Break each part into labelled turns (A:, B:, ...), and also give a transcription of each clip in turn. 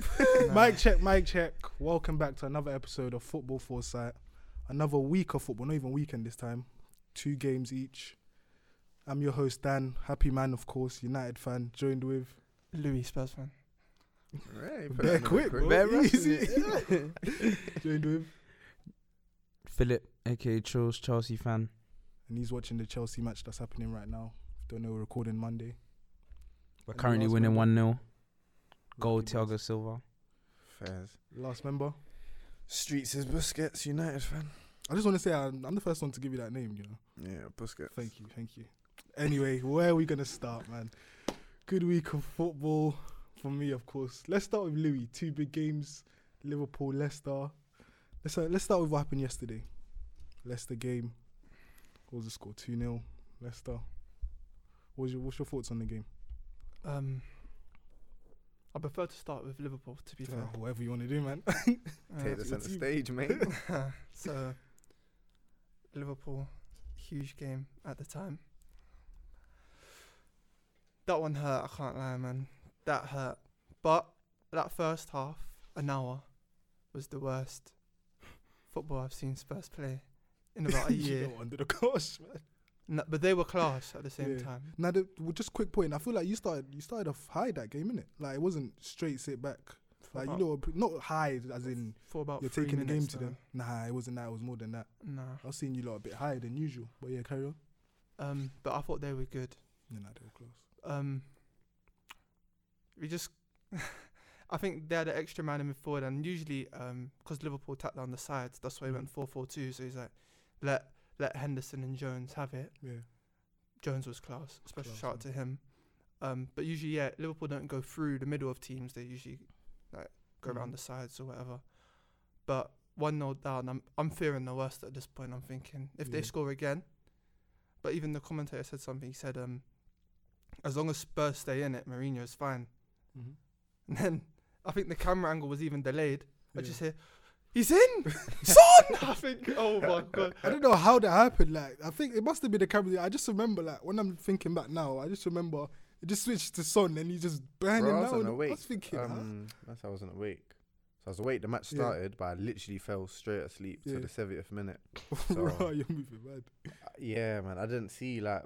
A: Mike check, Mike check. Welcome back to another episode of Football Foresight. Another week of football, not even weekend this time. Two games each. I'm your host Dan, happy man of course, United fan, joined with
B: Louis Spurs fan.
C: Right, put
A: Bear
C: that in the
A: quick,
C: record.
A: bro.
C: Bear rush,
A: Easy.
C: is it?
A: joined with,
D: Philip, aka Chills, Chelsea fan.
A: and he's watching the Chelsea match that's happening right now. Don't know, we're recording Monday.
D: We're
A: And
D: currently
A: last
D: winning
A: member-
D: 1 0. Goal,
A: Lucky boys.
D: Thiago Silva.
C: Fairs.
A: Last member.
C: Streets is Busquets, United fan.
A: I just want to say um, I'm, I'm the first one to give you that name, you know.
C: Yeah, Busquets.
A: Thank you, thank you. Anyway, where are we gonna start, man? Good week of football for me, of course. Let's start with Louis. Two big games: Liverpool, Leicester. Let's uh, let's start with what happened yesterday. Leicester game. What was the score? Two 0 Leicester. What's your what's your thoughts on the game?
B: Um, I prefer to start with Liverpool, to be
A: Uh, whatever you want to do, man.
B: fair.
C: Take
B: Uh,
C: this
A: your
C: on the
A: team.
C: stage, mate.
B: so, Liverpool, huge game at the time. That one hurt, I can't lie, man. That hurt. But that first half, an hour, was the worst football I've seen Spurs play in about a
A: You
B: year.
A: know, under the course, man.
B: No, but they were class at the same
A: Yeah.
B: time.
A: Now, the, well, just quick point. I feel like you started you started off high that game, innit? Like it wasn't straight sit back.
B: For
A: Like you
B: about-
A: know, not high as in
B: for about
A: You're
B: three
A: taking the game
B: minutes
A: to
B: now.
A: them. Nah, it wasn't that. It was more than that.
B: Nah.
A: I was seeing you lot a bit higher than usual. But yeah, carry on.
B: Um, but I thought they were good.
A: No, nah, they were close.
B: Um, we just, I think they had an extra man in midfield, and usually, um 'cause Liverpool tapped down the sides, that's why he went four four two. So he's like, let let Henderson and Jones have it.
A: Yeah,
B: Jones was class. Special
A: Class,
B: shout out to him. Um, but usually, yeah, Liverpool don't go through the middle of teams. They usually like go around
A: Mhm.
B: the sides or whatever. But one 0 down, I'm I'm fearing the worst at this point. I'm thinking if they
A: Yeah.
B: score again. But even the commentator said something. He said, um, as long as Spurs stay in it, Mourinho is fine. Mm-hmm.
A: Mhm.
B: And then I think the camera angle was even delayed.
A: yeah.
B: I just hear, he's in, son. I think, oh my god.
A: I don't know how that happened. Like, I think it must have been the camera. I just remember, like, when I'm thinking back now, I just remember it just switched to Son and he just banging
C: Bro, I was
A: down.
C: on
A: I
C: awake.
A: was thinking, huh?
C: um, that's how I wasn't awake. So I was awake. The match
A: Yeah.
C: started, but I literally fell straight asleep
A: Yeah.
C: to the 70th minute.
A: Bro,
C: so-
A: you're moving mad.
C: Uh, Yeah, man. I didn't see like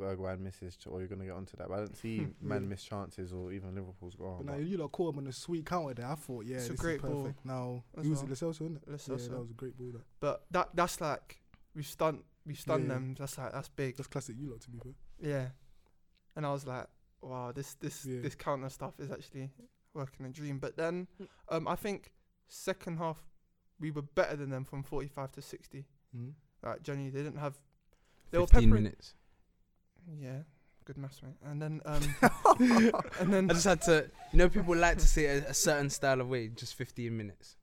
C: Bergwijn misses, ch- or you're gonna get onto that. But I didn't see man
A: Yeah.
C: miss chances or even Liverpool's goal.
A: But now
C: but
A: you lot caught him on a sweet counter there. I thought, yeah,
B: It's a
A: this
B: great
A: is
B: ball
A: perfect. Now,
B: as
A: he was
B: well.
A: Lo Celso, wasn't it?
B: Let's
A: yeah,
B: also-
A: that was a great ball. That.
B: But that that's like we stunned we stunned
A: Yeah.
B: them. That's like that's big.
A: That's classic you lot, to be fair.
B: Yeah. And I was like, wow, this this
A: Yeah.
B: this counter stuff is actually working a dream. But then
D: Mm.
B: um I think second half we were better than them from forty five to sixty.
A: Mhm.
B: Like genuinely they didn't have they were
D: 15
B: peppering
D: minutes.
B: Yeah. Good maths mate. And then um and then
D: I just had to, you know, people like to say a, a certain style of way, just 15 minutes.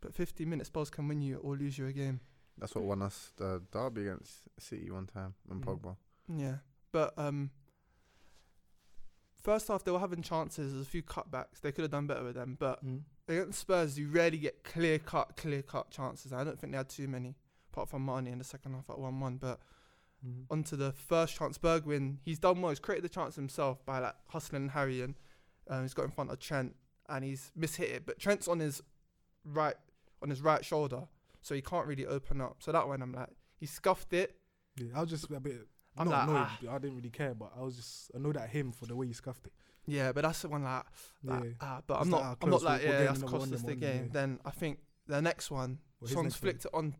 B: but fifty minutes balls can win you or lose you a game.
C: that's what won us the derby against City one time and
A: Mm.
C: Pogba.
B: Yeah, but um, first half they were having chances. There's a few cutbacks. They could have done better with them, but
A: Mhm.
B: against Spurs, you rarely get clear cut, clear cut chances. I don't think they had too many, apart from Marnie in the second half at one one. But
A: Mhm.
B: onto the first chance, Bergwin, he's done well. He's created the chance himself by like hustling and harrying. Um, he's got in front of Trent and he's mishit it, but Trent's on his right on his right shoulder, so he can't really open up. So that one, I'm like, he scuffed it.
A: Yeah, I was just a bit.
B: I'm
A: not
B: like,
A: annoyed.
B: ah.
A: I didn't really care, but I was just annoyed at him for the way he scuffed it.
B: Yeah, but that's the one like
A: Yeah.
B: Like, ah, but I'm
A: It's
B: not.
A: like, ah,
B: I'm
A: close,
B: not like
A: we'll- we'll
B: yeah,
A: get
B: that's
A: another one,
B: cost us
A: then
B: the
A: one, then,
B: game.
A: yeah.
B: Then I think the next one,
A: Well, his
B: Son's
A: next one.
B: flicked it on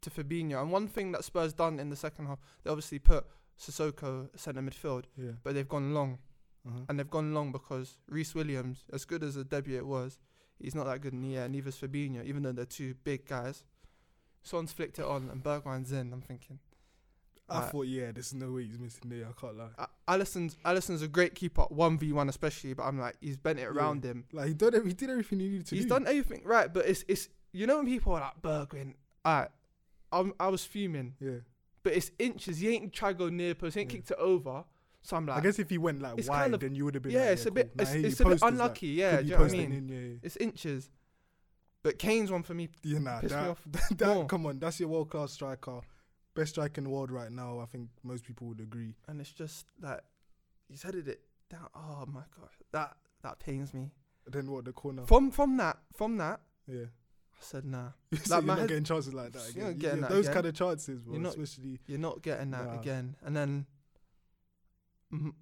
B: to Fabinho. And one thing that Spurs done in the second half, they obviously put Sissoko centre midfield,
A: Yeah.
B: but they've gone long,
A: Uh-huh.
B: and they've gone long because Reece Williams, as good as a debut it was, he's not that good in the air. Neither's Fabinho, even though they're two big guys. Son's flicked it on, and Bergwijn's in. I'm thinking.
A: I
B: Uh,
A: thought, yeah, there's no way he's missing there. I can't lie.
B: A- Allison's Allison's a great keeper, one v one especially, but I'm like he's bent it
A: Yeah.
B: around him.
A: Like he did, he did everything he needed to
B: he's
A: do.
B: done everything right, but it's it's you know when people are like Bergwin, alright, I'm I was fuming,
A: Yeah.
B: but it's inches. He ain't try to go near post, he ain't
A: Yeah.
B: kicked it over. So I'm like,
A: I guess if he went like
B: it's
A: wide,
B: kind of-
A: then you would have been.
B: yeah,
A: like,
B: it's a bit
A: cool. Nah,
B: it's,
A: here you
B: it's a bit
A: post is, like,
B: unlucky, yeah.
A: could
B: Do
A: be
B: you know what I
A: posting
B: mean?
A: in, yeah, yeah.
B: It's inches, but Kane's one for me.
A: Yeah, nah,
B: pissed me
A: that,
B: off
A: that,
B: more.
A: come on, that's your world class striker, best striker in the world right now. I think most people would agree.
B: and it's just that he's headed it down. Oh my god, that that pains me.
A: Then what? The corner.
B: From from that, from that,
A: yeah.
B: I said, nah,
A: so you're
B: my
A: not
B: head-
A: getting chances like that again.
B: You're not
A: You-
B: getting
A: you-
B: that
A: those
B: again.
A: kind of chances, bro.
B: You're not-
A: especially
B: you're not getting that
A: Nah.
B: again. And then M-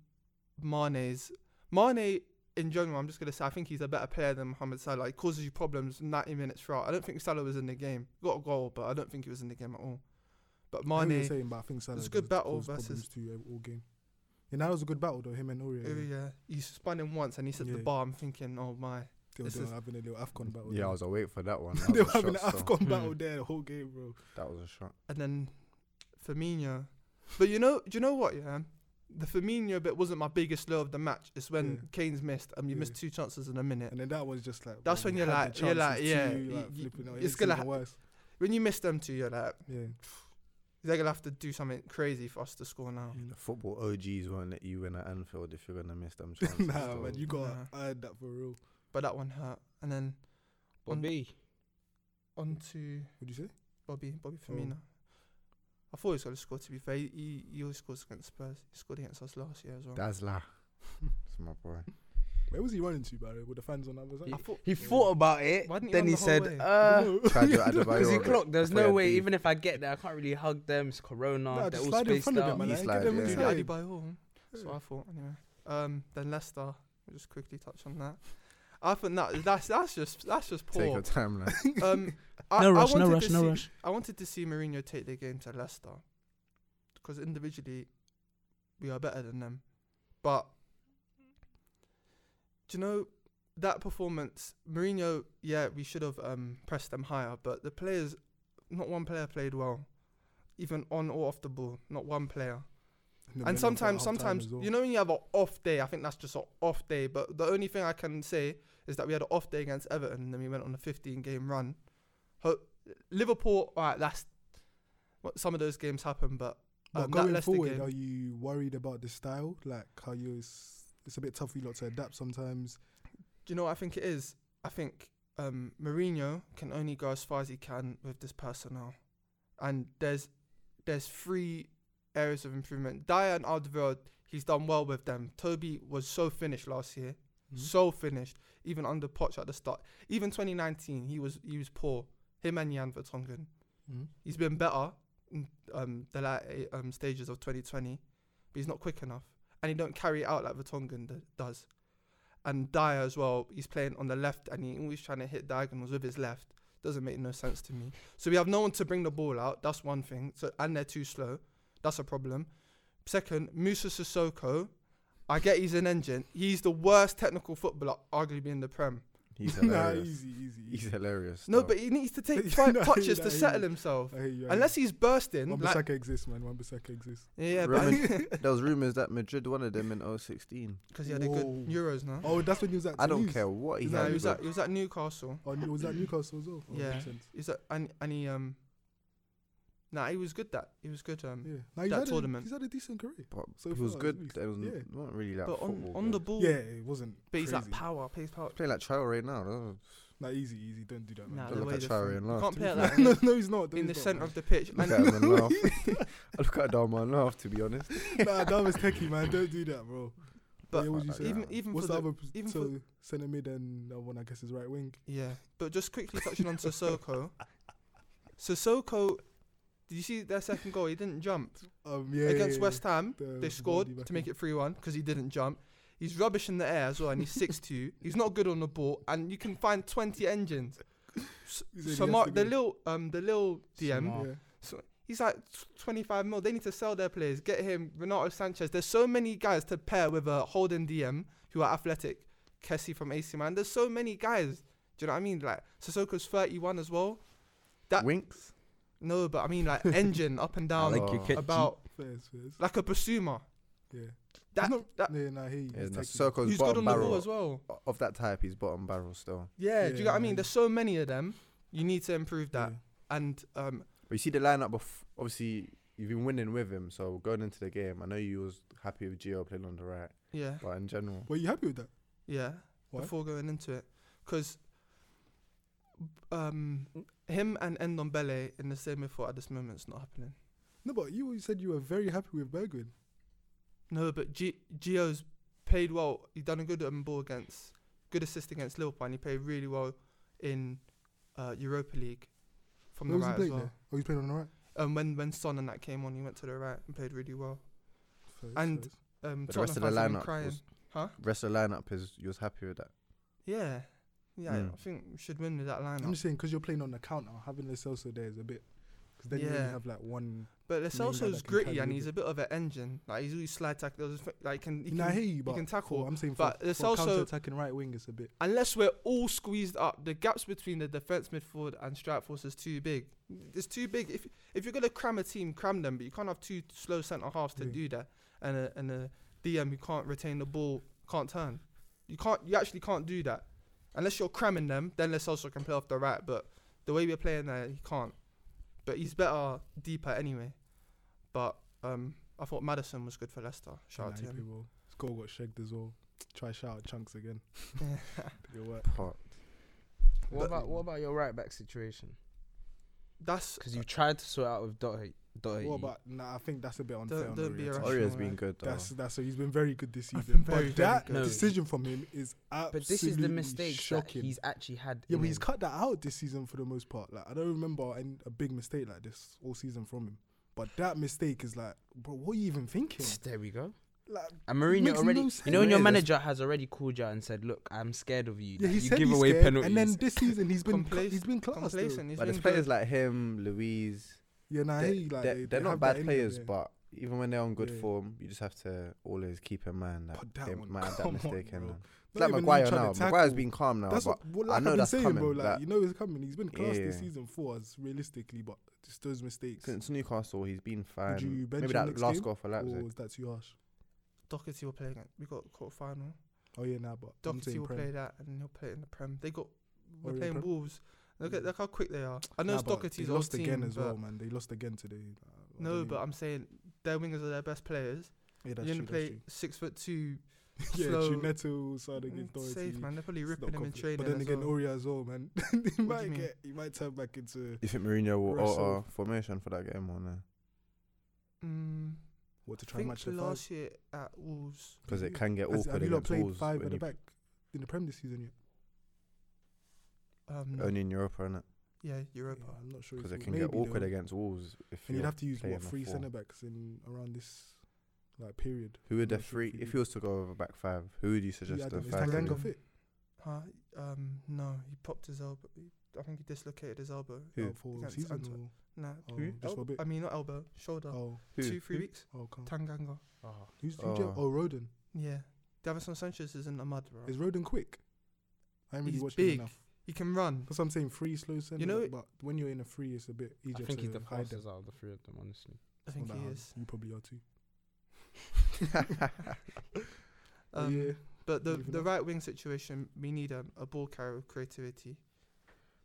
B: Mane's Mane in general, I'm just gonna say I think he's a better player than Mohamed Salah. He causes you problems 90 minutes throughout. I don't think Salah was in the game. Got a goal, but I don't think he was in the game at all. But
A: I hear what you're
B: Mane,
A: saying, but I think Salah
B: a
A: does
B: good battle
A: cause problems
B: versus-
A: to you all game. Yeah, that was a good battle though. Him and Ori.
B: oh yeah, he spun him once and he set the
A: Yeah.
B: bar. I'm thinking, oh my,
A: They were
B: this
A: they were
B: is-
A: having a little Afcon battle.
C: Yeah,
A: there.
C: I was awake for that one. That
A: they were
C: was,
A: having an
C: a shot, still.
A: Afcon
D: Hmm.
A: battle there the whole game, bro.
C: that was a shot.
B: and then Firmino. But you know, do you know what? Yeah, the Firmino bit wasn't my biggest low of the match. It's when
A: Yeah.
B: Kane's missed. and you
A: Yeah.
B: missed two chances in a minute.
A: And then that was just like.
B: That's
A: bro,
B: when
A: we
B: you're
A: had
B: like-
A: the
B: you're like,
A: chances
B: yeah,
A: too,
B: y-
A: like,
B: y-
A: flipping out.
B: it's
A: It's
B: gonna
A: even
B: hap-
A: worse.
B: When you miss them two, you're like,
A: Yeah.
B: they're gonna have to do something crazy for us to score now.
A: Mm.
C: The football OGs won't let you win at Anfield if you're gonna miss them chances.
A: nah,
C: still.
A: man, you got
B: Nah.
A: to earn that for real.
B: But that one hurt. And then
D: Bobby.
B: on to
A: Would you say?
B: Bobby, Bobby
A: Oh.
B: Firmino. I thought he was gonna score. To be fair, he- he, he always scores against Spurs. He scored against us last year as well.
C: That's la. It's my boy.
A: Where was he running to, Barry? With the fans on the other side?
B: I thought
D: He thought about it.
B: Why didn't he
D: Then
B: run
D: he
B: the whole way?
D: said,
A: I
D: uh,
A: don't know.
C: Tried
D: because he
C: to Adebayo, but
D: clocked. There's
C: I thought he
D: no
C: had
D: way.
C: beef.
D: Even if I get there, I can't really hug them. It's Corona.
A: Nah,
D: They're
A: just
D: all
A: slide in
D: spaced
A: front of
D: out.
A: them, man.
C: He
A: Like, get
C: slide,
A: them
C: yeah.
B: He
C: Dude,
A: inside.
B: said Adebayo. That's what I thought. Anyway, um, then Leicester. We'll just quickly touch on that. I think that that's that's just that's just
C: Take your
B: poor.
C: time, lad.
B: Um, I,
D: no
B: I
D: rush, no
B: wanted
D: rush,
B: to
D: no
B: see-
D: rush.
B: I wanted to see Mourinho take the game to Leicester because individually we are better than them. But do you know that performance, Mourinho? Yeah, we should have um, pressed them higher, but the players, not one player played well, even on or off the ball. Not one player.
A: the
B: And
A: men went for
B: sometimes,
A: halftime
B: sometimes
A: as well.
B: you know when you have an off day, I think that's just an off day. But the only thing I can say is that we had an off day against Everton, and then we went on a 15 game run. Ho- Liverpool, all right, that's what some of those games happen, but,
A: But
B: um, that
A: going
B: Leicester
A: forward,
B: game,
A: are you worried about the style? Like how you, it's, it's a bit tough for you lot to adapt sometimes.
B: do you know what I think it is? I think um, Mourinho can only go as far as he can with this personnel, and there's there's three areas of improvement. Dyer and Alderweireld, he's done well with them. Toby was so finished last year.
A: Mm-hmm.
B: so finished, even under Poch at the start. Even 2019, he was he was poor. Him and Jan Vertonghen.
A: Mhm.
B: He's been better in um, the latter um, stages of 2020, but he's not quick enough, and he don't carry it out like Vertonghen d- does. And Dyer as well, he's playing on the left, and he always trying to hit diagonals with his left. Doesn't make no sense to me. So we have no one to bring the ball out. That's one thing. So and they're too slow. That's a problem. Second, Musa Sissoko. I get he's an engine. He's the worst technical footballer, arguably in the Prem.
C: He's
A: nah,
C: hilarious.
A: easy, easy.
C: He's hilarious.
B: No,
C: though.
B: but he needs to take
A: Yeah,
B: five
A: no,
B: touches
A: no,
B: to
A: he-
B: settle himself.
A: I hear you, I
B: Unless
A: hear
B: he's
A: you.
B: bursting.
A: Wan
B: Like,
A: Bissaka exists, man. Wan Bissaka exists.
B: yeah,
C: Roman-
B: because
C: there was rumors that Madrid wanted him in 016.
B: he had a
A: Whoa.
B: good Euros now.
A: Oh, that's when he was at.
C: I don't
A: Toulouse.
C: care what he
A: Is
B: no,
A: that
C: had.
B: he was
C: but
B: at he was at Newcastle.
A: Oh, was that Newcastle as well? Oh,
B: Yeah.
A: makes sense.
B: He's at and, and he um. Nah, he was good. That he was good. Um,
A: Yeah. Now he's
B: That
A: had a,
B: tournament.
A: he's had a decent career.
C: but
A: so
C: he was
A: far,
C: good.
A: isn't he?
C: It was
A: Yeah.
C: not really like
B: but on,
C: football.
B: on the
C: though.
B: ball.
A: Yeah, it wasn't.
B: But he's like
A: crazy.
B: power. Plays power.
C: He's playing like Traore now. though.
A: Nah, easy, easy. Don't do that, man.
B: Nah,
C: Don't
B: the
C: look
B: way
C: at
B: they
C: Traore
B: think-
C: and
B: you
C: laugh,
B: can't
A: To
B: play
A: be
B: it like
A: fair-
B: that
A: no,
B: in-
A: no, he's not. no,
B: in the
A: he's not,
B: centre
A: man.
B: of the pitch.
C: Look
B: And
C: at him and laugh. I look at Dalma and laugh, to be honest.
A: nah, that was techie, man. Don't do that, bro.
B: But
A: yeah, what you
C: I- I-
A: say?
B: even even
A: What's
B: for
A: the
B: the
A: other?
B: even for-
A: so centre mid and the one I guess is right wing.
B: Yeah, but just quickly touching on Sissoko. Sissoko, did you see their second goal? He didn't jump
A: Um, yeah.
B: against
A: yeah,
B: West Ham.
A: yeah. The
B: They
A: body
B: scored
A: back
B: to make
A: in.
B: it three-one because he didn't jump. He's rubbish in the air as well, and he's six-two. He's not good on the ball, and you can find twenty engines. S-
A: He's only
B: So Mar- the
A: yesterday.
B: little um the little DM,
D: Samar.
A: Yeah.
B: so he's like tw- twenty-five mil. They need to sell their players, get him Renato Sanchez. There's so many guys to pair with a holding DM who are athletic. Kessie from AC Milan. There's so many guys. Do you know what I mean? Like Sissoko's 31 as well. That-
C: Winks?
B: No, but I mean like engine up and down.
C: like your catchy.
B: about
A: Fair, fair.
B: like a Basuma.
A: Yeah.
B: That,
A: not-
B: that
A: Yeah, nah, I hear you.
C: Yeah,
A: He's
C: no,
A: techie.
C: Sissoko's
B: he's good
C: bottom
B: on the
C: barrel.
B: ball as well.
C: Of that type, he's bottom barrel still.
B: Yeah, do you
A: Yeah,
B: know what I
A: no,
B: mean?
A: he-
B: There's so many of them. You need to improve that.
A: Yeah.
B: And um,
C: But you see the lineup bef- obviously you've been winning with him, so going into the game, I know you was happy with Gio playing on the right,
B: yeah,
C: but in general,
A: Were you happy with that?
B: yeah.
A: Why?
B: Before going into it, because um, him and Endombele in the same midfield at this moment is not happening.
A: No, but you said you were very happy with Bergwijn.
B: No, but G- Gio's played well. He done a good on um, ball against good assist against Liverpool, and he played really well in uh, Europa League from
A: Where was
B: the
A: he
B: right as
A: playing
B: well.
A: there? Oh, he's playing on the right.
B: Um, when when Son and that came on, he went to the right and played really well.
A: Fairs,
B: And-
A: fairs.
B: Um,
C: But the rest
B: Tottenham
C: of the
B: fans have been
C: lineup
B: crying.
C: was-
B: huh?
C: Rest of the lineup is you was happy with that.
B: Yeah, yeah.
C: Mm.
B: I think we should win with that
A: Hmm. I'm
B: lineup.
A: just saying because you're playing on the counter, having the Celso there is a bit. Because then you only
B: Yeah.
A: have like one.
B: But
A: guy that
B: Lacelso's
A: can
B: gritty
A: carry
B: and
A: with
B: he's
A: it.
B: a bit of an engine. Like he's always slide tackle. Like can, he can
A: Nah, I hear you, but
B: can tackle,
A: For, I'm saying
B: but
A: for,
B: it's
A: for
B: also-
A: counter-attacking right wing is a bit.
B: unless we're all squeezed up, the gaps between the defense, midfield, and strike force is too big. It's too big. If if you're gonna cram a team, cram them, but you can't have two slow centre halves to
A: Yeah.
B: do that, and a and a DM who can't retain the ball, can't turn. You can't. You actually can't do that unless you're cramming them. Then Les also can play off the right, but the way we're playing there, he can't. But he's better deeper anyway. But um, I thought Madison was good for Leicester. Shout out
A: Nah,
B: to
A: he
B: him.
A: people- Score got shagged as well. Try shout out chunks again. Think it worked.
C: Part.
D: What
A: But-
D: about what about your right back situation?
B: That's
D: Because you tried to sort it out with Dot Dot
A: Well, but nah, I think that's a bit unfair.
B: Don't-
A: on
B: don't be
A: Aurier.
B: irrational.
A: Aurier-
C: Auria's
B: Rational,
C: been
B: right?
C: good though.
A: That's that's he's been very good this
B: I've
A: season.
B: been very,
A: but
B: very
A: that
B: good.
D: No.
A: decision from him is absolutely
D: But this is the mistake
A: shocking.
D: that he's actually had.
A: yeah,
D: in
A: but he's
D: him.
A: cut that out this season for the most part. Like I don't remember any, a big mistake like this all season from him. But that mistake is like, bro, what are you even thinking?
D: There we go.
A: Like,
D: And
A: It
D: Mourinho
A: makes
D: already,
A: no
D: you know, when
A: sense.
D: your
A: Yeah,
D: manager has already called you out and said, "Look, I'm scared of you.
A: yeah, he
D: you
A: said
D: give
A: he's
D: away
A: scared,
D: penalties."
A: and then this season he's been cla-
B: Complac-
A: he's been class. though.
B: complacent. He's
C: but
B: been
C: there's
B: good.
C: players like him, Louise.
A: Yeah, nah,
C: They,
A: he, like,
C: they're
A: they-
C: they're
A: they
C: not
A: have that
C: bad
A: in them,
C: players,
A: yeah.
C: but even when they're on good
A: Yeah.
C: form, you just have to always keep in mind that,
A: But that
C: they
A: one,
C: might have that
A: come on,
C: mistake in
A: bro.
C: them. It's
A: Not
C: like
A: even him
C: Maguire
A: trying
C: now.
A: to
C: Maguire's
A: tackle.
C: been calm now,
A: That's
C: but
A: what, well, like
C: I
A: I
C: know
A: have been
C: that's
A: saying,
C: coming.
A: bro. Like
C: that
A: you know, it's coming. He's been class this
C: Yeah.
A: season for us, realistically, but just those mistakes.
C: since Newcastle, he's been fine.
A: you bench
C: Maybe
A: him
C: that
A: next
C: last
A: game?
C: goal for
A: Or
C: Leipzig.
A: was that too harsh?
B: Doherty will play again. We got quarter final.
A: Oh yeah, nah, but I'm
B: Doherty
A: saying
B: will
A: Prem.
B: play that, and he'll play it in the Prem. They got we're
A: Or in
B: playing
A: Prem?
B: Wolves. Look at
A: Yeah.
B: look how quick they are. I know
A: Nah,
B: it's
A: but
B: Doherty's
A: they
B: old
A: lost again
B: team,
A: as well,
B: but
A: man. They lost again today. I
B: No,
A: don't
B: but
A: even-
B: I'm saying their wingers are their best players.
A: yeah, that's
B: You're
A: true, that's
B: gonna play
A: true.
B: six foot two.
A: Yeah,
B: slow-
A: Chuneto side
B: Mm,
A: against Doherty.
B: Safe man, they're probably
A: It's not
B: ripping him in
A: confident.
B: training.
A: But then
B: as
A: again,
B: well.
A: Oria as well, man. he
B: you
A: might
B: mean?
A: get, he might turn back into
C: You think Mourinho will
A: Russell.
C: alter formation for that game or no?
B: mm,
A: what to try
B: I
A: and
B: think
A: match the five.
B: last year at Wolves,
C: Because it
A: Yeah.
C: can get
A: Has-
C: awkward
A: Have you not
C: against
A: played
C: Wolves.
A: five
C: when
A: at the
C: you-
A: back in the Prem this season yet?
B: um, no.
C: Only in Europa, innit?
B: yeah, Europa.
A: Yeah, I'm not sure. if
C: Because
A: you-
C: it can
A: maybe
C: get awkward
A: though.
C: against Wolves. If
A: And
C: you're
A: you'd have to use
C: playing
A: what
C: a
A: three
C: four.
A: centre backs in around this like period.
C: Who would
A: I'm
C: the
A: not sure
C: three?
A: if you
C: If
A: do.
C: he was to go over back five, who would you
A: Yeah,
C: suggest
A: I
C: the
A: don't- is
C: five?
B: Tanganga
C: would
A: Tanganga
C: be?
B: three.
A: fit?
B: Huh? Um, no, he popped his elbow. I think he dislocated his elbow.
C: Who?
A: Out Oh, for the
B: Against
A: season
B: Antwerp.
A: or-
B: Nah,
A: Oh,
C: Who?
A: just for a
B: el-
A: bit.
B: I mean not elbow, shoulder.
A: Oh,
C: Who?
B: Two, three
A: Who?
B: weeks.
A: oh, come.
B: Tanganga.
D: Oh.
A: Who's who do you-
C: Oh.
A: oh Roden?
B: Yeah. Davison Sanchez is in the mud, bro.
A: Is Roden quick? I haven't really
B: He's
A: watched
B: big.
A: him enough.
B: He can run.
A: That's what I'm saying. Free slow centre.
B: know
A: back,
B: it-
A: but when you're in a free, it's a bit easier
D: I think
A: to
D: he's the
A: hide them.
D: fastest out of the three of them, honestly.
A: It's
B: I
A: not
B: think
A: that
B: he
A: hard.
B: is.
A: You probably are too. But
B: Um,
A: Oh, yeah,
B: But the
A: Moving
B: the
A: on.
B: right wing situation, we need um, a ball carrier with creativity.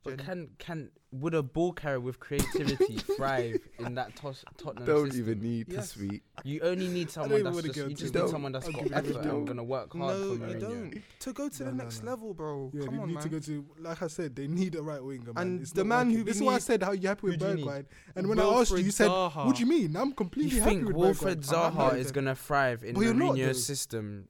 D: But
B: Jen-
D: can can would a ball carrier with creativity thrive in that tos- Tottenham
C: Don't
D: system?
C: even need to
B: Yes.
C: speak.
D: You only need
A: even
D: someone that's
A: wanna
D: just,
A: go
D: you
A: into
D: just
C: it.
D: need
C: Don't.
D: someone that's
A: I'll
D: got
A: give it a
D: effort
A: don't.
D: and gonna work hard
B: no,
D: for
B: you
D: Mourinho.
B: don't. To go to
A: No,
B: the
A: no,
B: next
A: no.
B: level, bro.
A: yeah.
B: Come
A: They
B: on,
A: need
B: man.
A: to go to. Like I said, they need a right winger. Man.
B: And
A: It's
B: the
A: not
B: man
A: working.
B: who we
A: this is why I
B: need-
A: said how you happy with
D: Who do you need?
A: Bergwijn, and when I asked you, you said, "What do you mean? I'm completely
D: You
A: happy
D: think
A: with
D: Wilfred
A: Bergwijn." I'm happy
D: Zaha
B: with
D: is
B: him.
D: gonna thrive in
A: But you're not, though.
D: Mourinho's system?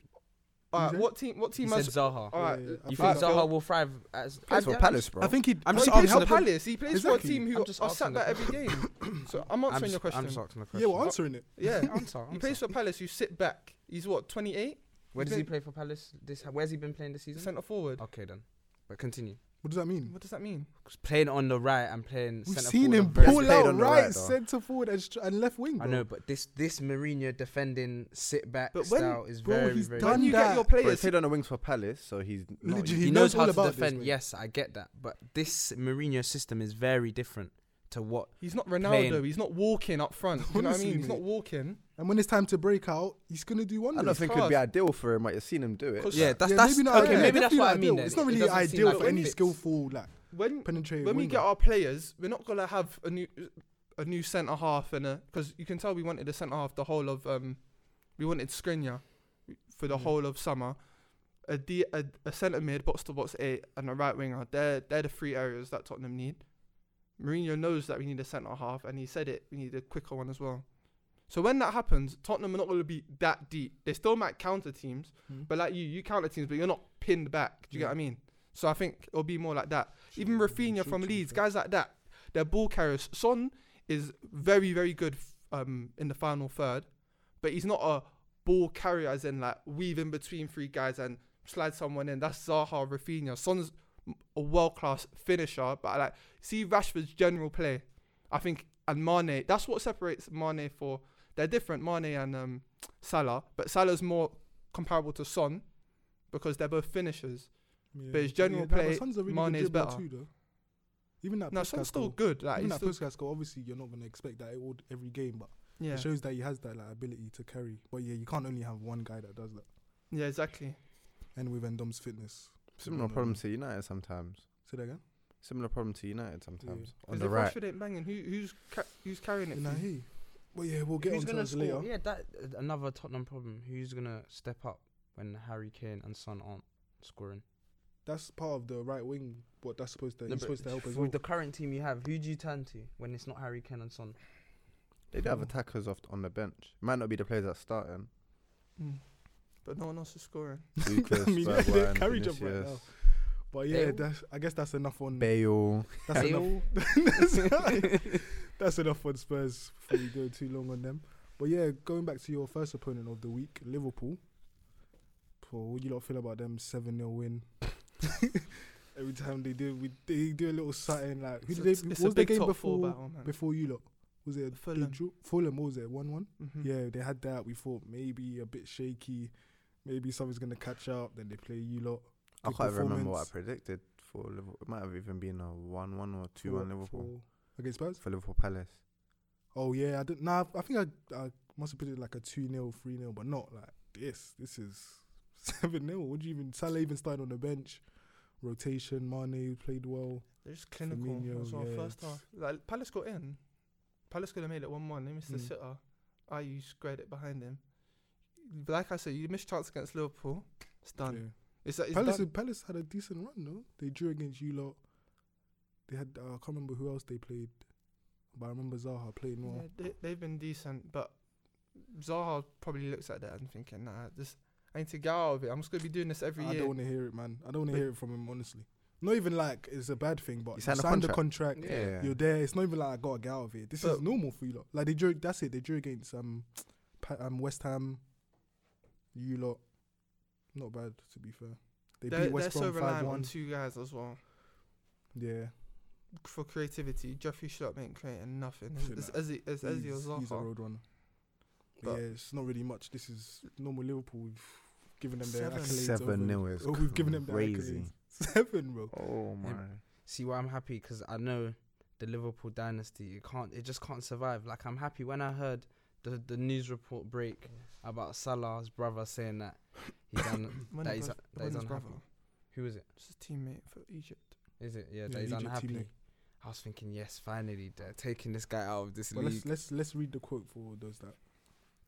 B: All
A: Who's
B: right,
A: that?
B: what team? What
D: He
B: team
D: said
B: has?
D: Zaha.
B: All right,
A: Yeah, yeah, I
D: You
A: think
D: think
A: that-
D: Zaha will thrive as?
C: Plays for
D: I-
C: Palace, bro.
A: I think he.
D: I'm
B: He
D: just
B: plays for
D: asking the-
B: Palace. He plays for a
A: Exactly.
B: team who
D: I'm just
B: are sat
D: asking the
B: there every game. So I'm
D: I'm
B: answering your
D: just-
B: question.
D: I'm just asking the question.
A: Yeah, we're answering it.
B: Yeah,
D: answer,
B: he
D: answer.
B: plays for Palace. You sit back. He's what 28
D: Where
B: He's
D: does he
B: been-
D: play for Palace? This where's he been playing this season?
B: centre forward.
D: Okay then, but continue.
A: What does that mean?
B: What does that mean?
D: 'Cause Playing on the right and playing.
A: We've
D: centre
A: seen
D: forward
A: him
D: and very-
C: He's
A: pull
C: played
A: out
C: on the
A: right,
C: right, though.
A: centre forward, and, str- and left wing.
D: I
A: bro.
D: know, but this this Mourinho defending sit back
B: But when-
D: style is
A: bro,
D: very
A: he's
D: very.
A: done
B: When you
A: that.
B: get your
C: But he's
B: players,
C: played on the wings for Palace, so he's not
A: Legit-
C: used-
D: He,
A: He knows
D: knows,
A: all
D: how to
A: about this,
D: defend.
A: mate.
D: Yes, I get that, but this Mourinho system is very different to what.
B: he's not
D: playing.
B: Ronaldo. He's not walking up front. You know what I
A: Honestly,
B: mean? He's
A: mate.
B: not walking.
A: And when it's time to break out, he's gonna do
C: I
A: wonders.
C: don't think it would be ideal for him. Like you've seen him do it.
B: Cause-
D: Yeah, that's
A: Yeah,
D: that's
A: maybe not
D: okay.
A: ideal.
D: Maybe that's
A: Definitely
D: what I
A: not
D: mean.
A: ideal.
D: then.
A: It's not
D: It
A: really
D: doesn't seem
A: ideal
D: like
A: for
D: it
A: any
D: fits.
A: skillful like
B: When
A: penetrating.
B: when we
A: winger.
B: get our players, we're not gonna have a new a new centre half and a because you can tell we wanted a centre half the whole of um we wanted Skriniar for the
A: Mm.
B: whole of summer. A, D, a, a centre mid, box to box eight, and a right winger. They're they're the three areas that Tottenham need. Mourinho knows that we need a centre half, and he said it. We need a quicker one as well. So when that happens, Tottenham are not going to be that deep. They still might counter teams,
A: Mm.
B: but like you, you counter teams, but you're not pinned back. Do you
A: Yeah.
B: get what I mean? So I think it'll be more like that. Even Rafinha from Leeds, guys like that, they're ball carriers. Son is very, very good f- um, in the final third, but he's not a ball carrier as in like weave in between three guys and slide someone in. That's Zaha, Rafinha. Son's a world class finisher, but like see Rashford's general play. I think and Mane. That's what separates Mane for. They're different, Mane and um, Salah, but Salah's more comparable to Son because they're both finishers.
A: Yeah.
B: but his general
A: nah, but
B: play,
A: Son's a
B: Mane
A: good
B: is
A: dribbler
B: better.
A: Too, though. Even that
B: No,
A: Puskas
B: Son's still
A: goal-
B: good. Like
A: even
B: he's
A: that
B: still,
A: Puskas goal, obviously you're not going to expect that it would every game, but
B: yeah,
A: it shows that he has that like, ability to carry. But yeah, you can't only have one guy that does that.
B: yeah, exactly.
A: And with Endom's fitness,
C: Similar problem to United sometimes.
A: say that again.
C: Similar problem to United sometimes. On
B: Because
C: the
B: if
C: right.
B: Rashford ain't banging, who, who's ca- who's carrying it? for you?
A: Nahi. But yeah, we'll get
D: Who's
A: onto
D: gonna
A: those
D: score?
A: later.
D: Yeah, that uh, another Tottenham problem. Who's gonna step up when Harry Kane and Son aren't scoring?
A: That's part of the right wing. What that's supposed to
D: No,
A: he's
D: but
A: supposed to help
D: with
A: as well.
D: the current team you have, who do you turn to when it's not Harry Kane and Son?
C: They do have
A: Mm.
C: attackers off on the bench. Might not be the players that starting.
B: Mm. But no one else is scoring.
C: Lucas,
A: I mean, they're
C: Bergwijn,
A: carry job right now.
C: Vinicius,
A: But yeah,
D: Bale?
A: that's, I guess that's enough on
C: Bale.
A: that's enough.
D: Bale?
A: that's, that's enough on Spurs before we go too long on them. But yeah, going back to your first opponent of the week, Liverpool. Paul, what do you lot feel about them seven 0 win? Every time they do, we they do a little something like who
B: It's a-
A: did they?
B: it's
A: what
B: a
A: was the
B: big
A: game
B: top four
A: before
B: battle, man.
A: before you lot? Was it they
B: Fulham.
A: drew- Fulham? What was it one one?
B: Mhm.
A: Yeah, they had that. We thought maybe a bit shaky, maybe something's gonna catch up. Then they play you lot.
C: I
A: Good
C: can't even remember what I
A: performance.
C: predicted for Liverpool. It might have even been a one-one or
A: for-
C: two-one Liverpool
A: for- against Spurs.
C: for Liverpool Palace.
A: Oh yeah, I didn't. Nah, I think I, I must have put it like a two 0 three 0 but not like this. This is seven 0 Would you even Salah even started on the bench? Rotation, Mane played well.
B: They're just clinical.
A: Firmino,
B: as well,
A: yeah,
B: First
A: it's-
B: half, like Palace got in. Palace could have made it one-one. They missed the
A: Mm.
B: sitter. Ayew squared it behind him. But like I said, you missed chance against Liverpool. It's done.
A: Yeah.
B: It's, it's
A: Palace,
B: done.
A: Palace had a decent run though. They drew against you lot. They had uh, I can't remember who else they played, but I remember Zaha playing well.
B: Yeah, they, they've been decent, but Zaha probably looks at that and thinking, nah, this I need to get out of it. I'm just gonna be doing this every
A: I
B: year.
A: don't want to hear it, man. I don't want to
B: But-
A: hear it from him, honestly. Not even like it's a bad thing, but you
C: You
A: signed,
C: signed a
A: a contract.
C: Yeah. yeah.
A: You're there. It's not even like I gotta get out of here. This is
B: But-
A: normal for you lot. Like they drew. That's it. They drew against um, Pa- um West Ham. You lot, not bad to be fair. They
B: they're
A: beat
B: they're
A: West
B: so
A: Brom five
B: reliant on
A: one.
B: two guys as well
A: Yeah,
B: for creativity. Jeffrey Sharp ain't creating nothing.
A: Yeah,
B: It's
A: nah.
B: Eze- it's Eze
A: he's,
B: or
A: he's a
B: Zaha.
A: road runner. But
B: But-
A: yeah, it's not really much. This is normal Liverpool. We've given them their
B: Seven.
A: accolades.
C: Seven
A: over-
C: nil is
A: Oh, we've given them their
C: crazy.
A: accolades. Seven, bro.
C: Oh my!
D: See why I'm happy because I know the Liverpool dynasty. It can't. It just can't survive. Like I'm happy when I heard the the news report break about Salah's brother saying that he done
B: When
D: that
B: his
D: he's
B: bro-
D: that
B: when
D: he's
B: his
D: unhappy.
B: brother,
D: Who is it?
B: it's his teammate for Egypt.
D: Is it? Yeah,
A: Yeah,
D: that he's
A: Egypt
D: unhappy.
A: teammate.
D: I was thinking, yes, finally they're taking this guy out of this
A: But
D: league
A: let's let's let's read the quote for those that.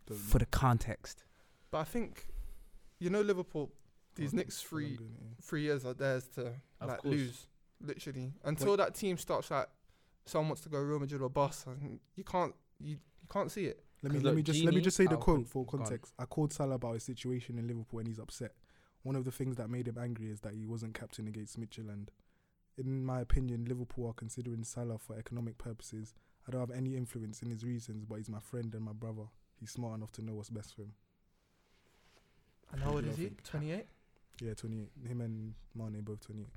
A: don't
D: for
A: know.
D: the context.
B: But I think, you know, Liverpool these
A: Okay,
B: next
A: well, I'm
B: three
A: doing it, yeah.
B: three years are theirs to
D: Of
B: like
D: course.
B: lose, literally. Until that team starts like, someone wants to go Real Madrid or Barca, and you can't you, you can't see it.
A: Let me
D: Because
A: let
D: look,
A: me just let me
D: Genie
A: just say the
D: out of con-
A: quote for
D: gone.
A: context. I called Salah about his situation in Liverpool and he's upset. One of the things that made him angry is that he wasn't captain against Midtjylland. In my opinion, Liverpool are considering Salah for economic purposes. I don't have any influence in his reasons, but he's my friend and my brother. He's smart enough to know what's best for him.
B: And how old is he?
A: Lovely.
B: Twenty eight.
A: Yeah, 28. Him and Mane both 28.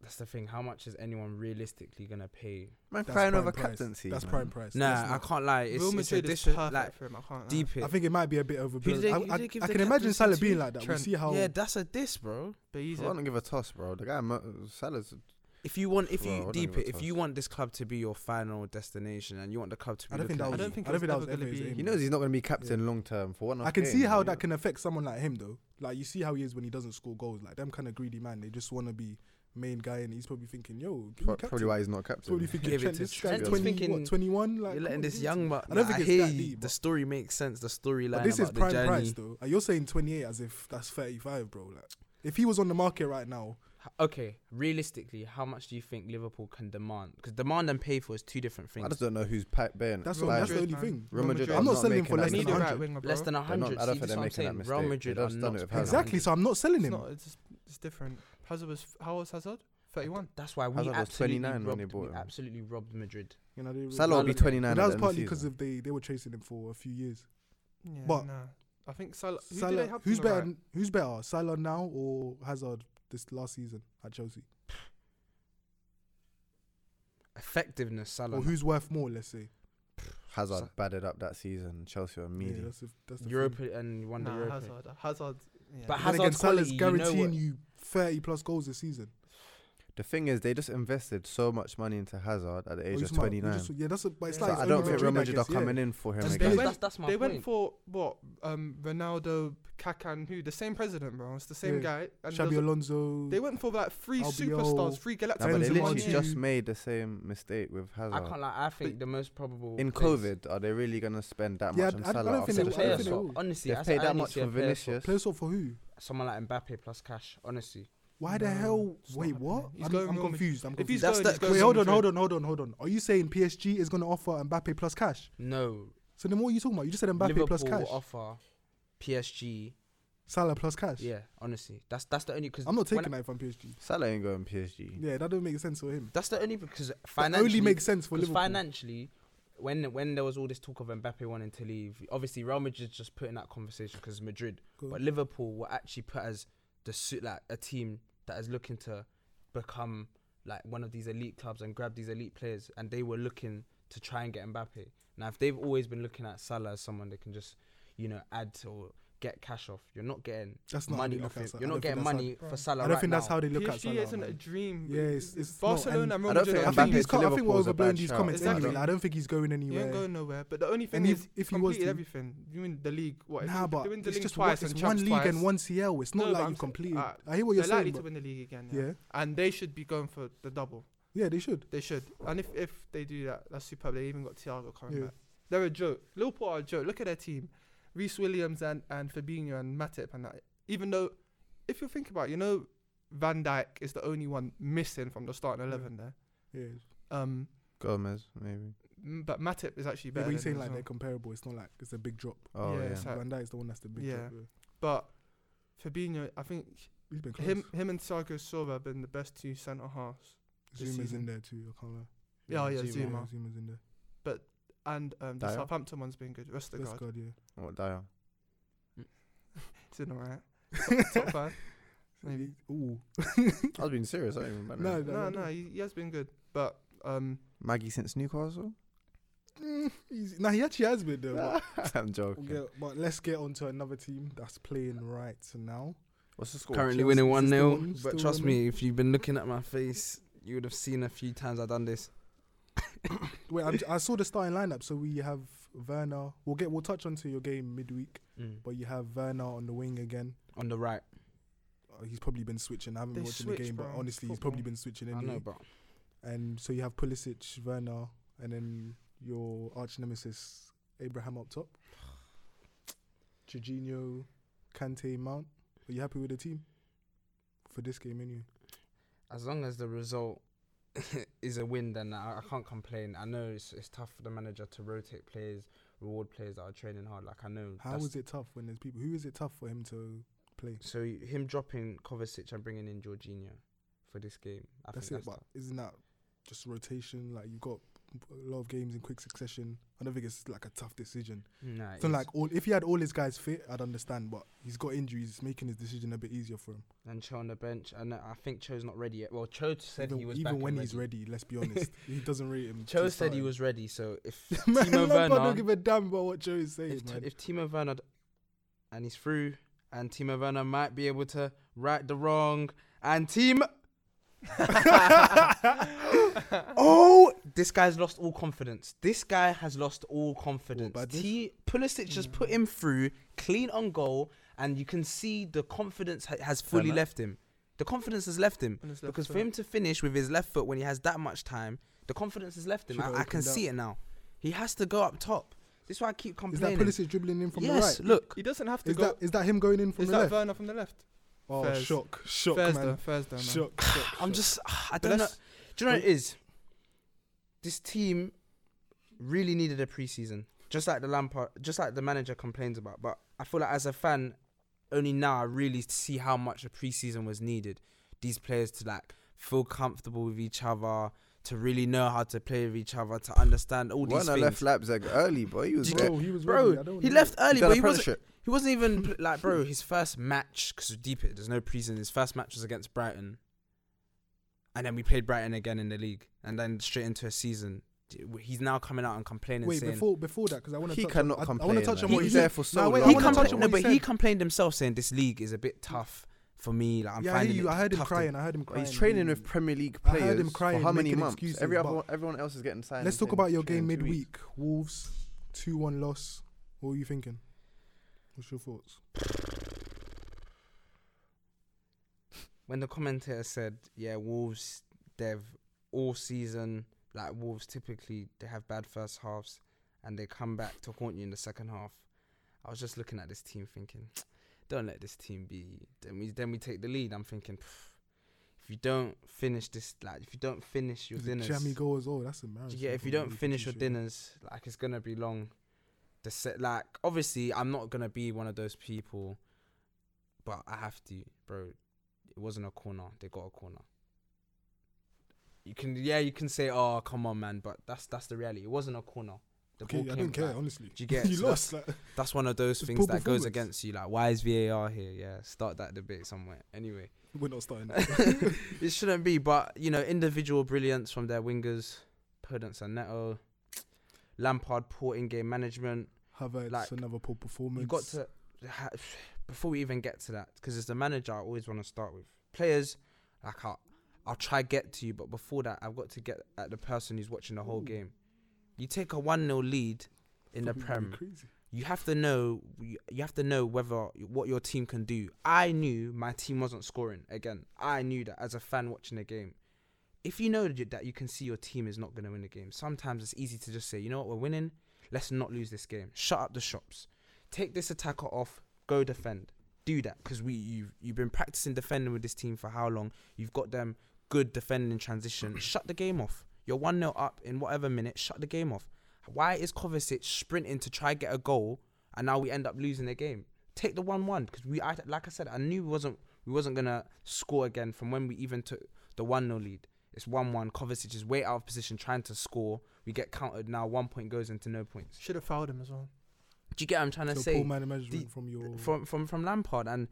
D: That's the thing. How much is anyone realistically gonna pay?
C: Man,
A: That's
C: crying
A: prime
C: over
A: price.
C: captaincy.
A: That's
C: man.
A: prime price. That's
D: Nah, I
A: not-
D: can't lie. It's,
B: Real
D: it's a
B: Madrid is
D: dish,
B: perfect
D: like
B: for him. I can't. lie.
D: deep it.
A: I think it might be a bit overblown.
D: they-
A: I,
D: who
A: I,
D: they give
A: I
D: the
A: can imagine
D: captaincy
A: Salah
D: to?
A: being like that.
B: Trent.
A: We see how
D: yeah, that's a diss, bro.
B: But he's
C: I
B: a
C: don't give a toss, bro. The guy Mo- Salah's
D: If you want, if
C: Well, I
D: you
C: don't
D: deep
C: give a
D: it, if
C: toss.
D: you want this club to be your final destination, and you want the club to be,
A: I don't think that
D: looking
A: was.
D: at
B: I
A: his-
B: don't think
A: I don't
B: it was
A: think that
B: ever
A: was
B: gonna
A: ever his
B: be-
A: aim.
C: He knows he's not going to be captain long term for one.
A: I can see how that can affect someone like him though. Like you see how he is when he doesn't score goals. Like them kind of greedy man. They just want to be main guy, and he's probably thinking, "Yo, give me captain."
C: Probably why he's not
A: He's probably
C: captain.
A: thinking
D: Give it
A: Trent,
D: to
A: this
D: Trent.
A: guy's
D: He's
A: twenty, what,
D: thinking,
A: twenty-one. Like,
D: you're
A: come on,
D: letting
A: give
D: this
A: it to
D: young
A: me."
D: man.
A: I don't
D: I
A: think it's
D: hear
A: that
D: you.
A: deep,
D: the
A: but-
D: story makes sense. The storyline
A: But this is
D: about
A: prime
D: the journey.
A: price though. Like, you're saying twenty-eight as if that's thirty-five, bro. Like if he was on the market right now,
D: h- okay, realistically, how much do you think Liverpool can demand? Because demand and pay for is two different
C: I
D: things.
C: just don't know who's pa- paying.
A: That's,
B: Real
A: what, that's the only
B: Madrid, man.
A: thing.
C: Real Madrid.
B: Madrid.
A: I'm
C: are
A: not selling
C: making
A: for
C: that
A: less
B: They
A: than
B: need a
C: mistake.
B: right
A: 100.
B: winger, bro.
D: Less than a
C: They're not-
D: hundred.
C: I don't
D: See,
C: think
D: this
C: they're
D: what I'm
C: making that
D: saying. Real
C: mistake.
D: Madrid
C: They've
D: are
C: just
D: not
C: done it with
D: paying
C: Hazard.
A: Exactly.
D: 100.
A: So I'm not selling
B: It's
A: him.
B: not. It's just it's different. Hazard was how old was Hazard? Thirty-one.
D: That's why we
C: Hazard was
D: absolutely
C: 29 when
D: robbed,
C: they bought
D: we
C: him.
D: absolutely robbed Madrid.
A: You know, they-
C: Salah will be
D: But
A: But
C: 29.
A: that
C: at
A: was
C: the end of
A: partly
C: the
A: because
C: season.
A: of they they were chasing him for a few years.
B: Yeah,
A: But-
B: nah. I think Salah. Who do they
A: Salah,
B: have
A: who's
B: on the
A: better?
B: Right?
A: Who's better, Salah now or Hazard this last season at Chelsea?
D: Effectiveness, Salah.
A: Or who's worth more? Let's say.
C: Hazard batted up that season. Chelsea are
A: Yeah,
C: media.
A: that's the, that's the
D: Europa and you won the
B: Nah,
D: Europa.
B: Hazard. Hazard. Yeah.
D: But
A: Thing. Then
D: Hazard's
A: again, Salah's
D: quality, you know what-
A: guaranteeing you 30 plus goals this season.
C: the thing is, they just invested so much money into Hazard at the
A: Or
C: age
A: you
C: of
A: smart- you
C: 29.
A: just- yeah, that's a, but it's
B: So
A: like
C: I don't think Real Madrid are coming
A: yeah.
C: in for him
D: That's,
A: Just
C: again.
A: they-
D: that's, that's my
B: they
D: point.
B: went for what? Um, Ronaldo, Kaká, and who? The same president, bro. It's the same
A: Yeah.
B: guy. And
A: Xabi
B: there's-
A: Alonso.
B: they went for like three
A: Albiol.
B: superstars, three
C: Nah,
B: Galacticos.
C: but they
A: Tens
B: in one
C: literally
B: year.
C: just made the same mistake with
D: I
C: Hazard.
D: can't lie. I think the most probable
C: In
D: place-
C: COVID, are they really going to spend that
A: Yeah,
C: much
A: I-
C: on
A: I- I
C: Salah?
A: don't
C: after
A: think
D: It's a
A: they will- I don't
D: player
C: the player
A: think they
C: swap?
A: will.
D: swap. Honestly,
C: They've
D: I
C: paid
D: I
C: that
D: only
C: much
D: see a
C: for
D: player swap.
C: Vinicius.
A: Play sort for who?
D: Someone like Mbappe plus cash. Honestly,
A: Why the
B: No,
A: hell?
B: it's not
A: Wait,
B: happening.
A: what?
B: He's
A: I'm,
B: going
A: I'm
B: Real Madrid.
A: confused. I'm
B: If
A: confused.
B: he's
D: That's
B: going,
D: the-
B: he's going
A: Wait,
B: to
A: hold on,
B: Madrid.
A: hold on, hold on, hold on. Are you saying PSG is going to offer Mbappe plus cash?
D: no.
A: So then what are you talking about? You just said Mbappe
D: Liverpool
A: plus cash.
D: offer PSG.
A: Salah plus cash.
D: Yeah, honestly, that's that's the only because
A: I'm not taking that if I'm PSG.
C: Salah ain't going PSG.
A: Yeah, that don't make sense for him.
D: That's the only because
A: That
D: financially
A: only makes sense for
D: Because
A: Liverpool.
D: financially, when when there was all this talk of Mbappe wanting to leave, obviously Real Madrid just put in that conversation because Madrid,
A: Go
D: but
A: on.
D: Liverpool were actually put as the suit like a team that is looking to become like one of these elite clubs and grab these elite players, and they were looking to try and get Mbappe. Now, if they've always been looking at Salah as someone they can just, you know, add to or get cash off, you're not getting
A: That's not how
D: money
A: they
D: off
A: look at
D: it.
A: Salah.
D: You're
A: I
D: not
A: don't think
D: getting
A: that's how-
D: money for Salah.
A: I don't
D: right
A: think that's
D: now.
A: how they look at
B: PSG
A: Salah.
B: isn't a
A: man.
B: dream.
A: Yeah, it's- it's not, and
B: Barcelona and Real
C: I don't
B: Madrid. are
C: think
A: I
B: not
A: think,
C: Mbappe
A: he's
C: to
A: co- I think we're
C: Liverpool is a
A: overblowing
C: bad
A: these
C: shout.
A: comments
B: Exactly.
A: anyway. Like, I don't think he's going
B: You ain't
A: anywhere.
B: going nowhere. But the only thing
A: And if-
B: is,
A: if he was
B: completed
A: to-
B: everything. You win the league? What? if
A: Nah,
B: you-
A: but
B: they win the
A: it's
B: league
A: just
B: twice
A: one,
B: and
A: it's one
B: Champs
A: league
B: twice.
A: and one CL. It's not
B: No, but
A: like
B: I'm
A: you
B: sa-
A: completed.
B: alright.
A: I hear what you're
B: They're likely
A: saying.
B: to
A: but-
B: win the league again. Yeah.
A: Yeah,
B: And they should be going for the double.
A: yeah, they should.
B: They should. And if, if they do that, that's superb. They even got Thiago coming
A: Yeah.
B: back. They're a joke. Liverpool are a joke. Look at their team. Reese Williams and, and Fabinho and Matip and that. Even though, if you think about it, you know, Van Dijk is the only one missing from the starting
A: Yeah.
B: 11 there.
A: Yeah,
B: Um,
C: Gomez, maybe.
B: m- but Matip is actually
A: yeah
B: better.
A: but you're
B: than
A: saying
B: him as
A: like they're
B: well.
A: comparable. It's not like it's a big drop.
C: Oh,
B: Yeah,
C: yeah.
B: it's like-
A: Van Dijk's the one that's the big
B: Yeah.
A: drop. Yeah.
B: But Fabinho, I think
A: He's been close.
B: him him and Thiago Silva have been the best two centre halves. this
A: Zuma's
B: season.
A: in there too. I can't lie.
B: Yeah, oh yeah,
A: Zuma.
B: Zuma.
A: Yeah, Zuma's in there.
B: And um, the
C: Dyer?
B: Southampton one's been good.
A: That's
B: Vestergaard,
A: God, yeah.
C: What, Dyer?
B: it's been alright. Top- Top five. Maybe.
A: Ooh.
C: I was being serious. I don't even
A: No,
C: remember.
B: No,
A: no,
B: no, he, he has been good, but um,
C: Maggie since Newcastle?
A: Mm, he's- Nah, he actually has been there.
B: Ah.
A: But,
C: I'm
A: we'll
C: joking.
A: get- but let's get on to another team that's playing right now.
C: What's the score?
D: currently
A: Chelsea
D: winning
A: still
D: one 0
A: winning,
D: But
A: still
D: trust
A: winning.
D: me, if you've been looking at my face, you would have seen a few times I've done this.
A: Wait, I'm, I saw the starting lineup. So we have Werner. We'll get. We'll touch onto your game midweek,
D: Mm.
A: but you have Werner on the wing again.
D: On the right,
A: Uh, he's probably been switching. I haven't
B: They
A: been watching
B: switch,
A: the game,
B: bro.
A: but honestly, he's
B: Football.
A: probably been switching
D: I
A: anyway.
D: know, but
A: And so you have Pulisic, Werner, and then your arch nemesis Abraham up top. Jorginho, Kante, Mount. Are you happy with the team for this game? Anyway,
D: as long as the result is a win, then I, I can't complain. I know it's, it's tough for the manager to rotate players, reward players that are training hard. Like I know.
A: how
D: that's-
A: is it tough when there's people? Who is it tough for him to play?
D: So him dropping Kovacic and bringing in Jorginho for this game, I
A: That's
D: think
A: it.
D: that's
A: But
D: tough.
A: isn't that just rotation? Like you've got a lot of games in quick succession. I don't think it's like a tough decision.
D: Nah, it
A: So
D: is.
A: like all, if he had all his guys fit, I'd understand. But he's got injuries, it's making his decision a bit easier for him.
D: and Cho on the bench, and I think Cho's not ready yet. Well, Cho said
A: even
D: he was
A: even
D: back
A: when
D: and
A: he's ready, let's be honest, he doesn't rate him.
D: Cho
A: to
D: said he
A: starting.
D: was ready, so if
A: man,
D: Timo
A: Lampard
D: Werner,
A: don't give a damn about what Joe is saying,
D: if, T-
A: man.
D: if Timo Werner d- and he's through, and Timo Werner might be able to right the wrong, and team. oh, this guy's lost all confidence. This guy has lost all confidence.
A: bad
D: T- Pulisic just
A: Hmm.
D: put him through, clean on goal, and you can see the confidence ha- has fully
C: Werner.
D: left him. The confidence has left him
B: on his left
D: because for
B: foot.
D: him to finish with his left foot when he has that much time, the confidence has left him.
A: Should've
D: I, I can
A: opened
D: see it now. He has to go up top. This is why I keep
A: is that
D: complaining.
A: Pulisic dribbling in from
D: yes,
A: the right?
D: look.
B: he doesn't have to
A: Is
B: go.
A: that is that him going in from
B: is
A: the
B: that
A: left?
B: Werner from the left?
A: Oh,
B: Fez.
A: shock, shock,
B: Thursday,
A: man.
B: Thursday, man.
A: Shock, shock.
D: I'm
A: shock.
D: just. I
B: But
D: don't know.
B: let's-
D: Do you know what it is? This team really needed a preseason, just like the Lampard, just like the manager complains about. But I feel like as a fan, only now I really see how much a preseason was needed. These players to like feel comfortable with each other, to really know how to play with each other, to understand all these
C: When I
D: things.
C: left Leipzig early, boy, he was there.
A: Bro, he was with me, I
D: Bro,
A: don't
D: he
A: know.
D: left early,
C: He got
D: but he wasn't.
C: apprenticeship.
D: He wasn't even pl- like, bro. His first match, because deep it, there's no preseason. His first match was against Brighton, and then we played Brighton again in the league, and then straight into a season. D- w- He's now coming out and complaining.
A: Wait,
D: saying,
A: before before that, because I want to.
C: He
A: touch
C: cannot
A: on, I- I,
C: complain.
A: want to touch on
C: man.
A: what
C: He's
A: he
C: there for so
A: No, wait,
C: long.
A: I
D: he
A: wanna touch
D: complained.
A: on
D: No,
A: what
D: but
A: he
D: he
A: said.
D: complained himself, saying this league is a bit tough for me. Like I'm
A: Yeah, I hear
D: finding
A: you.
D: it
A: I heard him
D: tough to-
A: crying. I heard him
C: But
A: crying.
C: He's training with Premier League
A: I heard
C: players
A: him
C: for
A: crying,
C: how many
A: making
C: months?
A: excuses,
C: Every
A: but-
C: other, everyone else is getting signed.
A: Let's
C: and
A: talk about
C: things
A: your
C: during
A: game
C: two weeks.
A: midweek. Wolves, two one loss. What were you thinking? What's your thoughts?
D: when the commentator said, "Yeah, Wolves, they've all season like Wolves typically they have bad first halves, and they come back to haunt you in the second half." I was just looking at this team, thinking, "Don't let this team be." Then we then we take the lead. I'm thinking, "Pff, if you don't finish this, like if you don't finish your
A: Is it
D: dinners,
A: Jammy goal as well. That's embarrassing.
D: yeah, if
A: for
D: you
A: the
D: don't
A: league
D: finish your
A: competition.
D: dinners, like it's gonna be long. The set, like obviously, I'm not gonna be one of those people, but I have to, bro. It wasn't a corner; they got a corner. You can, yeah, you can say, "Oh, come on, man," but that's that's the reality. It wasn't a corner. The
A: Okay, I
D: came
A: don't care
D: back.
A: honestly.
D: Do you get it?
A: you
D: So
A: lost. Like,
D: That's one of those
A: It's
D: things
A: poor
D: that goes
A: performance.
D: against you. Like, why is VAR here? Yeah, start that debate somewhere. Anyway,
A: we're not starting.
D: it shouldn't be, but you know, individual brilliance from their wingers, Prudence and Neto, Lampard poor in-game management.
A: Havertz
D: Like,
A: another poor performance.
D: You got to ha- before we even get to that, because it's the manager I always want to start with. Players, like I'll, I'll try get to you, but before that, I've got to get at the person who's watching the whole
A: Ooh.
D: game. You take a one 0 lead in the
A: Fucking going
D: prem
A: Crazy.
D: you have to know you you have to know whether what your team can do. I knew my team wasn't scoring again. I knew that as a fan watching the game. If you know that you can see your team is not going to win the game, sometimes it's easy to just say, you know what, we're winning. Let's not lose this game. Shut up the shops. Take this attacker off. Go defend. Do that because we you've you've been practicing defending with this team for how long? You've got them good defending in transition. shut the game off. You're one 0 up in whatever minute. Shut the game off. Why is Kovacic sprinting to try get a goal, and now we end up losing the game? Take the one-one because we, I, like I said, I knew we wasn't we wasn't gonna score again from when we even took the one 0 lead. It's one-one. Kovacic is way out of position trying to score. We get countered now. One point goes into no points.
B: Should have fouled him as well.
D: Do you get what I'm trying to
A: So
D: say?
A: poor man management from
B: Mm.
A: your.
D: from from from Lampard and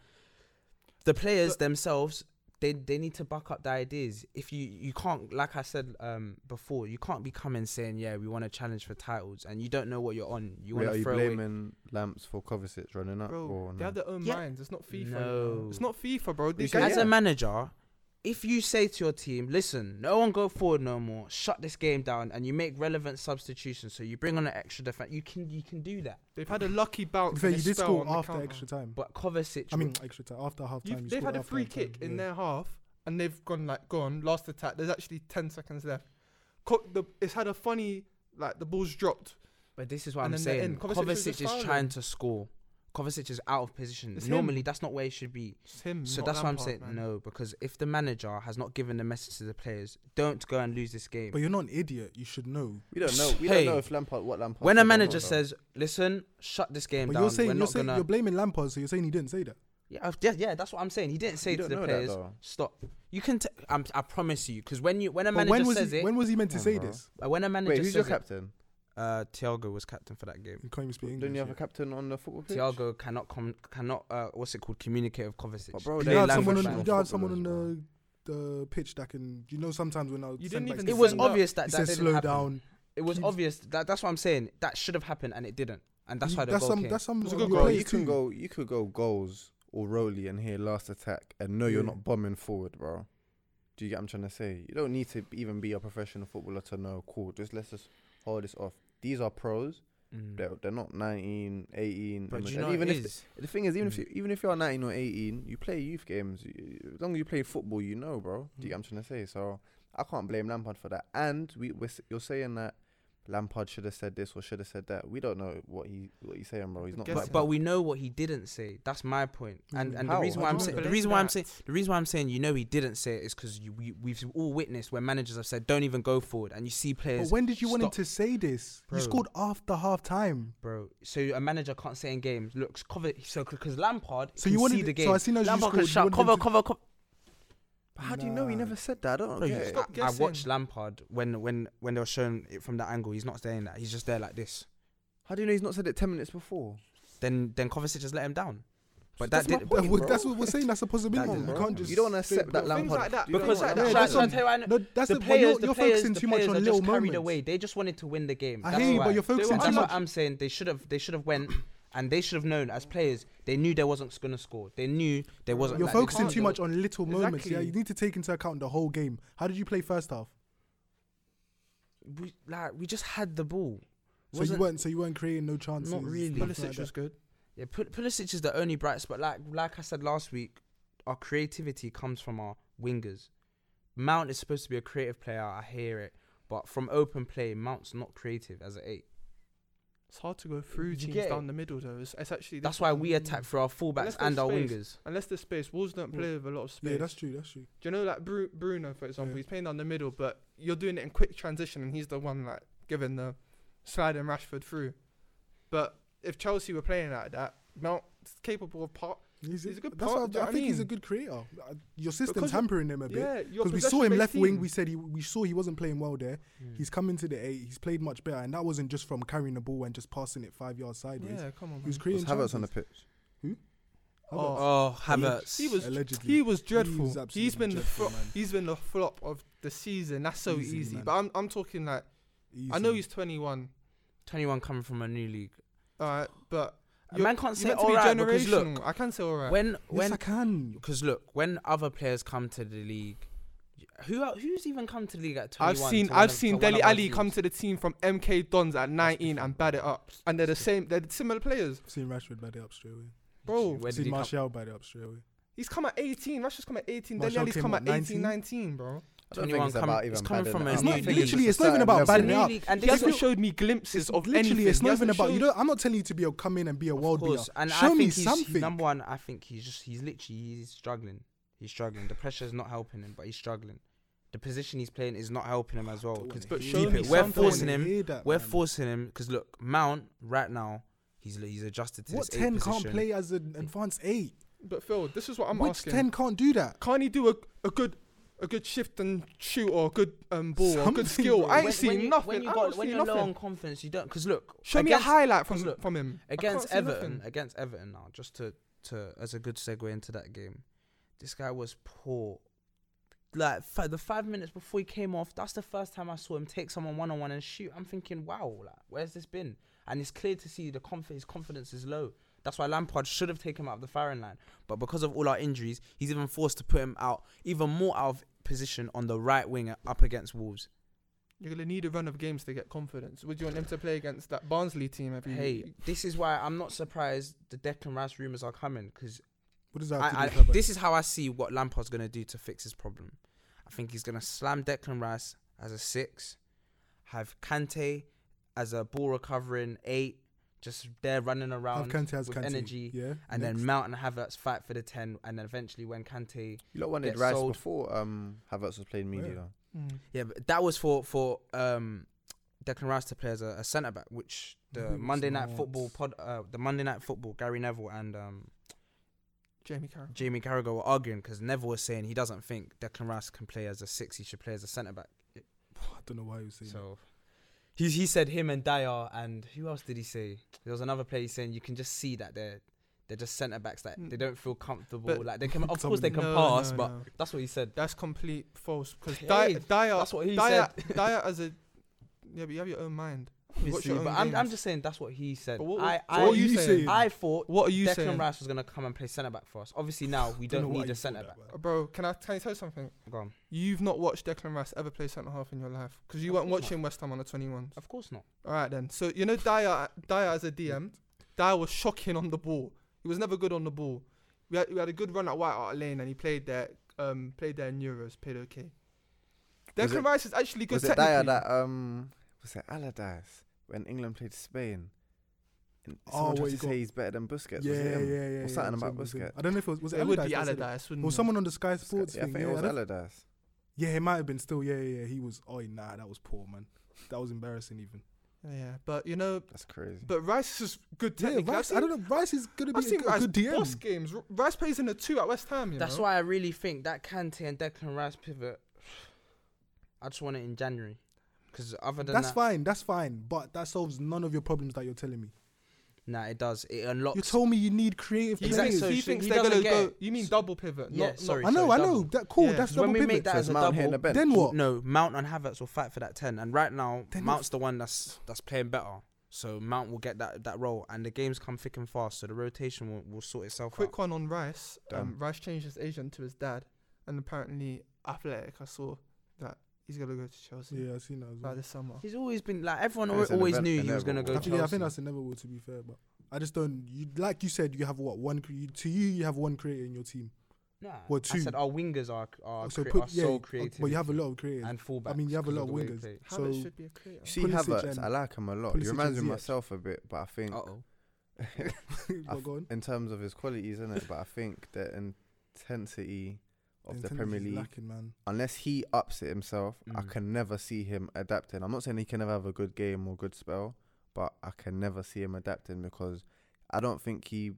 D: the players themselves. They, they need to back up their ideas. If you you can't, like I said um, before, you can't be coming saying, "Yeah, we want to challenge for titles," and you don't know what you're on. You
C: Wait,
D: want
C: are
D: to
C: you
D: throw away.
C: blaming Lamps for Kovacic running up?
B: Bro,
C: or
B: they
C: no?
B: have their own
D: Yeah.
B: minds. It's not FIFA.
D: No.
B: It's not FIFA, bro. These
C: said
B: guys,
D: As a manager, if you say to your team, "Listen, no one go forward no more. Shut this game down," and you make relevant substitutions, so you bring on an extra defense. You can you can do that.
B: they've had a lucky
A: To be
B: bounce.
A: fair,
B: and
A: you
B: they
A: did
B: spell
A: score
B: on the
A: after
B: counter.
A: extra time.
D: But Kovacic,
A: I mean, extra time after half time.
B: You've, they've had a free kick in their half, and they've gone like gone last attack. There's actually ten seconds left. Co- the, it's had a funny like the ball's dropped.
D: But this is what
B: And then
D: I'm
B: the
D: saying.
B: end, Kovacic
D: Kovacic,
B: was just
D: is
B: fouling.
D: trying to score. Kovacic is out of position.
B: It's
D: Normally,
B: him.
D: that's not where he should be.
B: It's him.
D: So
B: not
D: that's why I'm
B: Lampard,
D: saying
B: man.
D: no, because if the manager has not given the message to the players, don't go and lose this game.
A: But you're not an idiot. You should know.
C: We don't know. We
D: Hey.
C: don't know if Lampard what Lampard.
D: when
C: said
D: a
C: or
D: manager
C: not, though.
D: says, "Listen, shut this game
A: But
D: down,"
A: you're
D: we're
A: saying you're
D: not
A: saying
D: gonna.
A: you're blaming Lampard, so you're saying he didn't say that.
D: yeah, I've- yeah, yeah, that's what I'm saying. He didn't say
C: You
D: to
C: don't
D: the
C: know that,
D: players,
C: though.
D: "Stop." You can. T- I'm, I promise you, because when you when a
A: But
D: manager
A: when was
D: says
A: he,
D: it,
A: when was he meant to
C: Come on,
A: say
C: bro.
A: this?
D: uh, when a manager
C: Wait, who's your
D: says it,
C: captain?
D: uh, Thiago was captain for that game.
A: You can't even speak
C: Don't
A: English.
C: you have a
A: yet.
C: captain on the football pitch?
D: Thiago cannot com- cannot uh, what's it called communicate with Kovacic.
C: But bro,
A: You
C: they
A: don't have
C: language
A: someone on,
C: man
A: you
C: on
A: don't have
C: footballers,
A: someone on
C: bro.
A: the, the pitch that can. You know, sometimes when I
B: You didn't even
D: it was
B: Send up.
D: obvious that
A: He
D: that
A: said
D: didn't
A: slow
D: happen.
A: down.
D: It was
A: Keep-
D: obvious that that's what I'm saying. That should have happened and it didn't, and that's
A: You-
D: why the
A: that's
D: goal
A: some.
D: came.
A: That's some.
B: It was a
A: of your
B: good goal.
C: Bro,
A: players
C: you can
A: too.
C: go. You could go goals or Rowley and hear last attack and know you're
A: Yeah.
C: not bombing forward, bro. Do you get what I'm trying to say? You don't need to even be a professional footballer to know. Cool, just let's just hold this off. These are pros.
D: Mm.
C: They're, they're not 19, 18.
D: But
C: and
D: do you
C: and
D: know
C: even
D: even
C: if the thing is, even if
D: Mm.
C: you, even if you're 19 or 18, you play youth games. You, as long as you play football, you
D: Mm.
C: know, bro. Do you get what I'm trying to say? So I can't blame Lampard for that. And we we're, s- you're saying that Lampard should have said this or should have said that. We don't know what he what he's saying, bro. He's not.
B: Guess
C: right
D: But
B: it.
D: but we know what he didn't say. That's my point.
A: Mm.
D: And and
C: How?
D: the reason
C: I
D: why I'm
C: don't
D: saying the
B: believe
D: reason why I'm
B: that.
D: saying the reason why I'm saying you know he didn't say it is because you, we we've all witnessed where managers have said don't even go forward, and you see
A: But
D: players,
A: when did you want him
D: stop.
A: to say this?
D: Bro.
A: You scored after half time.
D: bro. So a manager can't say in games, looks cover. So because Lampard,
A: So you wanted
D: see the
A: it-
D: game.
A: so I seen as you
D: Lampard
A: scored,
D: could
A: you
D: shout,
A: wanted him
D: cover,
A: to-
D: cover, cover.
C: But how do you know he
A: Nah.
C: never said that? I don't
D: Bro, you
C: get it.
B: stop
D: I, I
B: guessing.
D: watched Lampard when when when they were showing it from that angle. He's not saying that. He's just there like this.
C: How do you know he's not said it ten minutes before?
D: Then then Kovacic just let him down. But
C: That's
D: that
C: my
D: did.
C: point,
A: Well,
C: bro.
A: that's what we're saying. That's a
C: That
A: possibility.
C: didn't
A: you
C: happen.
A: can't just.
C: You don't want to accept that
B: things
C: Lampard.
B: like that,
C: You don't
D: Because
C: wanna
D: that,
A: know what? No,
D: that,
C: accept
D: shall I-
A: that's
D: shall I
A: what-
D: tell you why I know-
A: No, that's
D: the
A: the, well,
D: players,
A: you're,
D: the
A: you're
D: players,
A: focusing
D: the
A: too much
D: players
A: on
D: are
A: little
D: just carried
A: moments.
D: away. They just wanted to win the game.
A: I
D: That's
A: hear you,
D: why.
A: but you're focusing
D: and
A: too
D: that's
A: much.
D: what I'm saying. They should have. They should have went, and they should have known as players. They knew they wasn't gonna score. They knew they wasn't.
A: You're
D: like, they
A: focusing
D: can't
A: too
D: do
A: much
D: it.
A: on little moments. Yeah,
B: Exactly.
A: you need to take into account the whole game. How did you play first half?
D: We, like we just had the ball.
A: So
D: Wasn't-
A: you weren't. So you weren't creating no chances.
D: really.
A: nothing like
B: Pulisic was
A: that.
B: good.
D: Yeah, Pul- Pulisic is the only bright spot. Like like I said last week, our creativity comes from our wingers. Mount is supposed to be a creative player. I hear it, but from open play, Mount's not creative as an eight.
B: It's hard to go through
D: You
B: teams
D: get it?
B: down the middle though. It's, it's actually
D: That's why we attack through our
B: Unless
D: fullbacks
B: there's
D: and our
B: space.
D: wingers.
B: unless there's space. Wolves don't
A: Mm.
B: play with a lot of space.
A: Yeah, that's true. That's true.
B: Do you know like Bru- Bruno for example?
A: Yeah.
B: He's playing down the middle, but you're doing it in quick transition, and he's the one like giving the sliding Rashford through. But if Chelsea were playing like that, Mount's capable of part.
A: He's,
B: He's a good
A: that's what
B: part-
A: I-
B: do you
A: I,
B: know what I
A: think he's a
B: mean?
A: good creator. Uh, Your system's
B: Because you-
A: hampering him a bit.
B: Yeah,
A: Because we saw him left wing, we said he, we saw he wasn't playing well there. He's come into the eight. He's played much better, and that wasn't just from carrying the ball and just passing it five yards sideways.
B: yeah, come on,
A: He was
B: man.
C: Was
A: creating
C: Havertz
A: chances.
C: on the pitch?
A: Havertz.
D: Oh, Havertz.
B: He was
A: allegedly.
B: he was dreadful.
A: was
B: he's
A: absolutely
B: been
A: dreadful,
B: the flop.
A: man.
B: He's been the flop of the season. That's so
A: Easy,
B: easy.
A: man.
B: But I'm I'm talking like I know he's 21.
D: 21 coming from a new league.
B: All right, but
D: A
B: you're-
D: man can't
B: you're
D: say
B: meant to be
D: all right because
B: generational.
D: look,
B: I can say all right.
D: when
A: Yes, I
D: when
A: can.
D: because look, when other players come to the league, who el- who's even come to the league at 21?
B: I've seen
D: to one
B: I've
D: of-
B: seen
D: to one
B: Deli
D: of our
B: Ali
D: teams?
B: come to the team from MK Dons at 19 and bad it up, and they're the same. They're similar players,
A: I've seen Rashford by the up straight away.
B: bro.
D: Where
A: I've
D: did
A: seen
D: he come-
A: Martial by the up straight away.
B: He's come at 18. Rashford's come at 18. Deli
A: Martial
B: Ali's
A: came,
B: come
A: what,
B: at
A: 19?
B: 18, 19, bro.
C: I don't think
D: 21
C: it's
D: come-
C: about
D: it's
C: even
D: coming
C: badding
D: from
C: it
D: a
C: up.
A: It's not-
C: I think
A: literally,
C: just
A: it's
C: a
A: not even
C: certain
A: about
C: level.
A: badding it up.
D: and
B: He
D: they
B: hasn't
D: don't-
B: showed me glimpses of
A: Literally,
B: anything.
A: it's
B: He
A: not even
B: hasn't
A: about you.
B: showed-
A: Don't, I'm not telling you to be a come in and be a
D: of
A: world beater.
D: course. And I
A: Show me
D: think he's,
A: something.
D: number one. I think he's just he's literally he's struggling. He's struggling. The pressure's not helping him, but he's struggling. The position he's playing is not helping him as well.
A: Don't
D: 'cause
A: wanna
B: but
A: hear
B: show
A: that.
B: me
A: Don't
B: We're
A: wanna
D: forcing him.
A: hear that,
B: Um,
D: we're
A: man.
D: forcing him because look, Mount right now he's he's adjusted to
A: What
D: his eight
A: ten can't
D: position.
A: play as an advanced eight?
B: But Phil, this is what I'm
A: Which
B: asking.
A: ten can't do that?
B: Can't he do a, a good a good shift and shoot or a good um, ball or a
A: Something,
B: good skill?
A: bro.
B: I ain't
D: When-
B: seen
D: when you-
B: nothing.
D: When, you
B: I
D: got-
B: don't
D: when
B: see
D: you're
B: nothing.
D: low on confidence, you don't. Because look,
B: Show me a
D: against-
B: highlight from
D: look,
B: from him I
D: against
B: can't see
D: Everton.
B: nothing.
D: Against Everton now, just to to as a good segue into that game, this guy was poor. Like fi- the five minutes before he came off, that's the first time I saw him take someone one on one and shoot. I'm thinking, wow, like where's this been? And it's clear to see the conf- his confidence is low. That's why Lampard should have taken him out of the firing line, but because of all our injuries, he's even forced to put him out even more out of position on the right wing up against Wolves.
B: You're gonna need a run of games to get confidence. Would you want him to play against that Barnsley team every
D: Hey, this is why I'm not surprised the Declan Rice rumors are coming because
A: What does that have to
D: I,
A: do
D: I,
A: with Havertz?
D: this is how I see what Lampard's going to do to fix his problem. I think he's going to slam Declan Rice as a six, have Kante as a ball recovering eight, just there running
A: Have
D: around,
A: Kante has
D: with
A: Kante.
D: energy,
A: yeah.
D: and
A: next.
D: then Mount and Havertz fight for the ten, and then eventually when Kante,
C: You lot wanted
D: get
C: Rice
D: sold.
C: before um, Havertz was playing media.
A: Yeah.
B: Mm.
D: yeah, but that was for for um, Declan Rice to play as a, a centre back, which
A: No,
D: the
A: it's
D: Monday Night
A: not.
D: Football pod, uh, the Monday Night Football, Gary Neville and um,
B: Jamie Carroll.
D: Jamie Carragher were arguing because Neville was saying he doesn't think Declan Rice can play as a six; he should play as a centre back.
A: I don't know why he was saying.
D: So he he said him and Dyer and who else did he say? There was another player he's saying you can just see that they're they're just centre backs that
B: Mm.
D: they don't feel comfortable.
B: But-
D: like they can of course they can pass, but that's what he said.
B: that's complete false. Because
D: Hey,
B: Dyer, Dyer,
D: that's what he
B: Dyer,
D: said.
B: Dyer as a yeah, but you have your own mind. What's
D: Obviously,
B: your own
D: but I'm, I'm
B: games?
D: just saying that's what he said.
B: But what,
D: I
B: what
D: I,
B: are you
A: you
B: saying,
A: saying?
D: I thought
B: What are you
D: Declan
B: saying,
D: Rice was gonna come and play centre back for us. Obviously now we
A: Don't
D: don't
A: know why
D: need
A: you
D: a
A: thought
D: centre
A: that,
D: back.
A: man.
B: Uh, bro? Can I can I tell you something?
D: Go on.
B: You've not watched Declan Rice ever play centre half in your life because you
D: Of
B: weren't
D: course not.
B: watching West Ham on the 21s.
D: Of course not.
B: All right then. So you know Dyer, Dyer as a DM, Dyer was shocking on the ball. He was never good on the ball. We had, we had a good run at White Hart Lane, and he played there. Um, played there in Euros, played okay.
C: Was
B: Declan
C: it-
B: Rice is actually good
C: Was it Dyer
B: technically.
C: that um, was it Allardyce when England played Spain? And
A: Oh,
C: someone tried
A: where
C: to
A: he
C: say
A: got-
C: he's better than Busquets.
A: yeah,
C: was it
A: yeah,
C: him?
A: yeah, yeah.
C: Or
A: yeah,
C: something about
A: it was him.
C: Busquets.
A: I don't know if it was was it,
B: it would
A: Allardyce
B: be
A: that said it?
B: Allardyce, wouldn't
A: Or
B: it?
A: someone on the Sky
C: Busquets,
A: Sports
C: yeah, I
A: thing.
C: think
A: Yeah,
C: it was
A: I don't-
C: Allardyce.
A: yeah, it might have been still. Yeah, yeah, yeah. He was. Oh, nah, that was poor, man. That was embarrassing, even.
B: Yeah, but you know,
C: That's crazy.
B: but Rice is good
A: Yeah,
B: technically.
A: Rice, I don't know. Rice is gonna be
B: I've
A: a,
B: seen
A: good- a
B: Rice
A: good DM.
B: boss games. R- Rice plays in a two at West Ham. You
D: That's
B: know?
D: why I really think that Kante and Declan Rice pivot. I just want it in January, because other than
A: That's
D: that,
A: fine. That's fine. But that solves none of your problems that you're telling me.
D: nah, it does. It
A: You
D: unlocks.
A: told me you need creative
B: He
A: players.
D: Exactly.
B: thinks,
D: So
B: he
D: should-
B: thinks
D: he
B: they're gonna
D: doesn't get
B: go.
D: it.
B: You mean double pivot?
D: Yeah,
B: not,
D: sorry.
B: Not,
A: I know. I know.
D: double.
A: That cool.
B: Yeah.
A: That's
D: when
A: double
D: we make
A: pivot.
D: that
C: So
D: as
C: it's
D: a
C: Mount hitting
D: double,
C: the bench.
A: Then what?
D: No, Mount and Havertz will fight for that ten, and right now
A: They're not-
D: Mount's the one that's that's playing better. So Mount will get that, that role, and the games come thick and fast. So the rotation will, will sort itself
B: Quick
D: out.
B: one on Rice. Um,
C: Damn.
B: Rice changed his agent to his dad, and apparently Athletic. I saw that he's gonna go to Chelsea
A: Yeah, I seen that. As
B: by
A: well.
B: this summer.
D: He's always been like everyone
C: It's
D: always,
C: an
D: always
C: event-
D: knew he was gonna go.
A: I
C: inevitable.
A: think, I think
D: Chelsea.
A: that's inevitable. To be fair, but I just don't. You like you said, you have what one cre- you, to you. You have one creator in your team.
D: Nah,
A: Well,
D: I
A: two.
D: said our wingers are are,
A: so
D: crea-
A: put
D: are
A: yeah,
D: so
A: uh,
D: creative.
A: but you have a lot of creators.
D: and fullbacks.
A: I mean, you have a
D: 'cause
A: lot of
D: of the way he
A: wingers.
D: plays.
B: Havertz
A: So-
B: should be a creator.
C: You see
A: Pulisic
C: Havertz,
A: and-
C: I like him a lot.
A: Pulisic
C: He reminds
A: and
C: me
A: Ziyech.
C: of myself a bit, but I think
D: Uh-oh.
A: But go on.
C: in terms of his qualities, isn't it? But I think the intensity of the
A: Intensity's
C: Premier League,
A: lacking, man.
C: unless he ups it himself, I
D: Mm.
C: can never see him adapting. I'm not saying he can never have a good game or good spell, but I can never see him adapting because I don't think he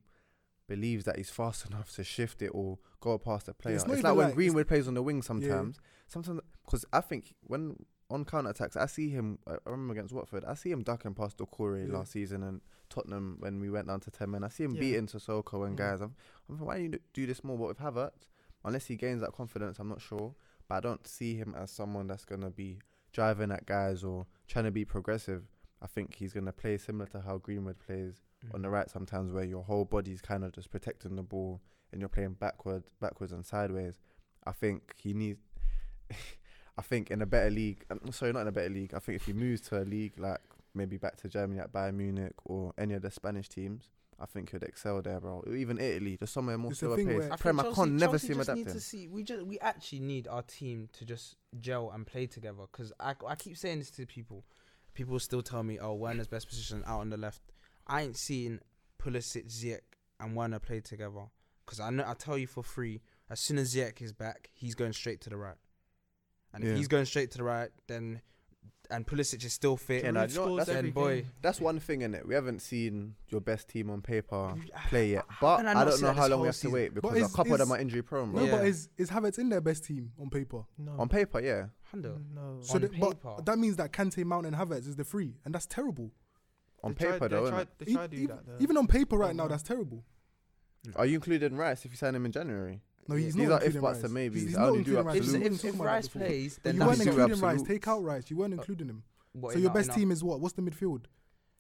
C: believes that he's fast enough to shift it or go past the player.
A: it's
C: It's,
A: not even
C: like when
A: like- it's-
C: Greenwood plays on the wing sometimes. Sometimes because I think when on counter attacks, I see him. I I remember against Watford, I see him ducking past Okore
A: Yeah.
C: last season and Tottenham when we went down to ten men. I see him
B: Yeah.
C: beating Sissoko and
B: Yeah.
C: guys. I'm, I'm thinking, why do you do this more? But with Havertz, unless he gains that confidence, I'm not sure. But I don't see him as someone that's gonna be driving at guys or trying to be progressive. I think he's gonna play similar to how Greenwood plays on the right sometimes where your whole body's kind of just protecting the ball and you're playing backward, backwards and sideways. I think he needs. I think in a better league, I'm sorry, not in a better league. I think if he moves to a league like maybe back to Germany at Bayern Munich or any of the Spanish teams, I think he'd excel there, bro. Or Even Italy, just somewhere more
A: It's the
C: still a
A: thing
C: place.
A: where-
D: I think
C: Prem, I
D: Chelsea-
C: can't never
D: Chelsea
C: see him
D: just need
C: adapting.
D: to see- we just we actually need our team to just gel and play together. Because I I keep saying this to people, people still tell me, "Oh, Werner's best position out on the left." I ain't seen Pulisic, Ziyech, and Werner play together. Because I know I tell you for free, as soon as Ziyech is back, he's going straight to the right. And
C: Yeah.
D: if he's going straight to the right, then and Pulisic is still fit.
C: Yeah,
D: and
C: no, you know what, that's-
D: then boy,
C: That's one thing in it. We haven't seen your best team on paper
D: You-
C: play yet,
D: how
C: but
D: can I
C: I,
D: not
C: don't
D: see
C: know
D: that
C: how
D: this
C: long we
D: whole
C: have to
D: season?
C: wait
A: But
C: because a
A: is-
C: couple of them
A: is-
C: are injury prone,
A: No,
C: bro.
D: Yeah.
A: but is is Havertz in their best team on paper?
B: No.
C: On paper, yeah.
D: Hundo.
B: no.
A: So
D: On
A: the,
D: paper.
A: but that means that Kante, Mount, and Havertz is the three, and that's terrible.
C: On
B: They tried-
C: paper,
B: they
C: though, innit?
B: tried, they
A: E-
B: tried to do
A: even,
B: that. Though.
A: even on paper right
B: Oh,
A: now,
B: no.
A: that's terrible.
C: Are you including Rice if you sign him in January?
A: No,
D: Yeah.
A: he's
C: These
A: not.
C: are if
A: including
C: buts
A: Rice.
C: and maybes.
A: He's
C: I
A: not
C: only do
A: including Rice.
D: If,
A: We
C: absolute-
A: were
D: if,
A: talking
D: if
A: about that
D: Rice
A: before.
D: plays,
A: But
D: then
A: you
C: that's
A: weren't
C: two
D: that's-
A: including Rice.
C: absolutes.
A: Take out Rice. You weren't including him.
D: what,
A: so your
D: enough-
A: best
D: enough-
A: team is what? What's the midfield?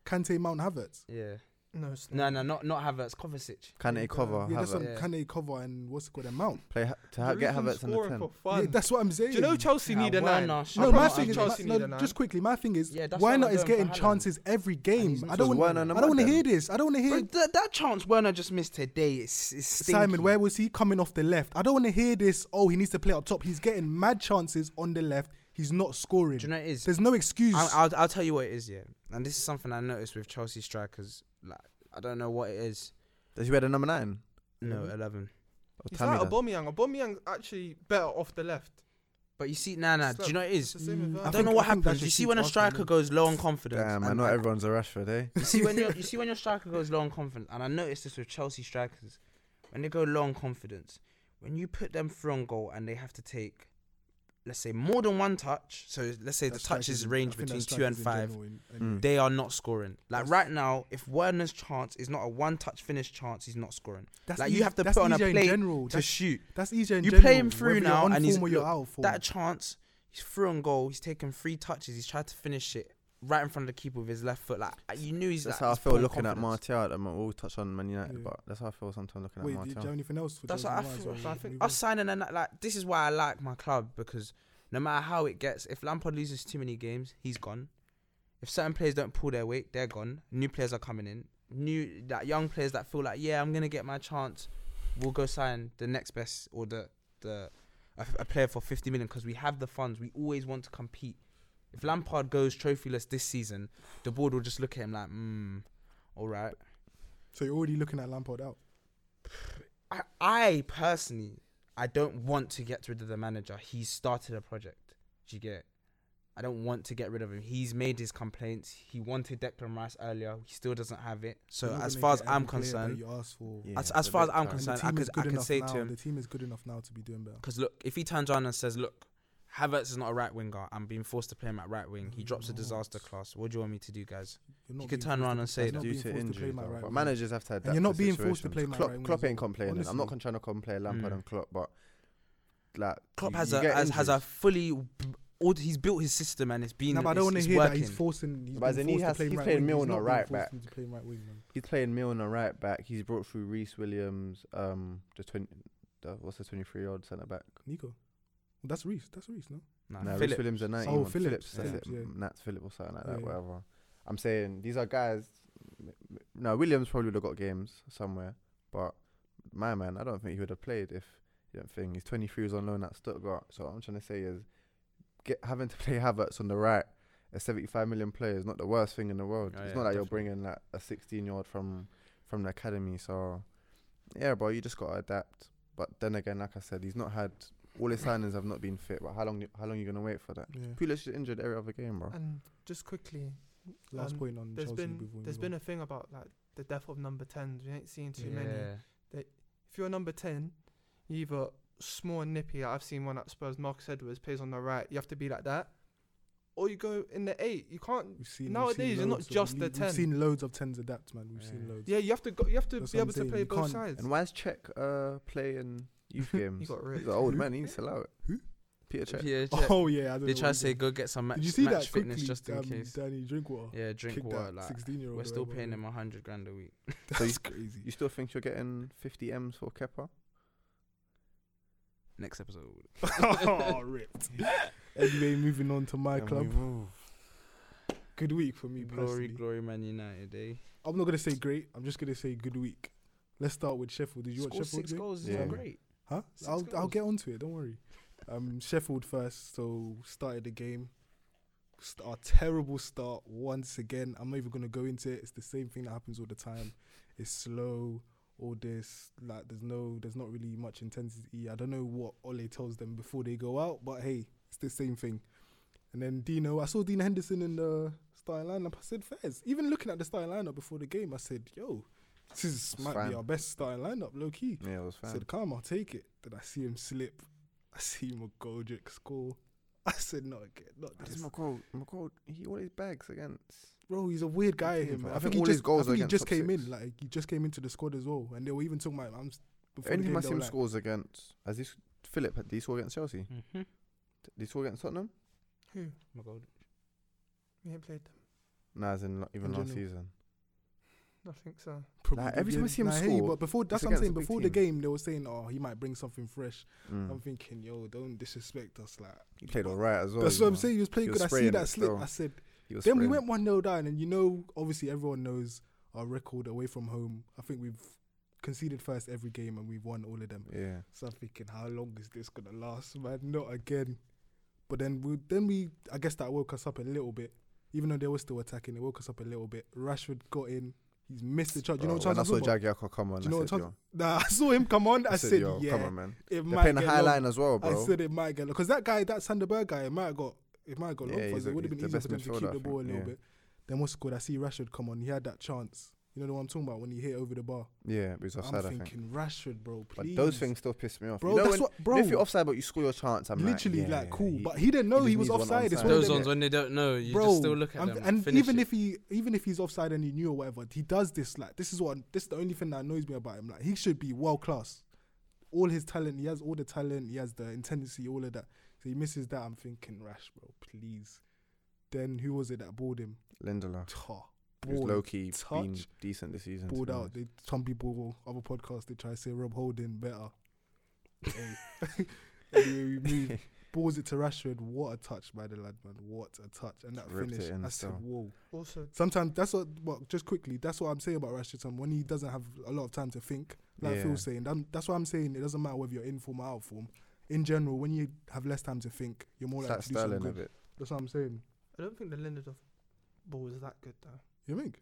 A: Kante, Mount, Havertz.
D: Yeah.
B: no, it's
D: No,
B: not.
D: no, not not Havertz, Kovacic.
C: Can
B: Yeah,
C: it cover?
A: Yeah,
C: Havertz?
A: that's what
D: Havertz.
A: Kante, Cover, and what's it called? And Mount.
C: Play ha- to ha-
B: Giroud
C: get
B: can
C: Havertz in the
B: score
C: ten.
B: For
A: Yeah,
B: fun.
A: that's what I'm saying.
B: do you know Chelsea
D: Nah,
B: need a
D: why
B: nine?
D: not?
B: I
A: No,
D: Bro,
A: my
B: promise
A: thing
B: you
A: is
B: Chelsea
A: no,
B: need a nine.
A: just quickly. My thing is,
D: Yeah, that's
A: why
D: what
A: not is
D: I'm doing for
A: getting
D: Haaland.
A: chances every game?
D: not
A: I don't
C: scored.
A: want.
C: Werner and
A: I don't want to
C: Mount
A: hear
C: then.
A: this. I don't want to hear
D: Bro, that, that chance Werner just missed today is, is stinky.
A: Simon. Where was he coming off the left? I don't want to hear this. Oh, he needs to play up top. He's getting mad chances on the left. He's not scoring.
D: Do you know what it is?
A: There's no excuse.
D: I'll, I'll, I'll tell you what it is, yeah. And this is something I noticed with Chelsea strikers. Like, I don't know what it is.
C: Does he wear the number nine?
D: No,
B: Mhm.
D: 11.
C: Or
B: He's
C: Tammy
B: like
C: does?
B: Aubameyang. Aubameyang's actually better off the left.
D: But you see, nah, nah.
B: It's
D: Do
B: like-
D: you know what it
B: It's
D: is?
B: the same with
A: Mm, I
D: I
B: Werner.
D: don't know
A: think-
D: what
A: I think that
D: happens. You
A: should
D: see
A: keep
D: when a
A: Arsenal
D: striker
A: then.
D: goes low on confidence.
C: Damn, I
D: and-
C: know
D: and-
C: everyone's a Rashford, eh?
D: You see when your you see when your striker goes low on confidence, and I noticed this with Chelsea strikers, when they go low on confidence, when you put them through on goal and they have to take, let's say more than one touch. So let's say
A: That
D: the touches
A: strikers- I
D: range
A: think that
D: between two
A: strikers
D: and
A: in
D: five. Hmm.
A: general in- anyway.
D: They are not scoring. Like
A: That's-
D: right now, if Werner's chance is not a one-touch finish chance, he's not scoring.
A: That's
D: like you
A: eas-
D: have to
A: that's
D: put on a
A: easier in
D: plate
A: general.
D: to
A: That's,
D: shoot.
A: that's easier Oh, in
D: you play
A: general.
D: him through
A: whether you're
D: now
A: on
D: and he's-
A: form or you're
D: look,
A: out of form.
D: That chance, he's through on goal. He's taken three touches. He's tried to finish it right in front of the keeper with his left foot. Like you knew he's.
C: That's
D: like,
C: how I
D: he's
C: feel
D: poor
C: looking at
D: confidence.
C: Martial. at the moment. We'll touch on Man United,
A: Yeah.
C: but that's how I feel sometimes looking
A: Wait, do
C: at
A: you
C: Martial.
A: have anything else? For
D: That's
A: Chelsea?
D: what I
A: Might as
D: feel.
A: well
B: I think-
A: move on.
D: us signing and that, like this is why I like my club because no matter how it gets, if Lampard loses too many games, he's gone. If certain players don't pull their weight, they're gone. New players are coming in. New that young players that feel like yeah, I'm gonna get my chance, will go sign the next best or the the a, a player for 50 million because we have the funds. We always want to compete. If Lampard goes trophyless this season, the board will just look at him like, hmm, all right.
A: So you're already looking at Lampard out.
D: I, I personally, I don't want to get rid of the manager. He's started a project. Do you get? it? I don't want to get rid of him. He's made his complaints. He wanted Declan Rice earlier. He still doesn't have it. So
A: You're not
D: as
A: gonna
D: far as
A: get
D: I'm
A: every player that
D: concerned,
A: you asked for.
C: Yeah,
D: as- as
C: for
D: far as
C: big
D: I'm
C: time.
D: concerned,
A: And the
D: I
A: team
D: could-
A: is
D: I
A: good
D: could
A: enough
D: say to
A: now.
D: him-
A: the team is good enough now to be doing better.
D: because look, if he turns around and says, "Look, Havertz is not a right winger. I'm being forced to play him at right wing. He drops a
A: Not.
D: disaster class. What do you want me to do, guys?
A: You're not being
D: could turn
A: forced
D: around
A: to-
D: and say
A: that's
D: that.
A: not
C: due
A: being forced
C: to
A: to play
C: injury,
A: my
C: though.
A: right
C: but
A: wing.
C: managers have to adapt.
A: you're not
C: to
A: being forced to
C: situations.
A: play my
C: Klopp,
A: right wing
C: Klopp
A: as
C: ain't
A: well,
C: complaining. I'm
A: honestly. Mm.
C: not trying to complain Lampard
D: Mm.
C: and Klopp, but like
D: Klopp
C: you-
D: has
C: you
D: a
C: get
D: has, has a
C: injuries.
D: fully, all, he's built his system and it's been.
A: No, but I don't
D: it's-
A: want to
D: it's
A: hear that
D: working.
A: he's forcing. He's
C: But
A: been
C: then he
A: forced to
C: has-
A: play
C: he's
A: right
C: played
A: wing.
C: Milner
A: not being
C: right
A: forced
C: back.
A: To play right wing, man.
C: He's playing Milner right back. He's brought through Reese Williams, um, the twenty, the, what's the twenty-three year old centre back?
A: Nico, well, that's Reese. That's Reese. No,
D: Nah,
C: No, Reece
D: Phillips.
C: Williams a 90
A: Oh,
C: one.
A: Phillips,
C: that's
A: Phillips,
C: it.
A: yeah.
C: Nats Phillips or something like
A: Yeah,
C: that,
A: yeah.
C: whatever. I'm saying these are guys. No, Williams probably would have got games somewhere, but my man, I don't think he would have played if you don't think he's 23 was on loan at Stuttgart. So what I'm trying to say is, get having to play Havertz on the right, a 75 million player is not the worst thing in the world.
D: Oh,
C: it's
D: yeah,
C: not like you're
D: definitely.
C: bringing like a 16 year old from from the academy. So yeah, bro, you just gotta adapt. But then again, like I said, he's not had all his signings have not been fit. But how long how long you gonna wait for that?
A: yeah.
C: Pulis is injured every other game, bro.
B: And just quickly,
A: Last
B: Um,
A: point on
B: there's
A: Chelsea.
B: been
A: before we
B: there's
A: move on.
B: been a thing about like the death of number tens. We ain't seen too
D: yeah.
B: many. If you're a number ten, you either small and nippy. Like I've seen one at Spurs. Marcus Edwards plays on the right. You have to be like that, or you go in the eight. You can't.
A: We've seen
B: nowadays,
A: We've
B: you're
A: seen
B: not
A: loads of-
B: just
A: we-
B: the
A: We've
B: 10.
A: seen loads of tens adapt, man. We've
D: Yeah.
A: seen loads.
B: Yeah, you have to go. You have to
A: That's
B: be
A: what I'm
B: able to
A: saying,
B: play
A: you
B: both
A: can't-
B: sides.
C: And why is Czech uh, playing youth games?
B: got
C: he's
B: ripped.
C: an old
A: Who?
C: man. He needs to allow it.
A: Who?
C: Peter Czech.
D: Yeah,
A: Oh yeah, I don't
D: they
A: know
D: try
A: what
D: to
A: he
D: say
A: did.
D: go get some match,
A: Did you see
D: match
A: that
D: fitness
A: quickly?
D: just in
A: um,
D: case.
A: Danny Drinkwater.
D: yeah, drink
A: kicked
D: water.
A: that
D: Like,
A: 16 year old.
D: we're still paying him a hundred grand a week.
A: That's crazy.
C: You still think you're getting 50 m's for Kepa?
D: Next episode.
A: oh, ripped. anyway, moving on to my
C: And
A: club.
C: we move.
A: Good week for me.
D: glory,
A: personally.
D: glory, Man United. Eh?
A: I'm not gonna say great. I'm just gonna say good week. Let's start with Sheffield. Did you watch
D: Scored
A: Sheffield?
D: six
A: game?
D: goals. is
C: Yeah.
D: great.
A: Huh?
D: Six
A: I'll I'll
D: goals.
A: get onto it. Don't worry. Um, Sheffield first. So started the game. St- Our terrible start once again. I'm not even gonna go into it. It's the same thing that happens all the time. It's slow. All this like there's no there's not really much intensity. I don't know what Ole tells them before they go out, but hey, it's the same thing. And then Dino, I saw Dean Henderson in the starting lineup. I said, "Fairs." Even looking at the starting lineup before the game, I said, "Yo, this is,
C: It's
A: might
C: fine.
A: be our best starting lineup, low key."
C: Yeah, it was
A: I
C: fine.
A: said, "Come, I'll take it." Then I see him slip. I see McGoldrick score. I said, "Not again, not
C: That's
A: this,
C: McCall. McCall, he always bags against.
A: bro." He's a weird guy.
C: team,
A: Him.
C: bro.
A: I,
C: I
A: think,
C: think
A: he
C: all
A: just,
C: his goals
A: I think
C: are
A: he
C: against
A: just
C: top
A: came
C: six.
A: in. Like he just came into the squad as well, and they were even talking about. I'm s-
C: The
A: before
C: only
A: the
C: time I
A: game,
C: see
A: they were
C: him
A: like,
C: scores against, as this Philip, did he score against Chelsea? Did
D: Mm-hmm.
C: he score against Tottenham?
B: Who?
D: My God.
B: We ain't played them.
C: Nah, as in like, even
A: In
C: last
A: general.
C: season.
B: I think so.
A: probably
C: Like, every time I
A: yeah,
C: see him
A: nah, hey,
C: score,
A: but before that's
C: it's
A: what I'm
C: against
A: saying.
C: a big
A: Before the
C: team.
A: game, they were saying, "Oh, he might bring something fresh."
C: Mm.
A: I'm thinking, "Yo, don't disrespect us." Like
C: He Mm. played all right as well.
A: that's
C: you
A: what I'm
C: know.
A: saying. He was playing
C: He was
A: good. I see
C: spraying it
A: that slip.
C: still.
A: I said,
C: He was
A: Then we
C: spraying.
A: went 1 0 down, and you know, obviously, everyone knows our record away from home. I think we've conceded first every game and we've won all of them.
C: Yeah.
A: So I'm thinking, how long is this going to last, man? Not again. But then we, then we, I guess that woke us up a little bit. Even though they were still attacking, it woke us up a little bit. Rashford got in. He's missed the chance. You know
C: Bro,
A: what chance
C: Oh, when I
A: I
C: saw
A: saw? about?
C: Jack Yako come on.
A: Do you know
C: I
A: what
C: said,
A: chance? Nah, I saw him come on.
C: yo.
A: I, said,
C: yo,
A: yeah.
C: come on, man.
A: It
C: They're
A: might
C: playing
A: get
C: a high
A: long.
C: line as well, bro.
A: I said it might get because that guy, that Sanderberg guy, it might have got it might have got
C: Yeah,
A: long for
C: he's
A: us.
C: a-
A: It would have
C: he's
A: been easier
C: the best
A: for them to keep
C: midfielder,
A: the
C: I
A: ball a
C: think,
A: little
C: yeah.
A: bit. Then what's good? I see Rashford come on. He had that chance. You know the one I'm talking about when he hit over the bar.
C: yeah, but he's
A: I'm
C: offside, I think.
A: thinking Rashford, bro. Please,
C: But those things still piss me off.
A: bro.
C: you know
A: that's
C: when,
A: what, bro.
C: If you're offside, but you score your chance, I'm
A: literally
C: like,
A: like,
C: yeah, yeah,
A: cool,
C: he-
A: but he didn't know he,
C: he just
A: was
C: needs one
A: offside. It's
C: onside.
A: one of
D: Those
C: them-
D: ones when they don't know, you
A: bro.
D: just still look at
A: I'm-
D: them.
A: and even if he, even if he's offside and he knew or whatever, he does this. Like this is what this is the only thing that annoys me about him. Like he should be world class. All his talent, he has all the talent, he has the intensity, all of that. So he misses that. I'm thinking, Rash, bro, please. Then who was it that bored him?
C: Lindelof.
A: Ta,
C: Who's
A: bored,
C: low key been
A: touch,
C: decent this season. to
A: bored
C: be
A: out.
C: honest.
A: They, some people, will- other podcasts, they try to say Rob Holding better. Hey. anyway, we move. Balls it to Rashford. What a touch by the lad, man. What a touch. And that
C: Ripped it
A: finish.
C: in
A: I
C: still.
A: said, whoa.
B: Also,
A: Sometimes that's what. Well, just quickly, that's what I'm saying about Rashford. Sam, when he doesn't have a lot of time to think, like
C: Yeah.
A: Phil's saying, that- that's what I'm saying. It doesn't matter whether you're in form or out of form. In general, when you have less time to think, you're more
C: It's
A: likely
C: like
A: to do something
C: Sterling a
A: good.
C: bit.
A: That's what I'm saying.
B: I don't think the Lindelof ball is that good though.
A: You think?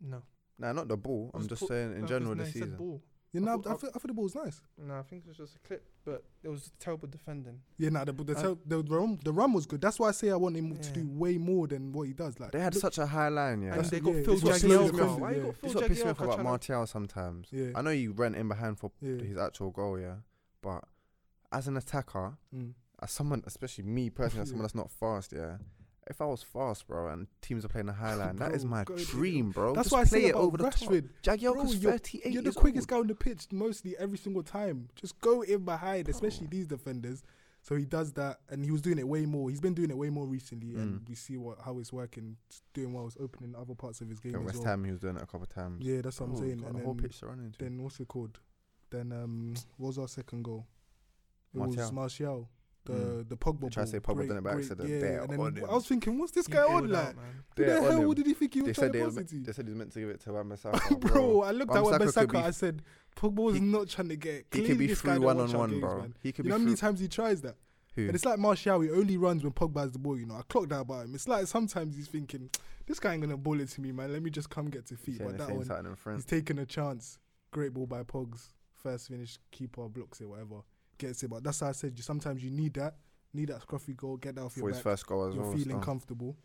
B: No.
C: Nah, not the ball. I'm
B: Was
C: just
B: Paul-
C: saying in
B: No, 'cause
C: general
B: no,
C: this
B: he said
C: season.
B: Ball.
A: Yeah, nah, I,
B: thought- I-
A: thought, I, thought the ball's nice.
B: No, I think it was just a clip, but it was terrible defending.
A: Yeah, nah, the the,
B: I-
A: tel- the run the run was good. That's why I say I want him to
B: Yeah.
A: do way more than what he does. Like
C: They had
A: look-
C: such a high line, yeah.
B: and
A: That's-
B: they got
A: yeah,
B: Phil
A: it's what slowed
B: Jagielka.
A: the confidence,
B: Why you
A: yeah.
B: got Phil
C: This what pissed
B: Jagielka
C: me off about
B: tryna-
C: Martial sometimes.
A: yeah,
C: I know you rent him behind for
A: yeah.
C: his actual goal, yeah. But as an attacker,
A: Mm.
C: as someone, especially me personally, as
A: Yeah.
C: someone that's not fast, yeah. If I was fast, bro, and teams are playing the high line, that is
A: Bro,
C: my
A: go to the-
C: dream, bro.
A: That's
C: Just
A: why I
C: play
A: say
C: it
A: about
C: over the top.
A: Rashford. Bro,
C: Jagielka's
A: you're-
C: 38
A: You're the
C: years
A: quickest
C: old.
A: guy on the pitch mostly every single time. Just go in behind, especially these defenders. So he does that, and he was doing it way more. He's been doing it way more recently, and
C: Mm.
A: we see what how it's working. It's doing well, it's opening other parts of his game
C: At
A: as
C: West
A: well.
C: Ham, he was doing it a couple of times.
A: Yeah, that's what I'm
C: Oh,
A: saying.
C: got
A: And
C: the whole
A: then,
C: pitch surrounding him.
A: then what's it called? Then um, what was our second goal? It was
C: Martial.
A: Martial. The
C: Mm.
A: the Pogba.
C: Try to say
A: ball.
C: Pogba
A: Great,
C: done it by
A: great,
C: accident.
A: Yeah,
C: They're
A: and then
C: on him.
A: I was thinking, what's this
B: He
A: guy on
B: peeled out,
A: like?
B: man.
A: Who
C: They're
A: the
C: on
A: hell
C: him.
A: did he think he
C: They
A: was
C: said
A: trying
C: they,
A: to
C: were
A: pass
C: meant,
A: it to?
C: they said he was meant to give it to Wan Bissaka,
A: bro, I looked at
C: Wan
A: Wan
C: Bissaka could
A: Bissaka.
C: be-
A: I said, Pogba was
C: he-
A: not trying to get.
C: He
A: Clearly
C: could be
A: this guy
C: through
A: don't
C: one
A: watch
C: on
A: our
C: one,
A: games,
C: bro.
A: man.
C: He could
A: You
C: be
A: know how many
C: through.
A: times he tries that?
C: Who?
A: And it's like Martial, he only runs when Pogba has the ball. You know, I clocked that about him. It's like sometimes he's thinking, this guy ain't gonna ball it to me, man. Let me just come get to
C: He's
A: feet.
C: saying
A: But
C: the
A: that
C: same
A: one,
C: something in French.
A: he's taking a chance. Great ball by Pogs. First finish, keeper blocks it, whatever, gets it. But that's how I said you. Sometimes you need that, need that scruffy goal, get that off
C: for
A: your
C: his
A: back
C: first goal as
A: you're
C: well.
A: feeling
C: so.
A: comfortable.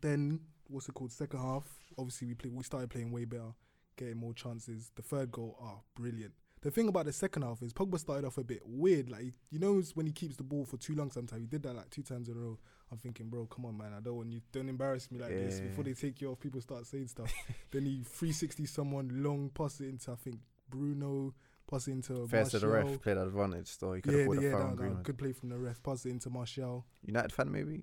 A: Then what's it called? Second half, obviously we play, we started playing way better, getting more chances. The third goal, ah, brilliant. The thing about the second half is Pogba started off a bit weird. Like you know it's when he keeps the ball for too long, sometimes he did that like two times in a row. I'm thinking, bro, come on, man, I don't want you. Don't embarrass me like this.
C: Yeah.
A: Before they take you off, people start saying stuff. then he 360 someone long, pass it into I think Bruno, pass it into
C: Fair to the
A: Martial.
C: ref, played advantage, so he could
A: yeah,
C: have
A: yeah,
C: bought a foul
A: that,
C: on
A: that,
C: Greenwood.
A: good play from the ref. Pass it into Martial.
C: United fan, maybe?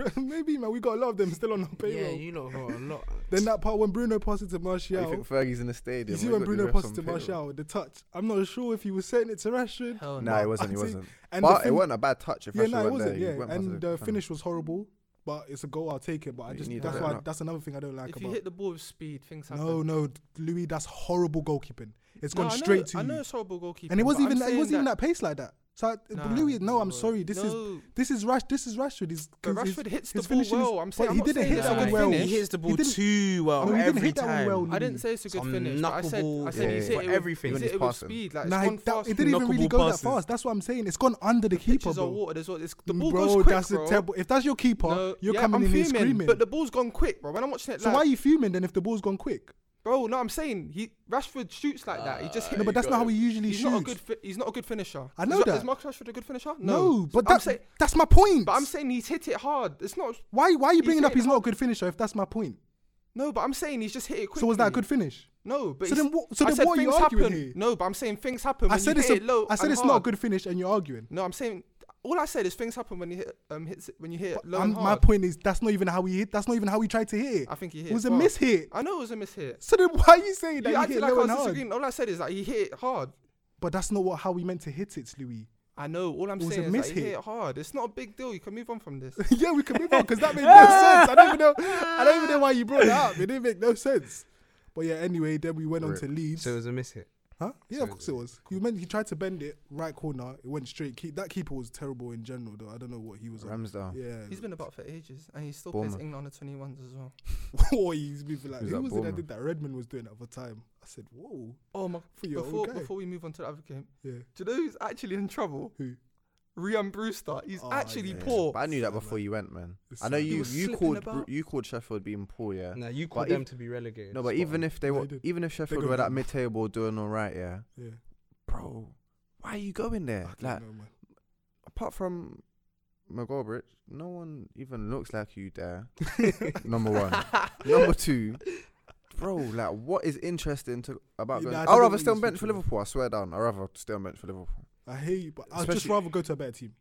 A: Maybe man, we got a lot of them still on our
D: Yeah,
A: payroll.
D: you
B: Oh,
D: lot got a lot.
A: then that part when Bruno passed it to
C: Yeah.
A: Martial,
C: You
A: you,
C: think Fergie's in the stadium?
A: see
C: we
A: when
C: got the
A: Bruno
C: refs
A: passed
C: on
A: it to
C: payroll.
A: Martial, the touch. I'm not sure if he was setting it to Rashford.
B: Hell
C: Nah, it
A: No,
C: wasn't.
A: I
C: It
A: think-
C: wasn't.
A: And the
C: But it
A: fin-
C: wasn't a bad touch. If
A: yeah,
C: Rashford
A: no, it
C: went
A: wasn't.
C: there, he
A: yeah,
C: went past
A: and
C: the
A: the
C: defender.
A: finish was horrible, but it's a goal. I'll take it. But I
C: Yeah, you
A: just
C: need
A: that's
B: that.
A: why
C: Yeah.
A: that's another thing I don't like
B: If you
A: about.
B: hit the ball with speed, things happen.
A: no, no, Louis, that's horrible goalkeeping. It's gone
B: No, I know-
A: straight to
B: I
A: you,
B: know it's horrible goalkeeping.
A: and it wasn't
B: but I'm
A: even that, it
B: saying
A: wasn't even that pace like that. So I,
B: Nah,
A: Louis, no,
B: it
A: I'm
B: was.
A: sorry. This is
B: No,
A: this is Rash. This is Rashford. He's,
B: but
A: he's-
B: Rashford hits the
A: his
B: ball
A: finishing is-
B: well. I'm saying
A: but
B: I'm
A: he
B: not
A: didn't
B: saying
A: hit
B: it's a
A: that one
B: good
A: well.
D: He
B: finish.
D: hits the ball
A: didn't-
D: too
A: I
D: well
A: mean, he didn't
D: every
A: hit that one
D: time.
A: well.
B: I didn't say it's a good
D: Some
B: finish. But I said, I
D: knuckleball
B: said he
C: Yeah,
B: hit
C: yeah,
B: it
D: for
B: with,
D: everything.
B: He hit
C: Even
B: it
C: his
B: with
C: passing.
B: speed. Like
A: Nah,
B: it's gone
A: it- that,
B: fast.
A: it didn't even really
D: Knockable
A: go
D: passes.
A: that fast. That's what I'm saying. It's gone under the, keeper,
B: Pitches are
A: bro.
B: water. There's what- it's- the
A: Mm,
B: ball
A: bro,
B: goes quick,
A: that's
B: bro.
A: a terrible. If that's your keeper,
B: No,
A: you're
B: yeah,
A: coming
B: I'm
A: in here
B: fuming,
A: screaming.
B: But the ball's gone quick, bro. When I'm watching it,
A: so
B: like,
A: why are you fuming then if the ball's gone quick?
B: bro? No, I'm saying he Rashford shoots like that. He just hit.
A: No, but that's not how he usually
B: he's
A: shoots.
B: not a good. Fi- he's not a good finisher.
A: I know
B: is, Ra-
A: that.
B: Is Marcus Rashford a good finisher?
A: no,
B: So
A: but
B: I'm
A: that's
B: saying.
A: that's my point.
B: But I'm saying he's hit it hard. It's not.
A: why why are you
B: he's
A: bringing up
B: hitting
A: he's not a good finisher if that's my point?
B: No, but I'm saying he's just hit it quick.
A: So was that a good finish?
B: No, but
A: So
B: he's-
A: then what- so
B: I
A: then
B: said
A: what are you
B: things
A: arguing
B: happen.
A: here?
B: No, but I'm saying things happen.
A: I
B: when
A: said
B: you
A: it's
B: hit it
A: a,
B: low
A: I said
B: and
A: it's not a
B: hard.
A: good finish, and you're arguing.
B: No, I'm saying all I said is things happen when you hit um hits it, when you hit it
A: But
B: low
A: I'm-
B: and hard.
A: my point is that's not even how he hit. That's not even how he tried to hit it.
B: I think he hit.
A: it was
B: it
A: a
B: far.
A: miss hit.
B: I know it was a miss hit.
A: So then why are you saying that
B: You
A: he
B: acted
A: hit
B: like I
A: low and
B: was
A: hard?
B: disagreeing. All I said is that he hit it hard.
A: But that's not what how we meant to hit it, Louis.
B: I know. All I'm
A: It was a
B: saying is
A: miss
B: that he hit
A: hit.
B: it hard. It's not a big deal. You can move on from this.
A: yeah, we can move on because that made no sense. I don't even know. I don't even know why you brought that up. It didn't make no sense. But yeah, anyway, then we went on
C: Rip.
A: to Leeds.
D: So it was a miss hit.
A: huh? Yeah,
D: so
A: of course it was. He meant he tried to bend it right corner. It went straight. Keep, that keeper was terrible in general, though. I don't know what he was. on.
C: Ramsdale.
A: Yeah,
B: He's been about for ages, and he still plays
C: Bournemouth.
B: England under 21s as well.
A: Boy, he's moving like
C: He was
A: who
C: at
A: was it that
C: Bournemouth.
A: did that? Redmond was doing at the time. I said, whoa,
B: Oh my!
A: for your
B: Before
A: old guy.
B: before we move on to the other game,
A: yeah,
B: do you know who's actually in trouble?
A: Who?
B: Ryan Brewster. He's
A: Oh,
B: actually
A: yeah.
B: poor.
C: But I knew
A: Yeah,
C: that
A: man.
C: before you went, man.
A: It's
C: I know
A: sad. He
C: you
B: was
C: you
B: slipping
C: called Bru-
B: about.
C: you called Sheffield being poor, yeah.
D: Now you called
C: if-
D: them to be relegated.
C: No, but
D: Spot
C: even
D: on.
C: if they
A: No,
C: were
A: he did.
C: even if Sheffield
A: got
C: were at
A: them.
C: mid table doing all right, yeah,
A: yeah.
C: bro, why are you going
A: I
C: there?
A: don't
C: Like
A: know, man.
C: apart from McGoldrick, no one even looks like you there. Number one, number two, bro. Like, what is interesting to
A: Yeah,
C: about? Going,
A: nah, I
C: I'd
A: don't
C: rather
A: know
C: stay on
A: what
C: bench
A: he's
C: for
A: thinking.
C: Liverpool. I swear down. I'd rather stay on bench for Liverpool.
A: I hate you, but I'd just
C: Especially-
A: rather go to a better team.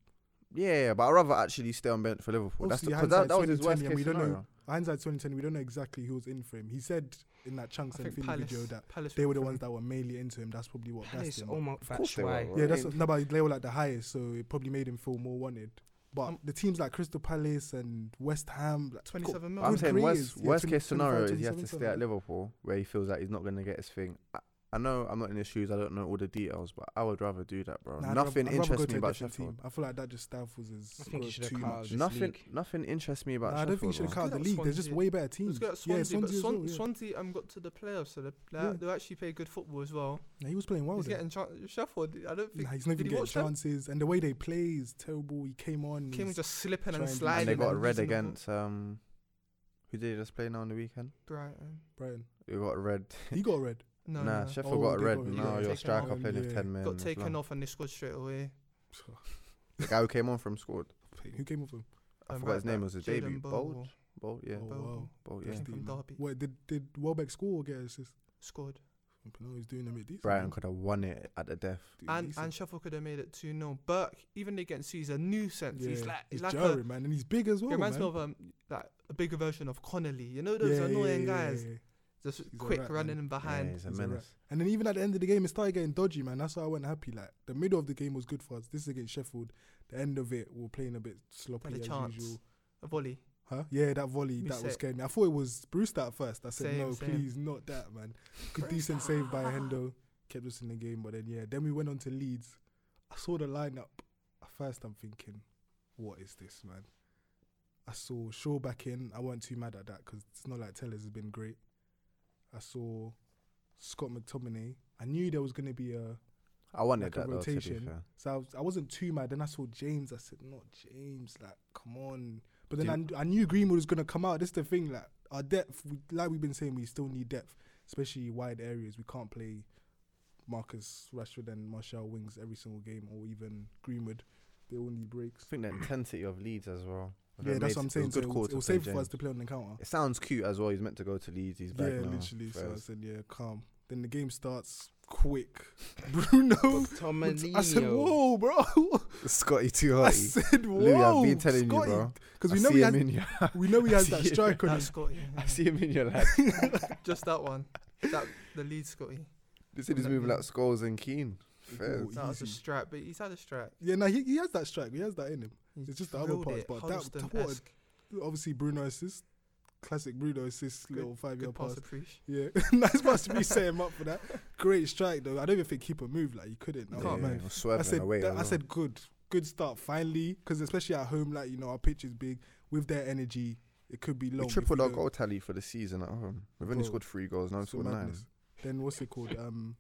C: Yeah, but I'd rather actually stay on bench for Liverpool. That's
A: Obviously,
C: because that,
A: hindsight's
C: that was his worst
A: 2020, and
C: case
A: we don't know.
C: scenario.
A: hindsight 2020, we don't know exactly who was in for him. He said in that
B: I
A: Chunks and
B: think
A: Philly
B: Palace,
A: video that
B: Palace
A: they were the
B: from-
A: ones that were mainly into him. That's probably what
D: Palace,
A: that's him.
D: oh my,
C: course
D: that's
C: they were,
D: why.
C: bro.
A: Yeah, that's
C: Right.
A: no, but they were like the highest, so it probably made him feel more wanted. But
B: Um,
A: the teams like Crystal Palace and West Ham, like, got
B: 27 mil.
C: But I'm
A: good
C: saying worst
A: careers. Yeah,
C: worst
A: 20
C: case scenario
A: 25,
C: is he has to
A: 27,
C: stay at Liverpool where he feels like he's not going to get his thing. I, I know I'm not in his shoes. I don't know all the details, but I would rather do that, bro.
A: Nah, I'd rather-
C: Nothing
A: I'd rather go
C: interests
A: to
C: me
A: a
C: about
A: different
C: Sheffield.
A: Team. I feel like that just stifles his.
D: I think you
A: growth
D: should have
A: too
D: cut out
A: much.
D: this
C: Nothing,
D: league.
C: nothing interests me about.
A: Nah, I don't think you should have
C: Sheffield,
A: cut out the
B: Let's go
A: league.
B: at
A: They're just
B: Swansea.
A: way better teams.
B: Let's go at
A: yeah,
B: Swansea, but
A: Swansea as
B: Swan-
A: well. Yeah.
B: Swansea um, got to the playoffs, so they, they,
A: Yeah.
B: they actually play good football as well.
A: Nah, he was playing well.
B: He's
A: then.
B: getting chan- Sheffield. I don't think
A: Nah, he's not
B: did
A: even
B: he
A: getting
B: watch them?
A: chances, and the way they play is terrible. He came on.
B: Kim
A: he's-
B: was just slipping
A: trying
B: and
A: to- And they
C: bro.
B: sliding.
C: And they got
B: and
C: red
B: losing the ball.
C: against um, who did they just play now on the weekend?
B: Brighton.
A: Brighton.
C: They got red.
A: He got red.
B: No,
C: nah,
B: no.
C: Sheffield
A: Oh,
C: got
A: they
C: red.
A: got-
B: they
C: now
B: got
C: your
B: taken
C: striker
A: off.
C: playing with
A: Yeah.
C: ten men.
B: got
C: as
B: taken
C: well.
B: off and they scored straight away.
C: The guy who came on from scored.
A: Who came with him?
C: I
B: Um,
C: forgot his
B: right
C: name.
B: back,
C: It was his
B: Jayden
C: debut.
B: Bogle
C: Bold, bold, yeah,
A: Oh,
B: Bogle
A: wow.
C: bold,
B: Yeah.
C: yeah.
A: That's
B: From
A: deep, man.
B: Derby.
A: Wait, did did Welbeck score or get an assist?
B: scored.
A: No, he's doing them at decent.
C: Brighton
A: man.
C: could have won it at the death.
A: Doing
B: And
A: decent.
B: and Sheffield could have made it 2 0. Burke, even against you, he's a nuisance.
A: yeah,
B: He's like,
A: he's
B: he's like a,
A: jarring, man, and he's big as
B: he
A: well.
B: reminds
A: man.
B: me of um, like a bigger version of Connolly. You know those annoying guys?
A: yeah, yeah.
B: Just
A: a
B: quick
A: rat, man.
B: running in
C: Yeah,
B: behind.
C: he's a
A: He's a rat.
C: menace.
A: And then even at the end of the game, it started getting dodgy, man. That's why I wasn't happy. Like the middle of the game was good for us. This is against Sheffield. The end of it, we were playing a bit sloppy
B: Had a
A: as
B: chance.
A: usual.
B: A volley.
A: Huh? Yeah, that volley
B: We
A: that
B: set.
A: was scared me. I thought it was Brewster at first. I said,
B: Same,
A: no,
B: same.
A: please, not that, man. Good decent save by Hendo, kept us in the game. But then yeah, then we went on to Leeds. I saw the lineup. At first, I'm thinking, what is this, man? I saw Shaw back in. I weren't too mad at that because it's not like Tellers has been great. I saw Scott McTominay. I knew there was going to be a
C: I wanted
A: like a
C: that though. To be
A: rotation.
C: fair.
A: So I, was, I wasn't too mad. Then I saw James. I said, not James. Like, come on. But then
C: Do
A: I,
C: you-
A: kn- I knew Greenwood was going to come out. This is the thing. Like, our depth, we, like we've been saying, we still need depth, especially wide areas. We can't play Marcus Rashford and Martial wings every single game or even Greenwood. They all need breaks.
C: I think the intensity of Leeds as well. was
A: yeah,
C: what
A: that's
C: made-
A: what I'm
C: it was
A: saying. So
C: Good
A: it
C: call
A: was, it
C: to
A: was
C: play
A: safe for us
C: James.
A: to play on the counter.
C: It sounds cute as well. He's meant to go to Leeds. He's
A: Yeah,
C: back now.
A: literally. So I
C: First.
A: said, yeah, calm. Then the game starts quick. Bruno. I said, whoa, bro.
C: Scotty too
A: I
C: hotty.
A: said, whoa.
C: Louis, I've been telling
A: Scotty.
C: you, bro.
A: Because
C: I
A: we know
C: see
A: he
C: him
A: has,
C: in your.
A: we know he has
C: I
A: that
C: see-
A: strike on
B: That
A: him.
B: Scotty.
C: I see him in your life.
B: Just that one. That The lead Scotty.
C: They said he's moving like Scholes and Keane. Fair.
A: Ooh,
B: That was a
A: Easy.
B: strike, but he's had a strike.
A: Yeah, no, he, he has that strike. He has that in him.
B: He's
A: It's just the other parts, but that- what a Obviously, Bruno assist, classic Bruno assist,
B: Good-
A: little five yard
B: good pass
A: pass.
B: to Preach.
A: Yeah, nice pass to be set him up for that. Great strike though. I don't even think keeper moved like he couldn't. I was
B: Can't
A: like,
B: move.
A: man.
C: I
A: I said,
C: away.
A: that-
C: as
A: I
C: well.
A: said, good, good start finally. Because especially at home, like you know, our pitch is big. With their energy, it could be long.
C: we
A: if
C: tripled
A: we
C: our
A: don't-
C: goal tally for the season at home. We've only
A: Bro,
C: scored three goals. Now we've
A: it's all
C: scored nine.
A: madness. Then what's it called? Um,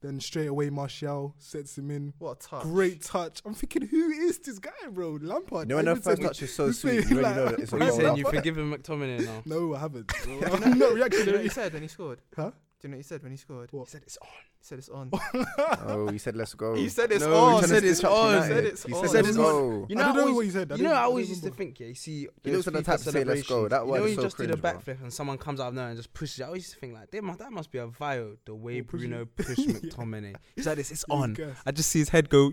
A: then straight away Martial sets him in.
B: What a touch.
A: Great touch. I'm thinking, who is this guy, bro? Lampard. I
C: No, when the
A: even said
C: first
A: we-
C: touch is so
A: we
C: sweet,
A: say,
C: you already
A: like,
C: know that it's a
A: we
D: you
C: goal.
A: said
C: now.
D: saying you forgiving McTominay now?
A: No, I haven't.
B: Do you know-
A: I'm not
B: do you know what he
A: reactionary.
B: said when he scored?
A: Huh?
B: Do you know what he said when he scored?
A: What?
B: He said it's on. He said it's on.
C: Oh, he said, let's go.
B: He said it's
C: No,
B: on.
C: he
B: He said
C: it's
B: it's
C: Manchester
B: on. Said
C: United.
B: it's
C: He
B: on.
C: said it's
B: Said it's
C: on.
D: You
A: I
D: know,
A: don't
D: I
A: know
D: always,
A: what he said. I
D: you know,
A: don't-
D: I
A: don't
D: always used to
A: remember.
D: think, yeah, you see,
C: He
D: those
C: looks like the
D: FIFA
C: type to say, "Let's go."
D: celebrations,
C: That
D: you know,
C: word
D: when
C: is
D: you
C: so
D: just do the
C: cringe, bro.
D: backflip and someone comes out of nowhere and just pushes. it. I always used to think like, "Damn, that must be a vile the way
A: Or pushing-
D: Bruno pushed
A: Yeah.
D: McTominay." He's like, "This, it's
A: He was
D: on."
A: gassed.
D: I just see his head go.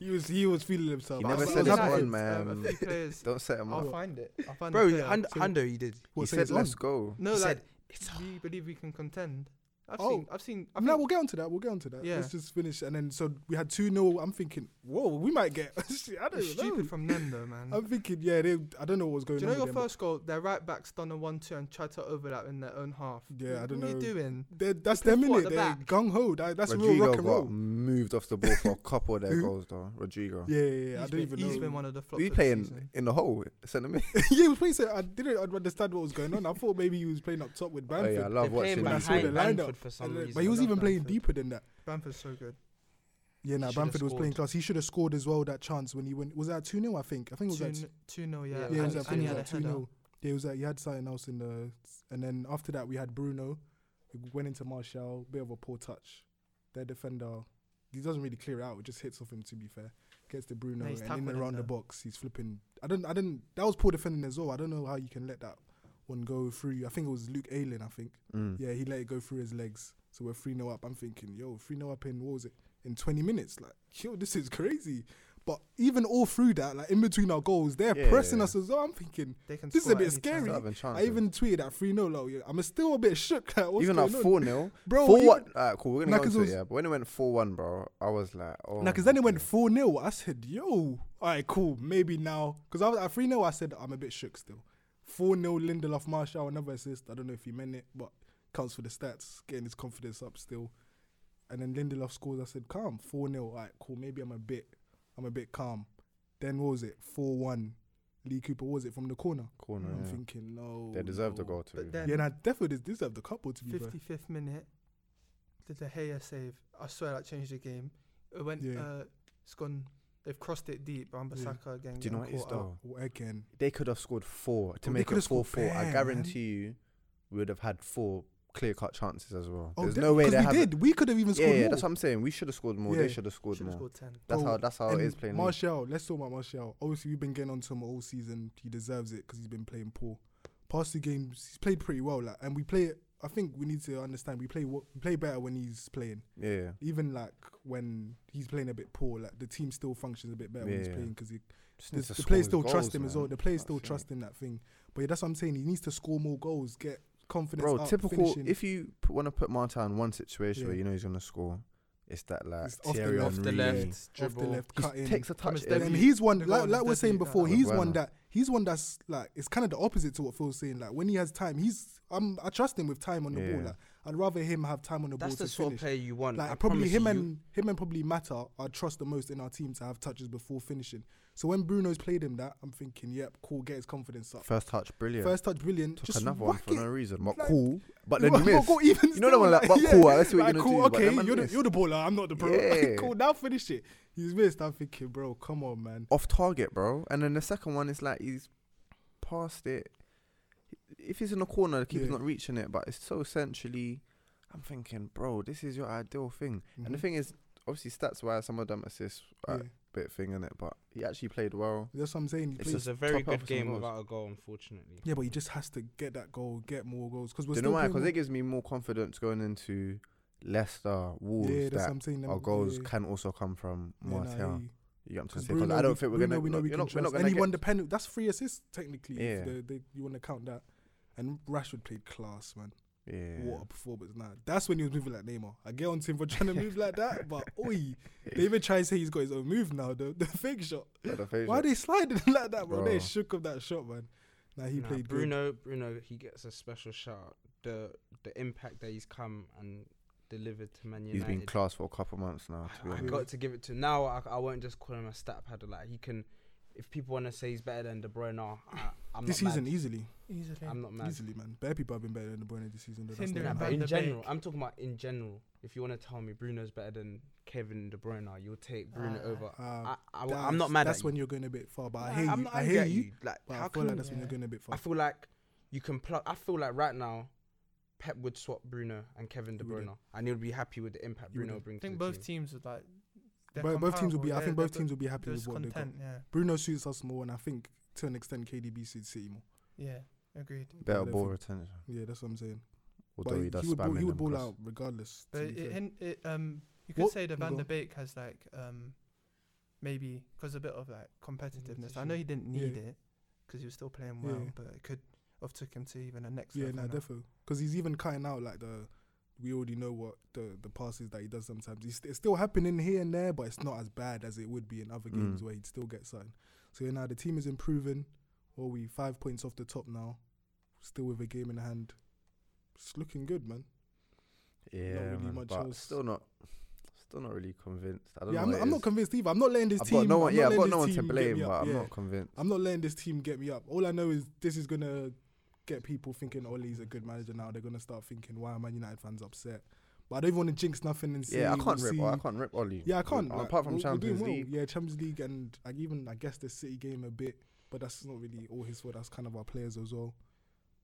A: He was he was feeling himself.
C: He
A: I
B: But
C: never
A: was- I
B: I've
C: said
A: was
B: got
C: it's
A: happy.
B: United,
C: on, man.
B: Um, a few players.
C: Don't set him
B: I'll
C: up.
B: find it. I'll find
D: Bro,
B: the player.
D: Hand-
A: So-
D: Hando, you did.
A: What,
C: He
A: say
C: said,
A: it's on?
C: let's go.
B: No,
D: he
B: like
D: said, "It's on."
B: we believe we can contend. I've
A: Oh.
B: seen. I've seen.
A: I
B: I've
A: mean, we'll get onto that. We'll get onto that.
B: Yeah.
A: Let's just finish. And then so we had two 0 I'm thinking, whoa, we might get. I don't know.
B: stupid from them though, man.
A: I'm thinking, yeah, they, I don't know what was
B: Do
A: going
B: you know
A: on.
B: your
A: with them,
B: first goal? Their right backs done a one-two and tried to overlap in their own half.
A: Yeah, I
B: What-
A: don't
B: What are
A: know.
B: you doing?
A: but they're- that's
B: They
A: them
B: play four
A: minute.
B: at the
A: They're
B: back.
A: gung ho. That, that's real
C: Rodrigo
A: rock and
C: got
A: roll.
C: moved off the ball for a couple of their
A: Who?
C: goals, though. Rodrigo.
A: Yeah, yeah, yeah. I
B: He's
A: don't
B: been-
A: even
B: He's been
A: know.
B: one of the flops.
C: We
B: of the
C: playing
B: season.
C: in the hole, centre mid.
A: yeah, he was playing. So I didn't understand what was going on. I thought maybe he was playing up top with
C: Oh,
A: Bamford.
C: yeah, I
D: They're
C: love
D: playing
C: watching
A: when I
C: him.
A: saw the lineup.
D: behind Bamford for
A: I
D: some
A: don't-
D: reason.
A: But he was
B: I love
A: even playing
B: Bamford.
A: deeper than that.
B: Bamford's so good.
A: Yeah, nah,
D: should've
A: Bamford was playing
D: scored.
A: class. He should have scored as well that chance when he went. Was that 2 0, I think? I think it was that.
B: Two, two nil, yeah.
D: Yeah,
A: Yeah, it was
B: and,
A: that
B: and he had a
A: 2
B: header.
A: 0. Yeah, it was that. He had something else in the. And then after that, we had Bruno. We went into Martial. Bit of a poor touch. Their defender. He doesn't really clear it out. It just hits off him, to be fair. Gets to Bruno.
B: No, he's
A: and in
B: tackled
A: and
B: him
A: around the
B: there.
A: box, he's flipping. I didn't. I didn't. That was poor defending as well. I don't know how you can let that one go through. I think it was Luke Ayling, I think.
C: Mm.
A: Yeah, he let it go through his legs. So we're 3 0 up. I'm thinking, yo, 3 0 up in, what was it, in 20 minutes? Like, yo, this is crazy. But even all through that, like in between our goals, they're
C: Yeah,
A: pressing
C: yeah.
A: us as well. I'm thinking,
B: They can
A: This is a
B: score
A: bit
B: at any
A: scary.
B: time.
C: Start
A: Harry,
C: having
A: I
C: chances.
A: even tweeted at 3 0, like, yeah, I'm still a bit shook. Like, what's
C: even at
A: going on?
C: 4 0.
A: Bro,
C: Four
A: even-
C: one. Alright, cool. We're gonna
A: Nah,
C: go
A: 'cause
C: into
A: it
C: it.
A: was-
C: Yeah, but when it went four one, bro, I was like, oh.
A: Nah, because
C: my
A: then it went
C: days.
A: 4 0. I said, yo, all right, cool. Maybe now. Because I was at 3 0, I said, I'm a bit shook still. 4 0, Lindelof Marshall, another assist. I don't know if he meant it, but counts for the stats, getting his confidence up still. And then Lindelof scores. I said, calm, 4 0. All right, cool. Maybe I'm a bit, I'm a bit calm. Then what was it? 4 1. Lee Cooper, what was it from the corner?
C: Corner.
A: I'm
C: yeah.
A: thinking, no.
C: They deserved
A: no.
C: a goal to
B: But
C: be
B: then-
C: fair.
A: Yeah, and I definitely deserved the couple to be fair.
B: 55th minute, the De Gea save. I swear that changed the game. It went.
A: Yeah.
B: Uh, it's gone. They've crossed it deep. Wan
A: Yeah.
B: Bissaka again.
C: Do you
B: getting
C: know what it is
B: caught out.
C: though?
A: Or Again,
C: They could have scored four to
A: Oh, they
C: make
A: could
C: it
A: have
C: four
A: scored
C: four. I
A: bare,
C: guarantee you, we would have had four clear cut chances as well.
A: Oh,
C: There's
A: de-
C: no way
A: 'cause
C: they
A: we
C: have.
A: did. We could have even
C: Yeah,
A: scored
C: yeah,
A: more.
C: that's what I'm saying. We should have scored more.
A: Yeah.
C: They should have scored
B: Should have
C: more.
B: scored 10.
C: That's
A: Bro,
C: how. That's how it
A: and
C: is Oh, playing. league.
A: Martial, let's talk about Martial. Obviously, we've been getting onto him all season. He deserves it because he's been playing poor. Past two games, he's played pretty well. Like, and we play. I think we need to understand we play wo- we play better when he's playing.
C: Yeah.
A: Even like when he's playing a bit poor, like the team still functions a bit better when he's
C: Yeah.
A: playing because
C: Just needs
A: the,
C: to
A: the
C: score
A: players
C: his
A: still trust
C: goals,
A: him as
C: man.
A: well. The players still
C: That's it.
A: trust him that thing. But yeah, that's what I'm saying. He needs to score more goals, get confidence.
C: Bro,
A: up,
C: typical.
A: finishing.
C: If you p- want to put Marta in one situation
A: Yeah.
C: where you know he's gonna score, it's that like
A: It's off the
C: Thierry
A: left,
D: off the
C: Henry.
D: left,
A: off the
D: dribble.
A: left,
C: He
A: cut in.
C: takes a touch.
B: Thomas
A: And
C: every-
B: Debbie.
A: he's one
B: The
A: like,
B: goal
A: like
B: is
A: we're saying
B: definitely
A: before.
C: that.
A: He's
C: With
A: one
C: Werner.
A: that he's one that's like it's kind of the opposite to what Phil's saying. Like when he has time, he's I'm I trust him with time on the ball.
C: Yeah.
A: Like I'd rather him have time on the ball
D: That's the
A: to
D: sort
A: finish.
D: of player you want.
A: like
D: I
A: probably
D: promise
A: him
D: you, you-
A: and him and probably Mata I trust the most in our team to have touches before finishing. So when Bruno's played him that, I'm thinking, yep, cool, get his confidence up.
C: First touch, brilliant.
A: First touch, brilliant.
C: Took
A: Just
C: another one
A: whack
C: for
A: it.
C: no reason. But
A: Like-
C: cool. But then
A: Well,
C: you missed.
A: well, even
C: You know the
A: still,
C: one like, but cool. Let's see what
A: like,
C: you're
A: cool,
C: gonna do.
A: Okay,
C: but
A: you're the, you're the baller. I'm not the bro.
C: Yeah.
A: cool, now finish it. He's missed. I'm thinking, bro, come on, man.
C: off target, bro. And then the second one is like he's past it. If he's in the corner, the keeper's
A: Yeah.
C: not reaching it. But it's so essentially, I'm thinking, bro, this is your ideal thing. And the
A: Mhm.
C: thing is, obviously, stats wise, some of them assist uh,
A: Yeah.
C: bit thing in it, but he actually played well.
A: that's what I'm saying. He
C: It's
A: plays
D: It was a very
C: top half
D: good
C: of some
D: game
C: goals.
D: without a goal, unfortunately.
A: Yeah, but he just has to get that goal, get more goals. Because we're
C: Do you know
A: still
C: why?
A: playing
C: Because
A: well.
C: it gives me more confidence going into Leicester, Wolves,
A: yeah, that's what
C: that
A: I'm saying. them-
C: our goals
A: yeah,
C: can also come from
A: yeah, nah,
C: Martial.
A: I hear you.
C: you get what I'm
A: 'Cause
C: saying? Because I
A: Bruno,
C: don't
A: we-
C: think
A: Bruno,
C: we're gonna.
A: we know
C: not-
A: we
C: you're
A: can
C: not, we're not
A: trust.
C: gonna
A: And he
C: get-
A: won the penalty. That's three assists technically.
C: Yeah.
A: If the, they, you want to count that. And Rashford played class, man.
C: Yeah.
A: What a performance! Nah, that's when he was moving like Neymar. I get on to him for trying to move like that, but oi, they even try to say he's got his own move now. The the fake shot.
C: But the face-
A: Why are they sliding like that, bro? They
C: Bro.
A: shook up that shot, man. Nah, he
D: Nah,
A: played good.
D: Bruno. Bruno, he gets a special shout. out. The the impact that he's come and delivered to Man
C: He's
D: United.
C: been class for a couple months now. To be
D: I
C: honest.
D: got to give it to now. I, I won't just call him a stat paddle. Like he can, if people want to say he's better than De Bruyne, I, I'm
A: This
D: not
A: season,
D: mad.
A: easily,
B: Easily.
D: I'm not mad.
A: easily, man. Bare people have been better than the Bruno this season. Though. That's
B: Tinder
A: not
D: Nah,
A: mad.
B: and
D: but
B: Van
D: in
B: de
D: general,
B: Beek.
D: I'm talking about in general. If you want to tell me Bruno's better than Kevin and De Bruyne, you'll take Bruno
B: Ah.
D: over.
A: Uh,
D: I, I,
A: That's-
D: am not mad
A: That's
D: at
A: when
D: you.
A: you're going a bit far, but I
D: Nah,
A: hear
D: I'm
A: you.
D: not
A: I
D: angry
A: hear
D: at
A: you.
D: Like,
A: But
D: how
A: I feel
D: can
A: like that's when you're
B: yeah.
A: going a bit
D: I
A: far.
D: feel like you can plug. I feel like right now, Pep would swap Bruno and Kevin De
A: He would.
D: Bruyne, and he would be happy with the impact
A: He would.
D: Bruno brings.
B: I think
D: to
B: both
D: the team.
B: teams would like. they're
A: But both teams will
B: comparable.
A: be. I
B: They're-
A: think both
B: they're
A: teams will be happy
B: both
A: with what they got.
B: content, Yeah.
A: Bruno suits us more, and I think to an extent KDB suits City more.
B: Yeah. Agreed.
C: Better
A: I don't
C: ball
A: think-
C: retention.
A: Yeah, that's what I'm saying.
C: Although
A: but
C: he does
A: would ball,
C: spam
A: he
C: in
A: would
C: them
A: ball
C: cross-
A: out regardless. to
B: But
A: be
B: it,
A: fair.
B: hin- it, um, you could
A: What-
B: say that
A: Go
B: Van der
A: on.
B: Beek has like um, maybe because a bit of like competitiveness. I know he didn't
A: Yeah.
B: need it 'cause it because he was still playing well,
A: Yeah.
B: but it could have took him to even a next
A: Yeah,
B: level.
A: nah,
B: now.
A: definitely. Because he's even cutting out like the. We already know what the the passes that he does sometimes. It's, it's still happening here and there, but it's not as bad as it would be in other games
C: Mm.
A: where he'd still get something. So yeah, now the team is improving. Well, we five points off the top now, still with a game in hand. It's looking good, man.
C: Yeah,
A: really
C: man,
A: much
C: but
A: else.
C: still not, still not really convinced. I don't
A: Yeah,
C: know.
A: I'm
C: what
A: not,
C: it
A: I'm not
C: is.
A: convinced either. I'm not letting this
C: I've
A: team.
C: got no
A: I'm
C: one.
A: not
C: Yeah, I've
A: letting
C: got
A: this
C: no one to
A: team get
C: blame,
A: me
C: but
A: up,
C: I'm
A: yeah.
C: not convinced.
A: I'm not letting this team get me up. All I know is this is gonna get people thinking Ole's a good manager now. They're gonna start thinking why are Man United fans upset. But I don't want to jinx nothing and say
C: Yeah, I
A: we'll
C: can't rip.
A: see.
C: I can't rip Oli.
A: Yeah, I can't.
C: Uh,
A: like,
C: apart from
A: we're- we're doing
C: Champions
A: well.
C: League,
A: Yeah, Champions League and like even I guess the City game a bit, but that's not really all his fault. That's kind of our players as well.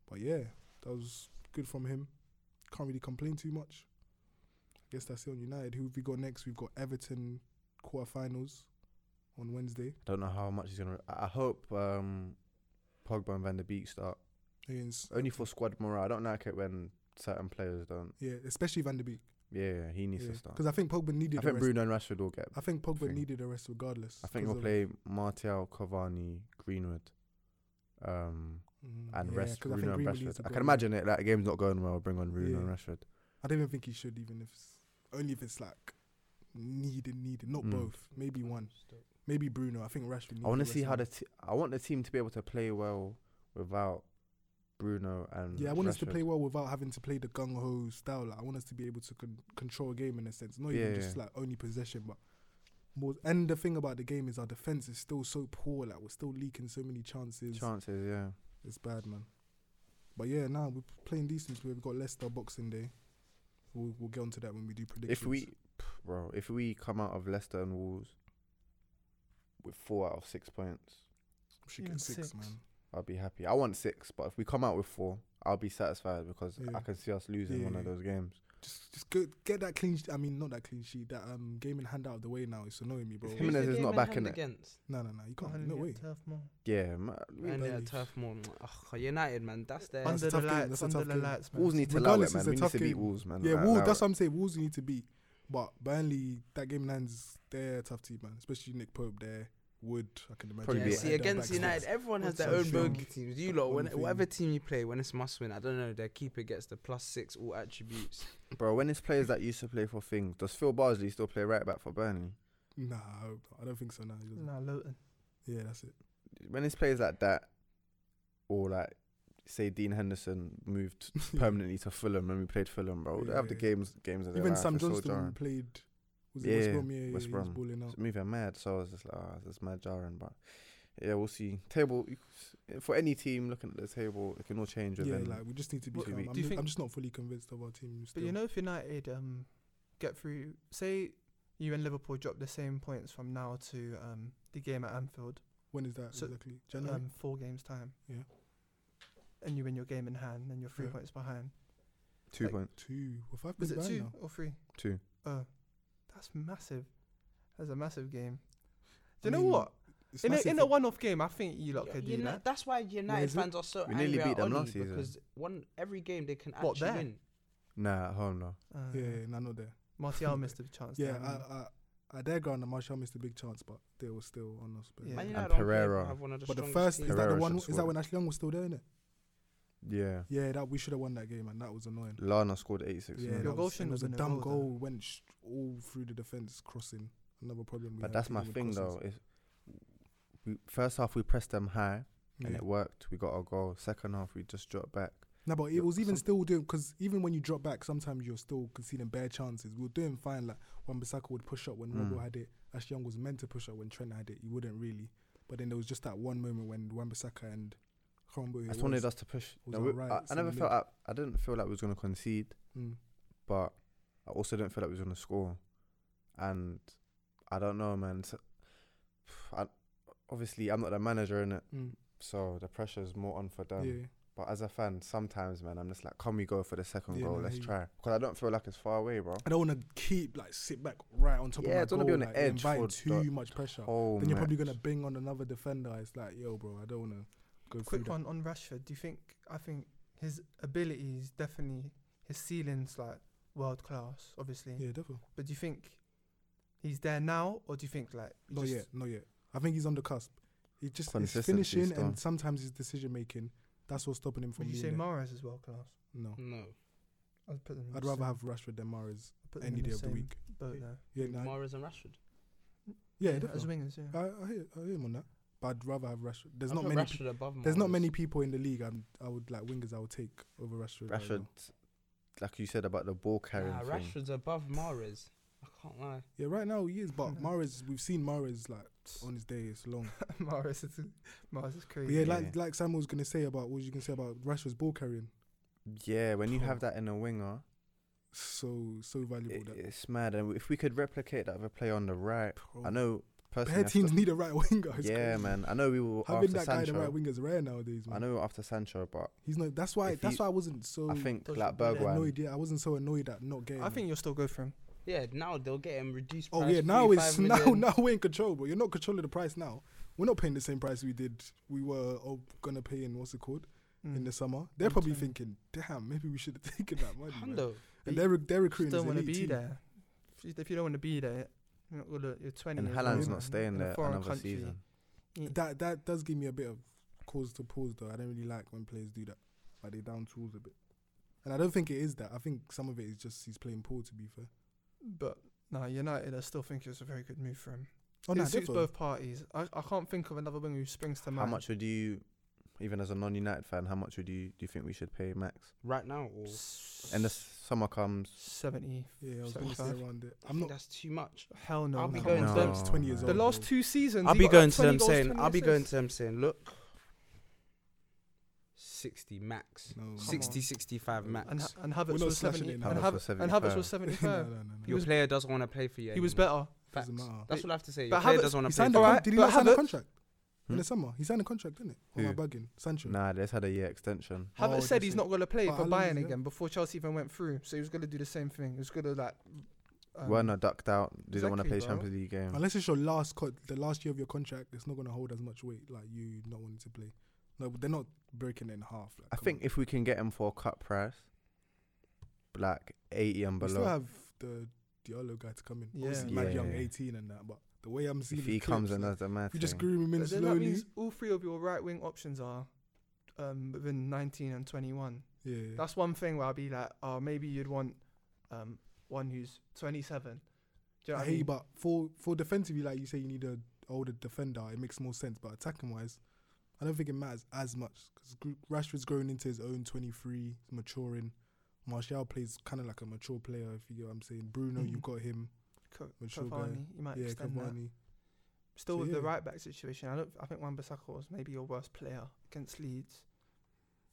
A: But yeah, that was good from him. Can't really complain too much. I guess that's it on United. Who have we got next? We've got Everton quarterfinals on Wednesday
C: I don't know how much he's gonna. Rip. I I hope um, Pogba and Van der Beek start
A: against
C: only for squad morale. I don't like it when certain players don't.
A: yeah, especially Van der Beek.
C: Yeah, he needs
A: Yeah,
C: to start.
A: I think Pogba needed.
C: I
A: a
C: think
A: rest.
C: Bruno and Rashford will get.
A: I think Pogba
C: thing.
A: needed a rest regardless.
C: I think
A: 'cause of-
C: we'll play Martial, Cavani, Greenwood, um,
A: Mm,
C: and
A: yeah,
C: rest
A: 'cause I
C: Bruno
A: think
C: and
A: Greenwood needs to
C: Rashford. I
A: go
C: can
A: in.
C: imagine it. That game's not going well. Bring on Bruno
A: Yeah.
C: and Rashford.
A: I don't even think he should, even if it's, only if it's like needed, needed. Not
C: Mm.
A: both. Maybe one. Maybe Bruno. I think Rashford.
C: I want to
A: needs a
C: see
A: rest
C: how
A: now.
C: the te- I want the team to be able to play well without Bruno and
A: Yeah, I want us to
C: Rashford.
A: play well without having to play the gung ho style. Like, I want us to be able to con- control a game in a sense, not even
C: Yeah,
A: just
C: yeah.
A: like only possession, but more. And the thing about the game is our defense is still so poor. Like we're still leaking so many chances.
C: chances. Yeah,
A: It's bad, man. But yeah, now we're playing decent. We've got Leicester Boxing Day. We'll, we'll get onto that when we do predictions.
C: if we, bro, if we come out of Leicester and Wolves with four out of six points,
A: we should
B: Even
A: get six,
B: six.
A: man.
C: I'll be happy. I want six, but if we come out with four, I'll be satisfied because
A: Yeah.
C: I can see us losing one of
A: Yeah.
C: those games.
A: Just just go, get that clean. sh- I mean, not that clean sheet. That um game in hand out of the way now. It's annoying me, bro.
C: Jimenez
D: Who's the
C: is
D: game
C: not
D: in
C: back,
D: hand
C: innit?
D: Against
A: No, no, no. You can't. No way.
C: Yeah, ma-
D: and yeah,
A: Burnley's-
D: Turf Moor. Ugh, United, man, that's their.
A: That's a
B: Under the
A: tough game,
B: lights,
A: that's a
B: under
A: tough
B: the
A: game.
B: lights, man.
C: Wolves need to allow
A: Regardless,
C: it,
A: it's
C: man.
A: a
C: We need
A: tough
C: to beat
A: game.
C: Wolves, man.
A: Yeah,
C: Like,
A: Wolves.
C: allow
A: That's
C: it.
A: what I'm saying. Wolves you need to beat, but Burnley that game in hand's they're a tough team, man. Especially Nick Pope there. Wood, I can imagine.
C: Probably
D: Yeah,
C: be-
A: he's
D: see,
A: like
C: Head
D: against
A: down
D: United,
A: backstairs.
D: everyone has
A: What's
D: their own
A: that
D: bogey
A: show?
D: teams. You lot,
A: One
D: when,
A: thing.
D: whatever team you play, when it's must win, I don't know, their keeper gets the plus six all attributes.
C: Bro, when it's players that used to play for things, does Phil Barsley still play right back for Burnley?
A: Nah, I hope- I don't think so. Now, he doesn't.
B: Nah, Luton.
A: yeah, that's it.
C: When it's players like that, or like, say Dean Henderson moved permanently to Fulham when we played Fulham, bro, they have the
A: Yeah.
C: games games of their
A: Even
C: life.
A: Sam
C: It's so
A: Johnston
C: jarring.
A: played. Was it West
C: Yeah,
A: Brom? Yeah, yeah,
C: West
A: he
C: Brom.
A: was balling out.
C: It's moving mad, so I was just like, ah, oh, this mad jarring, but yeah, we'll see. Table for any team looking at the table, it can all change
A: Yeah,
C: within.
A: like we just need to be
C: What-
A: calm.
C: do you
A: I'm, ju-
B: think-
A: I'm just not fully convinced of our team. Still.
B: But you know, if United um get through, say you and Liverpool drop the same points from now to um the game at Anfield,
A: when is that
B: so,
A: exactly? January.
B: um four games time.
A: Yeah.
B: And you win your game in hand, and you're three
A: Yeah.
B: points behind.
C: two
B: like-
C: points,
A: two. Well, five
B: Was
A: points
B: it
A: behind
B: two
A: now.
B: or three?
C: two.
B: Oh, that's massive. That's a massive game. Do you
A: I
B: know
A: mean,
B: what?
A: It's
B: In a,
A: massive
B: in
A: for-
B: a one-off game, I think you lot could
D: You
B: do
D: know,
B: that.
D: That's why United
A: is it-
D: fans are so
C: We nearly
D: angry
C: beat
D: at
C: them
D: Oli
C: last season.
D: because one every game they can
B: What,
D: actually
B: there?
D: win.
C: Nah, at home no.
B: Uh,
A: Yeah, yeah, nah, not there.
B: Martial missed a chance.
A: Yeah,
B: there, man.
A: I, I, at their ground, Marshall missed a big chance, but they were still on us. But
B: Yeah.
D: Man
B: And
D: United on paper
C: Pereira.
D: have one of the
A: But the
D: strongest
A: first
D: teams.
A: is that the
C: Pereira
A: one?
C: should
A: Is that
C: score.
A: when Ashley Young was still there? Innit?
C: Yeah,
A: Yeah, that we should have won that game, and that was annoying.
C: Lana scored eighty six.
A: Yeah,
B: Your
A: that
B: goal
A: was, and
B: shouldn't
A: it was a
B: have been a
A: dumb
B: goal, though.
A: goal. Went sh- all through the defense, crossing. Another problem. we
C: But
A: have
C: that's my
A: dealing with
C: thing
A: crosses.
C: though. Is we first half we pressed them high and
A: Yeah.
C: it worked. We got our goal. Second half we just dropped back.
A: No, but it
C: Look,
A: was even
C: some-
A: still doing because even when you drop back, sometimes you're still conceding bare chances. We were doing fine. Like when Bissaka would push up when Robo
C: Mm.
A: had it, Ash Young was meant to push up when Trent had it. He wouldn't really. But then there was just that one moment when Wan Bissaka and Crombo.
C: I just wanted us to push.
A: was
C: No, we-
A: alright,
C: I, I
A: it's
C: never
A: in the
C: felt like, I didn't feel like we was gonna concede,
A: Mm.
C: but I also didn't feel like we was gonna score. And I don't know, man. So, I, obviously, I'm not the manager in it,
A: Mm.
C: so the pressure is more on for them.
A: Yeah,
C: But as a fan, sometimes, man, I'm just like, can we go for the second
A: Yeah,
C: goal?
A: no, I
C: Let's
A: hear you.
C: try. Because I don't feel like it's far away, bro.
A: I don't want to keep like sit back right on top
C: Yeah, I
A: of my
C: don't wanna
A: goal.
C: be on the
A: like,
C: edge
A: inviting
C: for
A: too
C: the
A: much pressure.
C: Oh,
A: then you're probably gonna bing on another defender. It's like, yo, bro, I don't wanna go through
B: Quick
A: that.
B: one on Rashford. Do you think? I think his ability is definitely his ceiling's like world class, obviously.
A: Yeah, definitely.
B: But do you think he's there now, or do you think like he
A: Not
B: just-
A: yet, not yet. I think he's on the cusp. He just is
C: Consistency's
A: finishing
C: done.
A: and sometimes his decision making. That's what's stopping him from
B: Would you
A: being
B: say Mm.
A: there.
B: Mares is world class?
A: no,
D: No,
B: I'd put them. in
A: I'd
B: the
A: rather
B: same-
A: have Rashford than Mares
B: put them
A: any
B: in
A: day of the
B: same
A: week.
B: Boat there.
A: Yeah, no,
D: Mahrez and Rashford.
A: yeah,
B: as
A: definitely.
B: wingers.
A: I,
B: Yeah.
A: I, hear, I hear him on that, but I'd rather have Rashford. There's
D: I
A: not
D: put
A: many. pe-
D: Rashford above
A: there's not
D: Mahrez.
A: many people in the league. I'm, I would like wingers. I would take over Rashford. right
C: Rashford,
A: now.
C: like you said about the ball
A: Ah,
C: carrying
D: Nah,
C: thing.
D: Rashford's above Mahrez. I can't lie.
A: Yeah, right now he is, but
B: Yeah.
A: Mares. We've seen Mares like on his day. It's long.
B: Mares is Mares is
A: But
B: crazy.
A: yeah,
C: Yeah.
A: like like Sam was gonna say about what was you gonna say about Rashford's ball carrying.
C: Yeah, when you have that in a winger,
A: So so valuable.
C: it,
A: that
C: it's mad. And if we could replicate that with a play on the right,
A: Bro,
C: I know personally.
A: Bare
C: I
A: Oh. teams
C: still-
A: need a right winger. It's
C: yeah,
A: crazy.
C: man. I know we were
A: Having
C: after
A: that guy, the
C: Sancho.
A: right winger, is rare nowadays, man.
C: I know we were after Sancho, but
A: He's not. That's why.
C: If
A: That's
C: he-
A: why I wasn't so
C: I think uh,
B: those
C: like
B: should be there.
C: Bergwijn.
A: annoyed. Yeah, I wasn't so annoyed at not getting.
B: I
A: him.
B: think you'll still go for him.
D: Yeah, now they'll get him reduced.
A: Oh
D: price,
A: yeah, now it's
D: 35
A: now
D: million.
A: now we're in control, bro. You're not controlling the price now. We're not paying the same price we did. We were oh, gonna pay in what's it called in
B: Mm.
A: the summer. They're
B: I'm
A: probably
B: telling
A: thinking, damn, maybe we should have taken that money. man."
D: Hundo.
A: And they're they're
B: Just
A: recruiting.
B: don't want to
A: elite
B: be
A: team.
B: there. If you, if you don't want to be there, you're not gonna. You're 20.
C: And
B: years old,
C: Haaland's
B: man,
C: not staying
B: in a
C: there
B: foreign
C: another
B: country.
C: season.
A: That that does give me a bit of cause to pause though. I don't really like when players do that. Like they down tools a bit. And I don't think it is that. I think some of it is just he's playing poor. To be fair.
B: But no, United. I still think it's a very good move for him.
A: Oh
B: it
A: no,
B: suits
A: definitely.
B: both parties. I, I can't think of another winger who springs to
C: How
B: mind.
C: much would you? even as a non-United fan, how much would you do you think we should pay max?
D: right now, or
C: And the summer comes.
B: seventy.
A: Yeah, I was gonna say
B: 75.
A: around it.
D: I
A: I'm
D: think
A: not.
D: that's too much.
B: Hell no.
D: I'll be
B: man.
D: going to
C: No.
D: them.
A: He's 20 years
C: The
A: old.
B: The
A: bro.
B: last two seasons,
D: I'll
B: he
D: be
B: got
D: going
B: like
D: to them
B: 20 goals,
D: saying,
B: 20
D: I'll be going
B: assists.
D: to them saying, look, 60 max,
A: No, man.
D: 60, 65 max.
B: And, Ha- and Havertz
A: We're not
B: was
A: slashing
B: 70.
A: it
B: And,
A: now.
C: Havertz
B: Hav-
C: was
B: and Havertz was
A: no,
B: 75.
A: no, no, no.
B: He
D: Your
B: was-
D: player doesn't want to play for you.
B: He was
D: anymore.
B: better.
A: Doesn't
D: Facts.
A: matter.
D: That's what I have to say. Your
B: But
D: player
B: Havertz-
D: doesn't
A: He
D: want to play
A: signed
D: for
A: a,
B: Alright,
A: con-
D: you.
A: did he
B: but
A: not sign a
B: Havertz-
A: contract in
C: Hmm?
A: the summer? He signed a contract, didn't he? Or am I
C: Who?
A: bugging? Sancho.
C: Nah, they just had a year extension.
A: Oh,
B: Havertz said he's
A: decent.
B: not going to play
A: But
B: for
A: how long is
B: Bayern
A: he
B: again before Chelsea even went through. So he was going to do the same thing. He was going to like. um,
C: Werner ducked out. Didn't want to play
B: exactly, bro.
C: Champions League game.
A: Unless it's your last, co- the last year of your contract, it's not gonna hold as much weight. Like you not wanting to play. No, but they're not breaking it in half. Like,
C: I
A: come
C: think
A: on.
C: if we can get him for a cut price, like eighty and
A: we still
C: below,
A: have the Diallo guy to come in.
B: Yeah.
A: Obviously,
C: Yeah,
A: like young,
C: yeah.
A: 18 and that. But the way I'm seeing,
C: if he
A: his
C: comes
A: clips,
C: in
A: like,
C: as a man,
A: you just groom him in
B: But then that
A: slowly.
B: means all three of your right wing options are um, within 19 and 21.
A: Yeah,
B: That's one thing where I'll be like, oh, maybe you'd want um, one who's 27. Do you know
A: I
B: what I
A: hear you,
B: mean?
A: but for for defensively, like you say, you need a older defender. It makes more sense. But attacking wise, I don't think it matters as much because Rashford's growing into his own 23, maturing. Martial plays kind of like a mature player, if you get what I'm saying. Bruno,
B: Mhm.
A: you've got him.
B: Co-
A: mature guy.
B: Cavani, you might
A: yeah,
B: extend that.
A: Cavani.
B: Still
A: So,
B: with the
A: yeah.
B: right back situation, I don't. I think Wan-Bissaka was maybe your worst player against Leeds.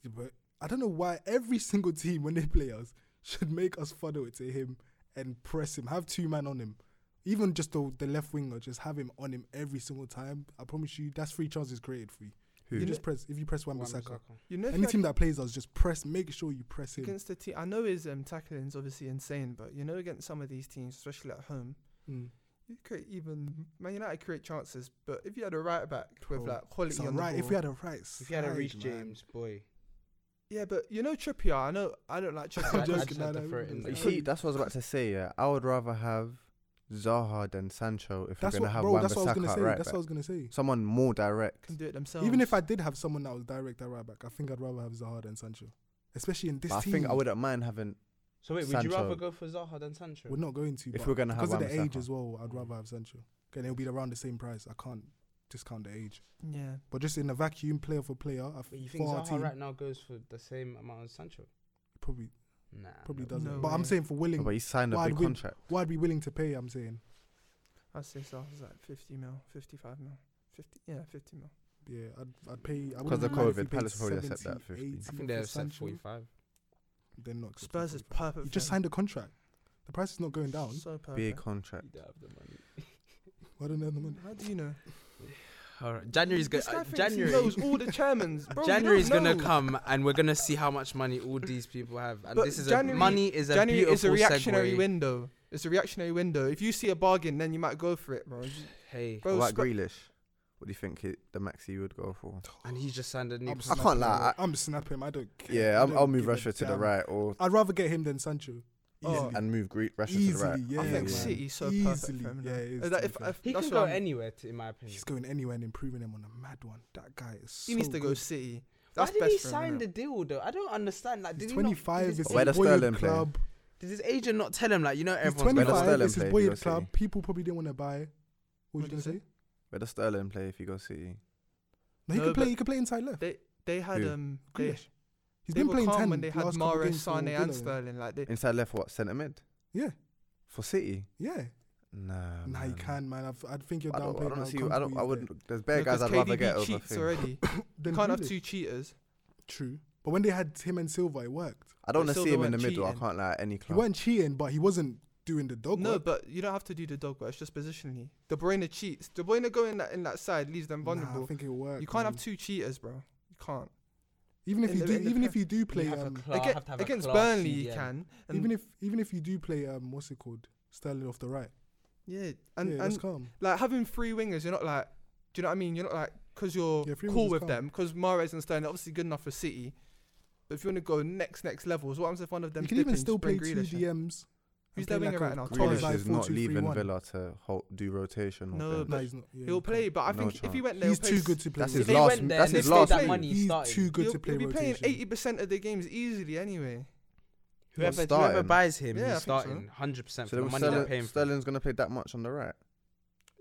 A: Yeah, but I don't know why every single team when they play us should make us funnel it to him and press him, have two man on him. Even just the, the left winger, just have him on him every single time. I promise you, that's three chances created for you.
C: Who?
A: You just press if you press one Bissaka.
D: Wan-Bissaka.
B: You know, if
A: Any
B: you had
A: team that plays us, just press. Make sure you press him.
B: against the team, I know his um, tackling is obviously insane, but you know, against some of these teams, especially at home,
A: Mm.
B: you create even Man United create chances. But if you had a right back with
A: Bro,
B: like quality
A: It's
B: on the
A: alright.
B: ball,
A: If we had a right,
D: If you had a
A: side,
D: Reece
A: man.
D: James, boy.
B: yeah, but you know Trippier, I know I don't like
D: I
A: joking,
B: Trippier.
D: just
B: I-
A: joking,
D: had
A: no,
D: to
A: no,
D: throw it
A: no,
D: in
A: no.
D: there.
C: You see, that's what I was about to say. Yeah, I would rather have Zaha than Sancho if
A: that's
C: we're gonna
A: what,
C: have
A: bro.
C: Wan
A: That's what I was
C: Bissaka
A: gonna
C: at
A: say.
C: right
A: that's
C: back.
A: what I was gonna say.
C: Someone more direct.
B: can do it themselves.
A: Even if I did have someone that was direct at right back, I think I'd rather have Zaha than Sancho, especially in this
C: But I
A: team.
C: think I wouldn't mind having
D: So wait, would you
C: Sancho.
D: rather go for Zaha than Sancho?
A: We're not going to.
C: If
A: but
C: we're gonna have
A: because of the
C: Wan-Bissaka.
A: age as well, I'd rather have Sancho. Okay, and it'll be around the same price. I can't discount the age,
B: yeah,
A: but just in a vacuum, player for player, I
D: But you
A: think
D: think
A: for our
D: Zaha
A: team
D: right now goes for the same amount as Sancho?
A: probably
D: Nah,
A: probably
D: no
A: doesn't.
B: No
A: but I'm
B: way.
A: saying for willing,
C: but he signed a
A: Why
C: big
A: would-
C: contract.
A: why I'd be willing to pay. I'm saying,
B: I'd say so. It's like 50 mil, 55 mil, 50. Yeah, 50 mil.
A: yeah, I'd, I'd pay. I
C: Because
A: wouldn't
C: of
A: mind if we
C: COVID,
A: paid
C: Palace probably accept that
A: 70,
C: 50.
D: I
A: 80
D: think they
A: for
D: have said
A: Sancho.
D: 45.
A: They're not. accepting
B: Spurs is
A: 45.
B: perfect.
A: You just
B: for
A: signed a contract. The price is not going
B: him.
A: down.
B: So perfect.
C: Big contract.
A: I don't know the money.
B: How do you know?
D: All right, January's gonna uh,
B: This guy thinks
D: January.
B: He knows all the chairmans. Bro, you don't
D: January's gonna
B: know.
D: come, and we're gonna see how much money all these people have. And
B: But
D: this is
B: January-
D: a, money is a
B: January
D: beautiful
B: is a reactionary
D: segue.
B: window. It's a reactionary window. If you see a bargain, then you might go for it, bro.
D: Hey,
B: Bro,
C: what
B: Spe-
C: about Grealish? What do you think he, the max he would go for?
D: and he just signed a new.
A: I'm
D: contract.
C: can't lie,
A: snapping. I'm snapping. I don't care.
C: Yeah,
A: I
C: I'm,
A: don't
C: I'll move
A: give a
C: Rashford to the
A: damn.
C: right or
A: I'd rather get him than Sancho.
B: Oh.
A: Easily.
C: and move Gre- Rashford to the
A: Easily,
C: right.
A: yeah,
B: I think
A: man.
B: City's so perfect
A: Easily,
B: for him.
A: yeah,
B: now.
A: it is,
B: Uh,
A: to
B: that
A: be
B: if,
A: fair.
B: if
D: He
B: that's
D: can go
B: what I'm-
D: anywhere, to, in my opinion.
A: He's going anywhere and improving him on a mad one. That guy is.
B: he
A: so
B: needs to go
A: good.
B: City.
D: Why
B: That's
D: did
B: best
D: he
B: for
D: sign
B: him,
D: the deal though? I don't understand. Like,
A: He's
D: did he not- did
A: 25. It's
D: his agent-
C: Where
A: his
C: does Sterling
A: boyhood
C: play?
A: club.
D: Did his agent not tell him like you know
A: He's
D: everyone's
C: Where does
A: 25.
C: Sterling
A: It's his
C: play?
A: boyhood
C: Go
A: club.
C: City.
A: People probably didn't want to buy. What was
B: What
A: you
B: did
A: gonna
B: you
A: say?
B: say?
C: Where does Sterling play if he goes City?
A: No, he
B: No,
A: could play.
B: but-
A: He could play inside left.
B: They they had
C: Who?
B: um they,
A: Grealish. He's
B: they
A: been
B: were
A: playing
B: calm
A: ten
B: when they
A: the
B: had
A: last couple
B: Mahrez,
A: games for
B: Sane, and
A: Villa, yeah.
B: Sterling. Like they,
C: Inside left, what centre mid
A: Yeah,
C: for City?
A: yeah.
B: Um,
C: Nah,
A: Nah, he
C: man.
A: can, man. I've, I think you're
C: I
A: downplaying.
C: don't, I
A: how
C: don't see. I don't.
A: comfortable
C: I
A: he's
C: would.
A: there.
C: There's
B: no,
C: bare guys
B: 'cause
C: I'd rather
B: KDB
C: get over.
B: cheats
C: Thing.
B: already.
A: Then
B: you can't have
A: Grealish.
B: two cheaters.
A: True, but when they had him and Silva, it worked.
C: I
B: But
C: don't want to
B: still
C: see
B: they
C: him in the
B: weren't
C: middle. I
B: cheating.
C: can't lie. Any
A: He
C: club.
A: wasn't cheating, but he wasn't doing the dog.
B: no,
A: work.
B: but you don't have to do the dog work. It's just positionally. De Bruyne cheats. De Bruyne going in that in that side leaves them
A: Nah,
B: vulnerable.
A: I think it worked.
B: you
A: man.
B: can't have two cheaters, bro. You can't.
A: Even if
B: in
A: you
B: the-
A: do,
B: in the
A: even if
B: pre-
A: you do
D: You
A: play,
D: have to
A: um,
D: cla-
B: Aga-
D: have to have a
B: against
D: class
B: Burnley, you
D: CDM.
B: can. And
A: even if even if you do play, um, what's it called, Sterling off the right.
B: yeah, and
A: yeah, that's
B: and
A: calm.
B: like having three wingers, you're not like, do you know what I mean? You're not like because you're
A: Yeah, three
B: cool
A: wingers
B: with
A: can't.
B: them because Mares and Sterling are obviously good enough for City. But if you want to go next next levels, what happens if one of them?
A: You can
B: dip
A: even
B: in,
A: still play
B: bring
A: two
B: Grealish in?
A: DMs.
B: Who's
A: and play
B: their winger
A: a
B: right now? Torres.
C: Grealish is
A: 5-4-2-3-1.
C: not leaving Villa to hold, do rotation. with
B: No,
C: them.
A: No,
B: but
A: he's not. Yeah,
B: He'll
A: he
B: play,
A: can't.
B: but I
C: No
B: think if he
C: chance.
B: went there,
A: He's
B: he'll
A: too
B: play-
A: good to play.
C: That's
A: with
C: his
D: If they
A: Villa.
C: last-
D: went there
C: that's
D: and
C: his
D: they paid
C: last
D: that
C: move.
D: money, he's
A: He's
D: starting.
A: too good
B: He'll,
A: to play
B: he'll be playing
A: rotation.
B: eighty percent of the games easily anyway.
D: Whoever,
C: Well,
D: whoever
C: starting.
D: buys him,
B: Yeah, I
D: he's
B: think so.
D: starting 100%
C: So
D: for the
C: then
D: money they're
C: Sterling,
D: paying for.
C: Sterling's gonna play that much on the right.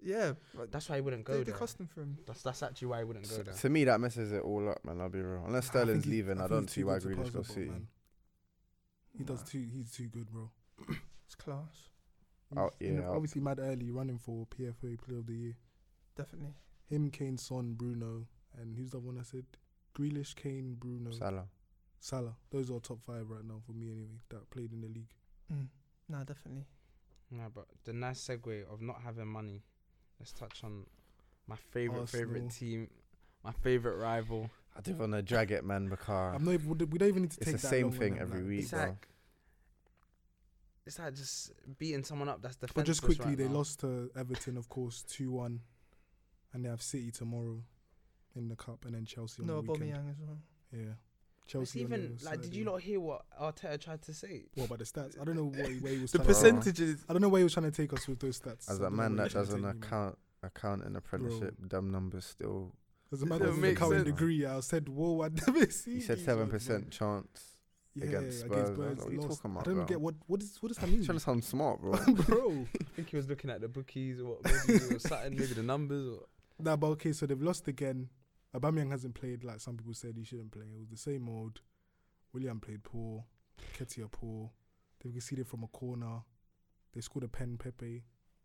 B: Yeah, but
D: That's why he wouldn't go
B: they, they
D: there.
B: cost him for him.
D: That's that's actually why he wouldn't go there.
C: To me, that messes it all up, man. I'll be real. Unless
A: I think
C: Sterling's
A: he-
C: leaving, I,
A: think
C: don't
A: he's
C: see
A: too
C: why
A: good to
C: Grealish
A: pass
C: goes
A: up on,
C: City.
A: man. He does
C: Nah.
A: too. He's too good, bro.
B: It's class,
A: He's
C: I'll-
A: in the-
C: Oh, yeah, I'll-
A: obviously mad early running for PFA Player of the Year.
B: definitely.
A: Him, Kane, Son, Bruno, and who's the one I said? Grealish, Kane, Bruno,
C: Salah.
A: Salah. Those are top five right now for me, anyway. That played in the league.
B: Mm. Nah, definitely.
D: No, but the nice segue of not having money. Let's touch on my favorite favorite
A: Arsenal.
D: team, my favorite rival.
C: I do want to drag it, man, because
A: I'm not. Even, we don't- we don't even need to
C: Ah. it's
A: take
C: the
A: that
C: same
A: long on
C: thing
A: them,
C: every
A: like,
C: week,
D: It's
C: bro.
D: like it's like just beating someone up. That's defenseless.
A: But just quickly,
D: right
A: they
D: now.
A: lost to Everton, of course, two one, and they have City tomorrow in the cup, and then Chelsea on
B: No,
A: the weekend.
B: Aubameyang as well.
A: Yeah,
D: It's
A: Chelsea. on
D: even
A: the
D: like, did
A: Saturday.
D: you not hear what Arteta tried to say?
A: What about the stats? I don't know what he, where he was.
B: The
A: trying to-
B: percentages.
A: I don't know where he was trying to take us with those stats.
C: As
A: I
C: a
A: don't know
C: man
A: where
C: that
A: he was trying
C: doesn't
A: to take me, man.
C: account account in apprenticeship, them numbers still.
A: As a man
B: It
A: that doesn't
B: makes
A: account in
B: sense.
A: degree, I said, "Whoa, I never seen."
C: He said
A: these ones,
C: seven
A: man."
C: percent chance.
A: Yeah,
C: against Spurs. I was like, what are you
A: lost.
C: talking
A: I
C: about,
A: don't
C: bro?
A: get what what is what does that
C: He's trying
A: mean,
C: to sound smart, bro.
A: bro?
D: I think he was looking at the bookies or what, maybe or something, maybe the numbers. Or,
A: Nah, but okay, so they've lost again. Aubameyang hasn't played like some people said he shouldn't play. It was the same old. William played poor. Ketia poor. They've conceded from a corner. They scored a pen. Pepe.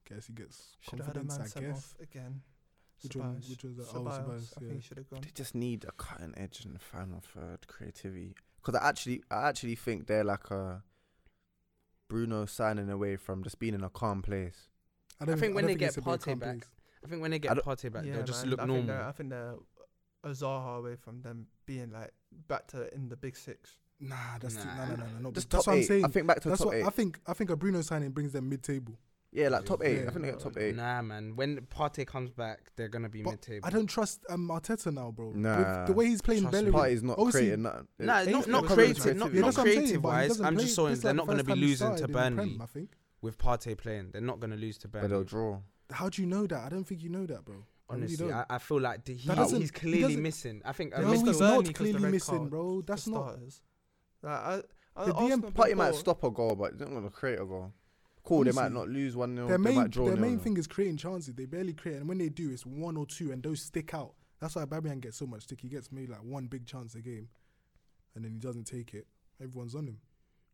A: Guess he gets
B: Should have had a
A: confidence.
B: man
A: I
B: sent
A: guess.
B: off again.
A: Which one?
B: Ceballos.
A: Which was that? Oh,
B: Ceballos,
A: Ceballos,
B: I
A: yeah.
B: think he should have gone.
C: They just need a cutting edge in the final third uh, creativity. Cause I actually, I actually think they're like a Bruno signing away from just being in a calm place.
A: I, don't
D: I think when
A: I don't
D: they
A: it's
D: get
A: about
D: Partey
A: calm
D: back-
A: pace.
D: I think when they
C: I
D: get
C: don't-
D: Partey back,
B: yeah,
D: they'll just
B: man,
D: look
B: I Think
D: normal.
B: they're, I think they're a Zaha away from them being like back to in the big six.
A: Nah, that's too,
D: Nah,
A: nah, nah, nah, nah, no.
C: Just
A: that's
C: top
A: what
C: eight.
A: I'm saying.
C: I think back to
A: that's
C: top
A: what
C: eight.
A: I think. I think a Bruno signing brings them mid-table.
C: yeah, like top eight.
A: Yeah.
C: I think they got top eight.
D: Nah, man. When Partey comes back, they're gonna be
A: But
D: mid-table.
A: I don't trust um, Arteta now, bro.
C: Nah.
A: With the way he's playing
D: Trust me.
A: Bellerin.
C: Party's not
A: Obviously-
C: creating nothing.
D: Nah,
A: Ain't
D: not,
A: it
D: not
A: because of
D: creative,
C: creativity?
D: not,
C: Yeah,
D: not
C: that's what I'm
D: creative
A: saying, but he
D: wise.
A: doesn't
D: I'm
A: play.
D: just saying
A: This is
D: they're
A: like
D: not
A: the
D: going to
A: first
D: be
A: time he
D: losing to
A: started in the Prem,
D: Burnley
A: I think.
D: with Partey playing. They're not going to lose to
C: But they'll
D: Burnley.
C: draw.
A: How do you know that? I don't think you know that, bro. I really
D: Honestly,
A: don't.
D: I, I feel like the, he,
A: That doesn't-
D: he's
A: he
D: clearly
A: doesn't-
D: missing. I think uh, I
B: They
A: no,
B: missed
D: missed
B: the
A: he's
B: Burnley
A: not
B: 'cause the
A: clearly
B: red
A: missing,
B: card
A: bro.
B: for
A: That's not.
B: starters. Like, I, I,
A: The DM
B: Arsenal
C: Party might
B: before-
C: stop a goal, but they're not gonna create a goal. Cool, they might
A: Honestly,
C: not lose one 0
A: Their
C: They
A: main,
C: might draw
A: their main
C: 0
A: thing is creating chances. They barely create, and when they do, it's one or two, and those stick out. That's why Babian gets so much stick. He gets maybe like one big chance a game, and then he doesn't take it. Everyone's on him.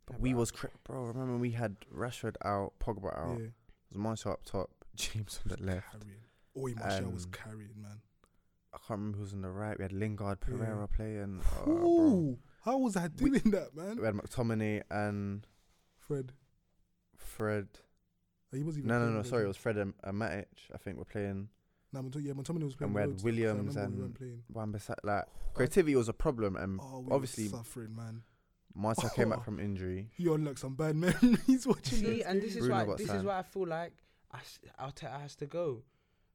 C: But we was cri- bro. Remember when we had Rashford out, Pogba out,
A: Yeah,
C: was Martial up top, James on the left.
A: carrying. Oi, Martial was
C: Um,
A: carrying, man.
C: I can't remember who's on the right. We had Lingard,
A: Yeah.
C: Pereira playing. Oh, bro.
A: Ooh, how was I
C: We-
A: doing that, man?
C: We had McTominay and
A: Fred, Oh,
C: Fred.
A: he wasn't even.
C: No, no,
A: playing
C: no.
A: those
C: Sorry, it
A: days.
C: was Fred and, and Matic. I think we're playing
A: Nah, Monto- yeah, Montomini was playing.
C: we had
A: loads, 'cause I
C: Williams
A: remember we
C: and-
A: weren't playing.
C: Wan Bissaka. Like
A: Oh,
C: creativity was a problem, and
A: Oh, we
C: obviously-
A: were suffering, man.
C: Martial came
A: Oh.
C: back from injury.
A: You unlock some bad memories watching
D: See,
A: this.
D: and this is
C: Bruno
D: why
C: got
D: this is
C: signed.
D: why I feel like I s- Arteta has to go.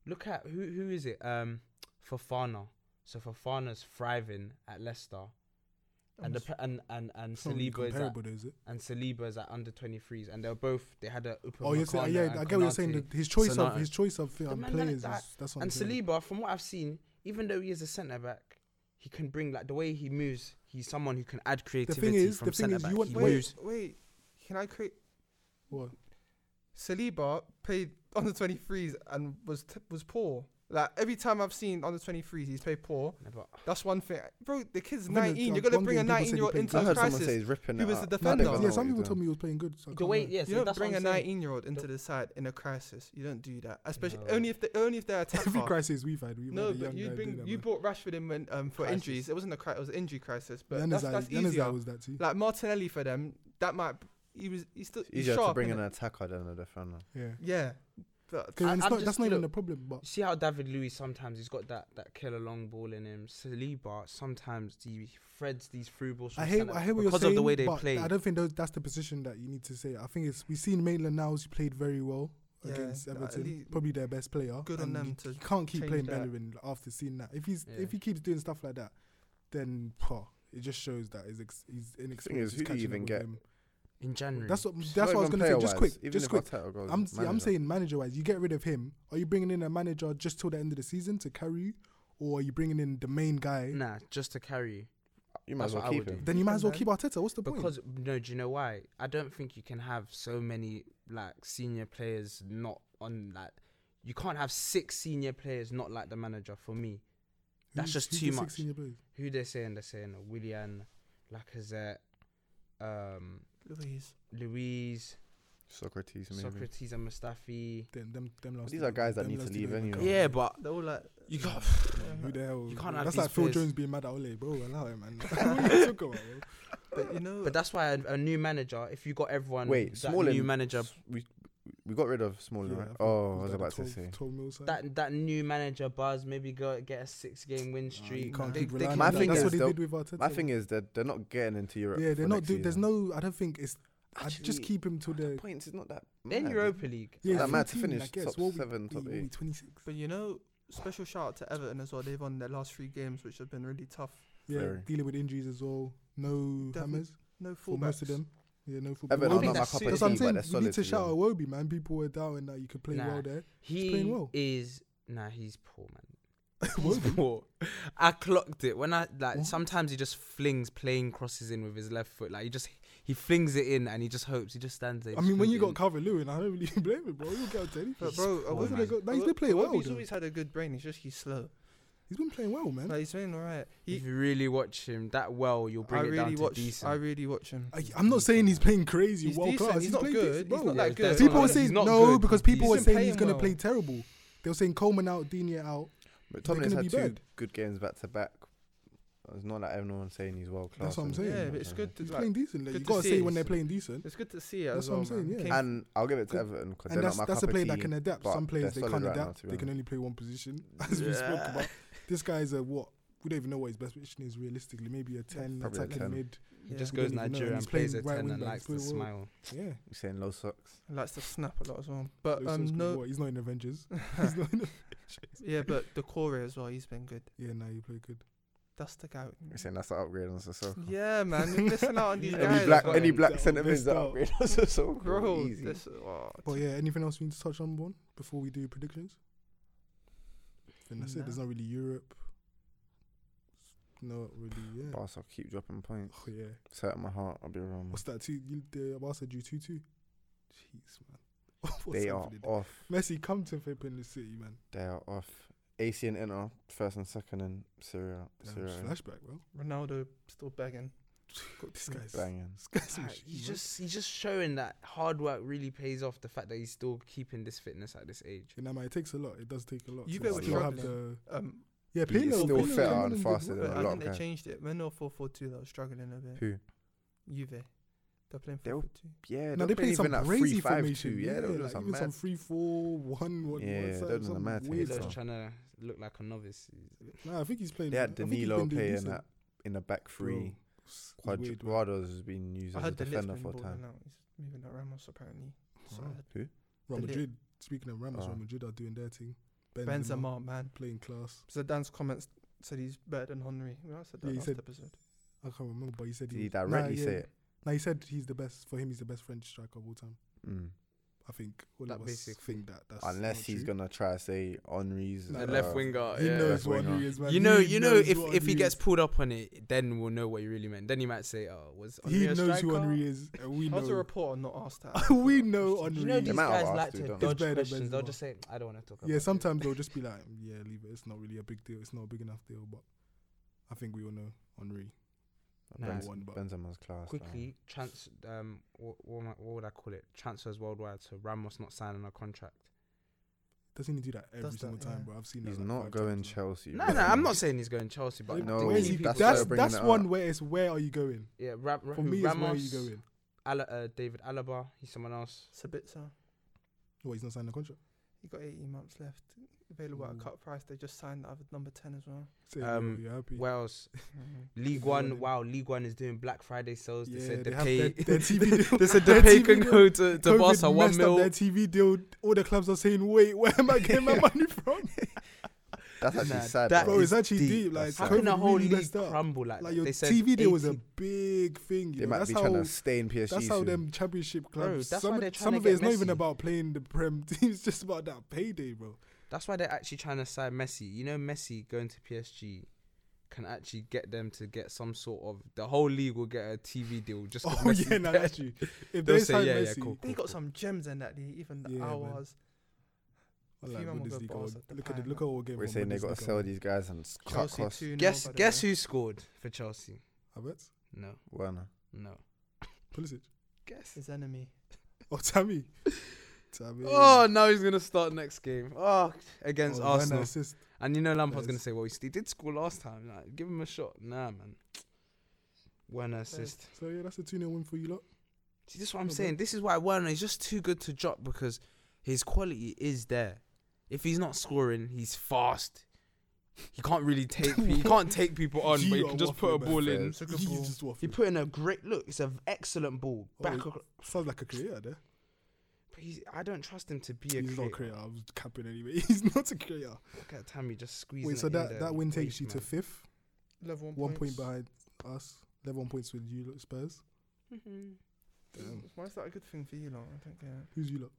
D: Look at who who is it? Um, Fofana. So Fofana's thriving at Leicester, and the,
B: Almost-
D: pr- and and and
A: It's not really
D: Saliba is at,
A: comparable, though, is it?
D: and Saliba is at under 23s, and they're both they had a
A: Oh, you're saying, yeah, I get what you're saying. That his choice of
D: Sonata.
A: his choice of
D: The
A: um,
D: man
A: players, is,
D: like that.
A: that's what I'm
D: And
A: saying.
D: Saliba, from what I've seen, even though he is a centre back, he can bring like the way he moves. He's someone who can add creativity
A: is-
D: from
A: the thing
D: centre
A: is, you
D: back.
A: want-
D: he
A: Wait.
D: moves.
B: Wait, can I create?
A: What?
B: Saliba played under 23s and was t- was poor. Like every time I've seen under 23s, he's played poor.
D: No,
A: Oh,
D: but
B: That's one thing, bro. The
A: I
B: kid's
A: think the-
B: 19. You're
A: uh,
B: gonna
A: one
B: bring a
A: thing people say
B: 19 year old
A: he played
B: into
C: I
B: a
C: heard someone say
B: crisis.
C: he's ripping
B: He
C: it
B: was
C: out.
B: the
C: Nah, they
B: defender.
C: don't know
A: yeah,
C: what
A: some
C: he's
A: people
C: doing.
A: told me he was playing good. So I
D: the
A: can't
D: way,
A: lie.
D: yeah,
B: You
D: so
B: don't
D: that's
B: bring
D: what
B: a
D: I'm saying.
B: 19 year old into the side in a crisis. You don't do that, especially
D: No.
B: only if they only if they're
A: every
B: attacker.
A: crisis we've had, we've
B: No,
A: had a
B: but
A: young
B: you
A: guy do
B: bring
A: that.
B: you brought Rashford in when, um, for
D: Crisis.
B: injury. It wasn't a cri- it was an injury crisis, but
A: man.
B: that's,
A: Yanazai-
B: that's
A: Yanazai
B: easier.
A: was that too.
B: Like Martinelli for them, that might he was he's still
C: It's
B: he's
C: easier to
B: sharp,
C: bring in
B: innit?
C: an attacker than a defender.
A: yeah,
B: Yeah, but
A: 'Cause it's
D: I- I'm
A: not,
D: just-
A: that's not even
D: look,
A: the problem. But
D: See how David Luiz sometimes he's got that that killer long ball in him. Saliba sometimes he threads these through balls. from
A: I hear,
D: centre
A: I hear what
D: because
A: you're saying.
D: of the way they
A: but
D: play.
A: I don't think those, that's the position that you need to say. I think it's we've seen Maitland Niles played very well
B: Yeah,
A: against
B: at
A: Everton,
B: least-
A: probably their best player.
B: good on
A: and
B: them
A: you
B: to
A: you can't keep
B: change
A: playing
B: that.
A: Bellerin after seeing that. If he's
D: Yeah.
A: if he keeps doing stuff like that, then pah, it just shows that he's ex- he's inexperienced. He's
C: who do you
A: catching up
C: even
A: with
C: get?
A: them.
D: in January,
A: That's what
C: Not
A: that's what I was
C: even
A: gonna say. Just
C: player-wise,
A: quick,
C: even
A: just
C: if
A: quick.
C: Arteta goes
A: I'm yeah, I'm
C: manager.
A: saying manager wise, you get rid of him. Are you bringing in a manager just till the end of the season to carry you, or are you bringing in the main guy?
D: nah, just to carry you.
C: you might
D: that's
C: as well
D: what I
C: keep
D: would
C: him.
A: Then you might
B: Keep
A: as well
B: him,
A: keep Arteta. What's the point?
D: Because no, do you know why? I don't think you can have so many like senior players not on that. you can't have six senior players not like the manager for me. That's
A: Who's-
D: just
A: who's
D: too
A: the six
D: much.
A: senior players?
D: Who they're saying? They're saying Willian, Lacazette, um,
B: Louise.
D: Louise,
C: Socrates, maybe.
D: Socrates, and Mustafi.
A: Them, them, them
C: But
A: last
C: these are
A: two-
C: guys that
A: them
C: need to
A: last two
C: leave
A: don't even
C: anyway.
A: count.
D: Yeah, but
B: They're all like
D: you got
A: Who the hell?
D: You can't have
A: That's
D: these
A: like Phil
D: players.
A: Jones being mad at Ole, bro. Allow him, man. what are you talking about, bro?
B: But you know,
D: But that's why a, a new manager, if you got everyone,
C: Wait,
D: that
C: Smalling.
D: new manager,
C: s- We we got rid of Smalling.
A: Yeah, I
C: right?
A: think
C: Oh,
A: he's
C: I
A: got
C: was
A: the
C: about to
A: 12
C: say.
A: 12 mil sign.
D: that that new manager buzz, maybe go get a six game win
A: Nah,
D: streak.
A: you can't
B: They-
A: keep
B: they
A: relying
B: My
A: on that.
B: thing
A: That's
B: is
A: what they
C: they'll-
A: did with Arteta.
C: My thing is that they're not getting into Europe.
A: yeah,
C: for
A: they're not.
C: next
A: Dude, there's
C: season.
A: no. I don't think it's. I
C: Actually,
A: just keep him to the.
C: points is not that.
D: Then
C: mad.
D: Europa League.
C: Yeah,
A: Yeah,
C: that mad to
A: 14,
C: finish
A: I guess.
C: top
A: What we-
C: seven, top
A: we- we
C: eight.
A: 26.
B: but you know, special shout out to Everton as well. They've won their last three games, which have been really tough.
A: Yeah,
C: Very.
A: dealing with injuries as well. No
B: Definitely
A: hammers
B: No
A: for
B: fullbacks.
A: most of them. Yeah, no football.
D: I
C: Everton are
A: Iwobi-
D: think
C: not my
D: that's
C: cup of
D: suited.
A: that's what I'm
C: tea, but
A: saying.
C: they're
A: You need
C: solid.
A: to
C: to
A: shout
C: be
A: out
C: honest.
A: Iwobi, man. People were doubting that you could play
D: Nah.
A: well there.
D: He
A: playing well.
D: is nah, he's poor man. He's
A: Iwobi.
D: poor. I clocked it when I like.
A: What?
D: Sometimes he just flings playing crosses in with his left foot. Like he just he flings it in and he just hopes he just stands there.
A: I mean, when you got Calvin Lewin, I don't really blame him, bro. You'll get out to anything.
B: But
D: He's
B: bro,
D: poor,
B: I wasn't
D: man.
B: a
A: Iwobi's been playing well,
B: He's
A: though.
B: always had a good brain. It's just he's slow.
A: He's been playing well, man.
B: Like he's been alright.
D: if
B: He,
D: you really watch him that well, you'll bring
B: I
D: it down
B: really
D: to
B: watch.
D: decent.
B: I really watch him.
A: I, I'm not saying he's playing crazy,
B: He's
A: world
B: decent,
A: class.
B: he's not
A: playing
B: good,
A: decent,
B: he's
A: bro.
B: not that
D: it's
B: good.
D: definitely
A: People were
D: not-
A: saying
D: he's not
A: no
D: good,
A: because
D: he's
A: people were
B: decent.
A: saying he's
B: Playing
A: going to play
B: well.
A: terrible. They were saying Coleman out, Dini out.
C: But
A: they're
C: Tomlin's
A: gonna
C: had
A: be
C: two
A: bad.
C: good games back to back. It's not like everyone's saying he's world
A: That's
C: class.
A: what I'm
C: and-
A: saying.
B: yeah, but it's good to
A: He's
B: like,
A: playing decent. Like,
B: good
A: you
B: to
A: got to
B: see
A: say
B: it.
A: when they're playing decent,
B: it's good to see it
A: That's
B: as
A: what
B: well.
A: I'm saying,
B: man.
A: yeah.
B: Came-
C: And I'll give it to
A: Good.
C: Everton because
A: and
C: they're not
A: that's
C: my
A: that's
C: cup
A: a
C: of
A: player
C: tea.
A: that can adapt.
C: but
A: Some players they
C: they're
A: can't
C: solid right now,
A: adapt.
C: to be
A: they can
C: honest.
A: only play one position, as we spoke about. This guy's a what? We don't even know what his best position is realistically. Maybe a ten
C: Probably a
A: attacking
C: 10.
A: mid.
D: He
B: Yeah.
D: just
A: We don't
D: goes
A: even know,
D: Nigeria
A: and
D: and
A: he's
D: plays
A: playing
D: at
A: right
D: ten
A: wing
D: and
A: back,
D: likes
A: he's
D: to
A: playing well.
D: smile.
A: Yeah,
C: You're saying low socks.
B: likes to snap a lot as well. But
A: Those ones
B: um,
A: could-
B: no,
A: what, he's not in Avengers. he's not in
B: yeah, but the core as well. He's been good.
A: yeah, no, you play good.
B: That's the guy.
C: You're saying that's the upgrade on Sissoko.
B: Yeah, man, you're missing out on these
A: Any
B: guys.
C: Any black,
B: bro.
C: any
A: That's
C: black
A: all
C: centre
A: messed
C: is the
A: up.
C: upgrade on Sissoko.
B: bro.
C: Easy.
B: This, oh,
A: But yeah, anything else we need to touch on, one before we do predictions? Then that's it. There's
B: Nah.
A: not really Europe. Not really. Yeah.
C: Barca keep dropping points.
A: Oh yeah.
C: It's hurting my heart. I'll be wrong.
A: What's that? Two. You, the Barca drew two two. Jeez, man. What's
C: They are
A: happening?
C: off.
A: Messi, come to flipping the city, man.
C: They are off. AC and Inter first and second in Syria.
A: Damn,
C: Syria.
A: flashback, bro.
B: Ronaldo still begging. Got
A: This
B: two.
A: guy's.
C: Banging.
A: This guy's a
D: Ah,
A: machine,
D: He's
A: man.
D: just he's just showing that hard work really pays off. The fact that he's still keeping this fitness at this age.
A: You know, man, it takes a lot. It does take a lot.
B: You
A: to
B: bet
C: we're
A: still have
B: struggling.
A: the
B: Um,
A: yeah.
C: But he's
A: Pirlo-
C: still
A: Pirlo
C: fitter
A: came in
C: and
A: did
C: faster
A: well.
C: than
B: but
C: a
B: I
C: lot
B: think
C: of
B: they
C: guys.
B: changed it. When they were 4 4 2, they were struggling a bit.
C: Who?
B: Juve. They're playing 4
C: They were-
B: 4
C: Yeah,
A: No, they play some
C: like
A: er crazy
C: 3-5-2,
A: formation. er
C: Yeah, they were doing
A: like
C: some
A: even some
C: mad.
A: three, four, one, one,
C: Yeah,
A: one,
C: they're
A: side,
C: doing the
A: some
C: mad things,
A: weird
C: though.
D: He's
A: stuff.
D: trying to look like a novice.
A: No, I think he's playing.
C: They had
A: I think he's
C: Danilo
A: been doing
C: playing
A: decent.
C: that in the back three.
A: It's
C: Quadri-
A: weird, man.
C: Cuadrado's has been used
B: I
C: as a
B: heard the lift's
C: defender
B: been
C: full time.
B: balling out. He's moving at Ramos, apparently. So
A: Wow.
C: Who?
A: Real
B: the lit-
A: Madrid. Speaking of Ramos,
C: Oh.
A: Real Madrid are doing their thing.
B: Benzema, man.
A: playing class.
B: Zidane's comments said he's better than Henry. We all said that
A: Yeah, he
B: last
A: said-
B: episode.
A: I can't remember, but he said
C: Did
A: he
C: he
A: was- nah,
C: directly
A: yeah.
C: say it?
A: No, he said he's the best. For him, he's the best French striker of all time.
C: Mm.
A: I think all
D: That
A: of us
D: basic-
A: think that. That's
C: Unless
A: not
C: he's
A: true.
C: gonna try to say Henri's
A: No,
C: uh,
A: The left
D: winger,
A: He
D: yeah.
A: knows
C: left
A: what
C: winger.
A: he is, man.
D: you know,
A: He
D: you know,
A: knows
D: if
A: what
D: if he
A: Henry
D: gets
A: is.
D: pulled up on it, then we'll know what he really meant. Then he might say, "Oh, was
A: he
D: Henry a
A: knows who
D: striker?"
A: Henry is. And we
B: How's a
A: know.
B: reporter not asked that?
A: we know
D: Do
A: Henry.
D: you know these
C: might have
D: guys
C: asked
D: like
C: you,
D: to
C: don't they?
D: dodge
A: It's better than
D: questions. They'll
A: Benzema.
D: just say, "I don't want to talk about."
A: yeah,
D: it."
A: sometimes they'll just be like, "Yeah, leave it. It's not really a big deal. It's not a big enough deal." But I think we all know Henry.
C: Benz-
D: Nah.
A: One, but-
C: Benzema's class.
D: quickly trans. Um, what, what, am I- what would I call it? Transfers worldwide. So Ramos not signing a contract.
A: Doesn't he do that every
B: Does that,
A: single time,
B: yeah.
A: bro? I've seen
C: man.
A: that.
C: He's
A: like
C: not
A: five
C: going
A: times now.
C: Chelsea.
D: No,
C: bro.
D: no, I'm not saying he's going Chelsea, but
C: No,
D: the
A: Where's
D: key
A: he,
D: people-
C: that's
A: that's
C: why
A: that's,
C: we're bringing it up.
A: one where it's where are you going?
D: yeah, Ra- Ra-
A: For me, it's where are you
D: Ramos,
A: going?
D: Ala- uh, David Alaba, he's someone else.
B: Sabitzer.
A: Well, he's not signing a contract.
B: He got 18 months left. Available at
D: Mm.
A: Ooh.
B: a cut price. They just signed that other number 10 as well.
A: Say
D: Um,
A: you're happy.
D: Wales,
B: Mhm.
D: League
A: League
D: One.
A: One.
D: Wow, League One is doing Black Friday sales. They
A: Yeah,
D: said
A: they
D: the
A: have
D: pay.
A: their- their TV deal.
D: they said
A: Their
D: the pay
A: TV
D: can
A: deal.
D: go to to
A: COVID
D: Barca one
A: messed up
D: mil.
A: their TV deal. All the clubs are saying, "Wait, where am I getting my money from?"
C: That's actually
D: Nah,
C: sad.
D: that
C: bro.
A: Bro,
D: is
A: it's actually
D: deep.
A: deep. Like,
C: That's
D: How
C: sad.
A: COVID
D: can a whole
A: really
D: league
A: messed up.
D: crumble
A: Like
D: like, that?
A: your
D: They said
A: TV deal was a
D: 80
A: big thing. You
C: They
A: know?
C: might
A: That's
C: be
A: how
C: trying to stay in PSG.
A: that's how
C: soon.
A: them championship
D: Bro,
A: clubs.
D: that's why
A: some
D: they're
A: of,
D: trying
A: some
D: to
A: of
D: get
A: it is not even
D: Messi.
A: about playing the prem. It's just about that payday, bro.
D: That's why they're actually trying to sign Messi. You know, Messi going to PSG can actually get them to get some sort of. The whole league will get a TV deal just. 'cause
A: Oh
D: Messi's
A: yeah, no,
D: there.
A: that's you. If
D: They'll
A: they
D: say,
A: sign
D: yeah, yeah,
A: Messi,
D: cool.
B: They got some gems in that league, even the
A: Yeah, man.
B: hours.
A: I
B: Few
A: like
B: man will go
A: Bundesliga.
B: Barca,
A: Look at the
B: Depay,
A: look at what game.
C: We're
A: from
C: saying they got
A: Bundesliga.
C: to sell these guys and s- cut
B: Chelsea
C: costs.
B: 2
D: Guess guess who scored for Chelsea?
A: I bet
D: No,
C: Werner.
D: no.
A: Pulisic.
D: Guess.
B: His enemy.
A: Oh, Tammy. Tammy.
D: Oh, now he's gonna start next game. Oh, against
A: Oh, Werner
D: Arsenal.
A: assist.
D: And you know Lampard's
A: Yes.
D: gonna say, "Well, he did score last time. Like, give him a shot." Nah, man. Werner assist.
A: So yeah, that's a 2 0 win for you lot.
D: See, this is what I'm
A: Not bad.
D: saying. This is why Werner is just too good to drop because his quality is there. If he's not scoring, he's fast. He can't really take. pe- he can't take people on, but he
A: You
D: can
A: are
D: just put a
A: waffling, man.
D: ball in.
B: Took a
A: You
B: ball.
A: just
D: He
A: waffled.
D: put in a great look. It's an excellent ball.
A: Oh,
D: Back.
A: he-
D: acro-
A: Sounds like a creator there.
D: but he's, I don't trust him to be a
A: He's not a
D: creator.
A: creator. I was capping anyway. He's not a creator.
D: Look at Tammy just squeezing.
A: Wait, so
D: it in
A: that
D: there.
A: that win takes
D: Great
A: you to
D: man.
A: fifth,
B: Level one,
A: one point
B: points.
A: behind us. Level one points with you lot, Spurs.
D: Mhm.
A: Damn.
B: Why is that a good thing for you, lot? I don't get it.
A: Who's you lot?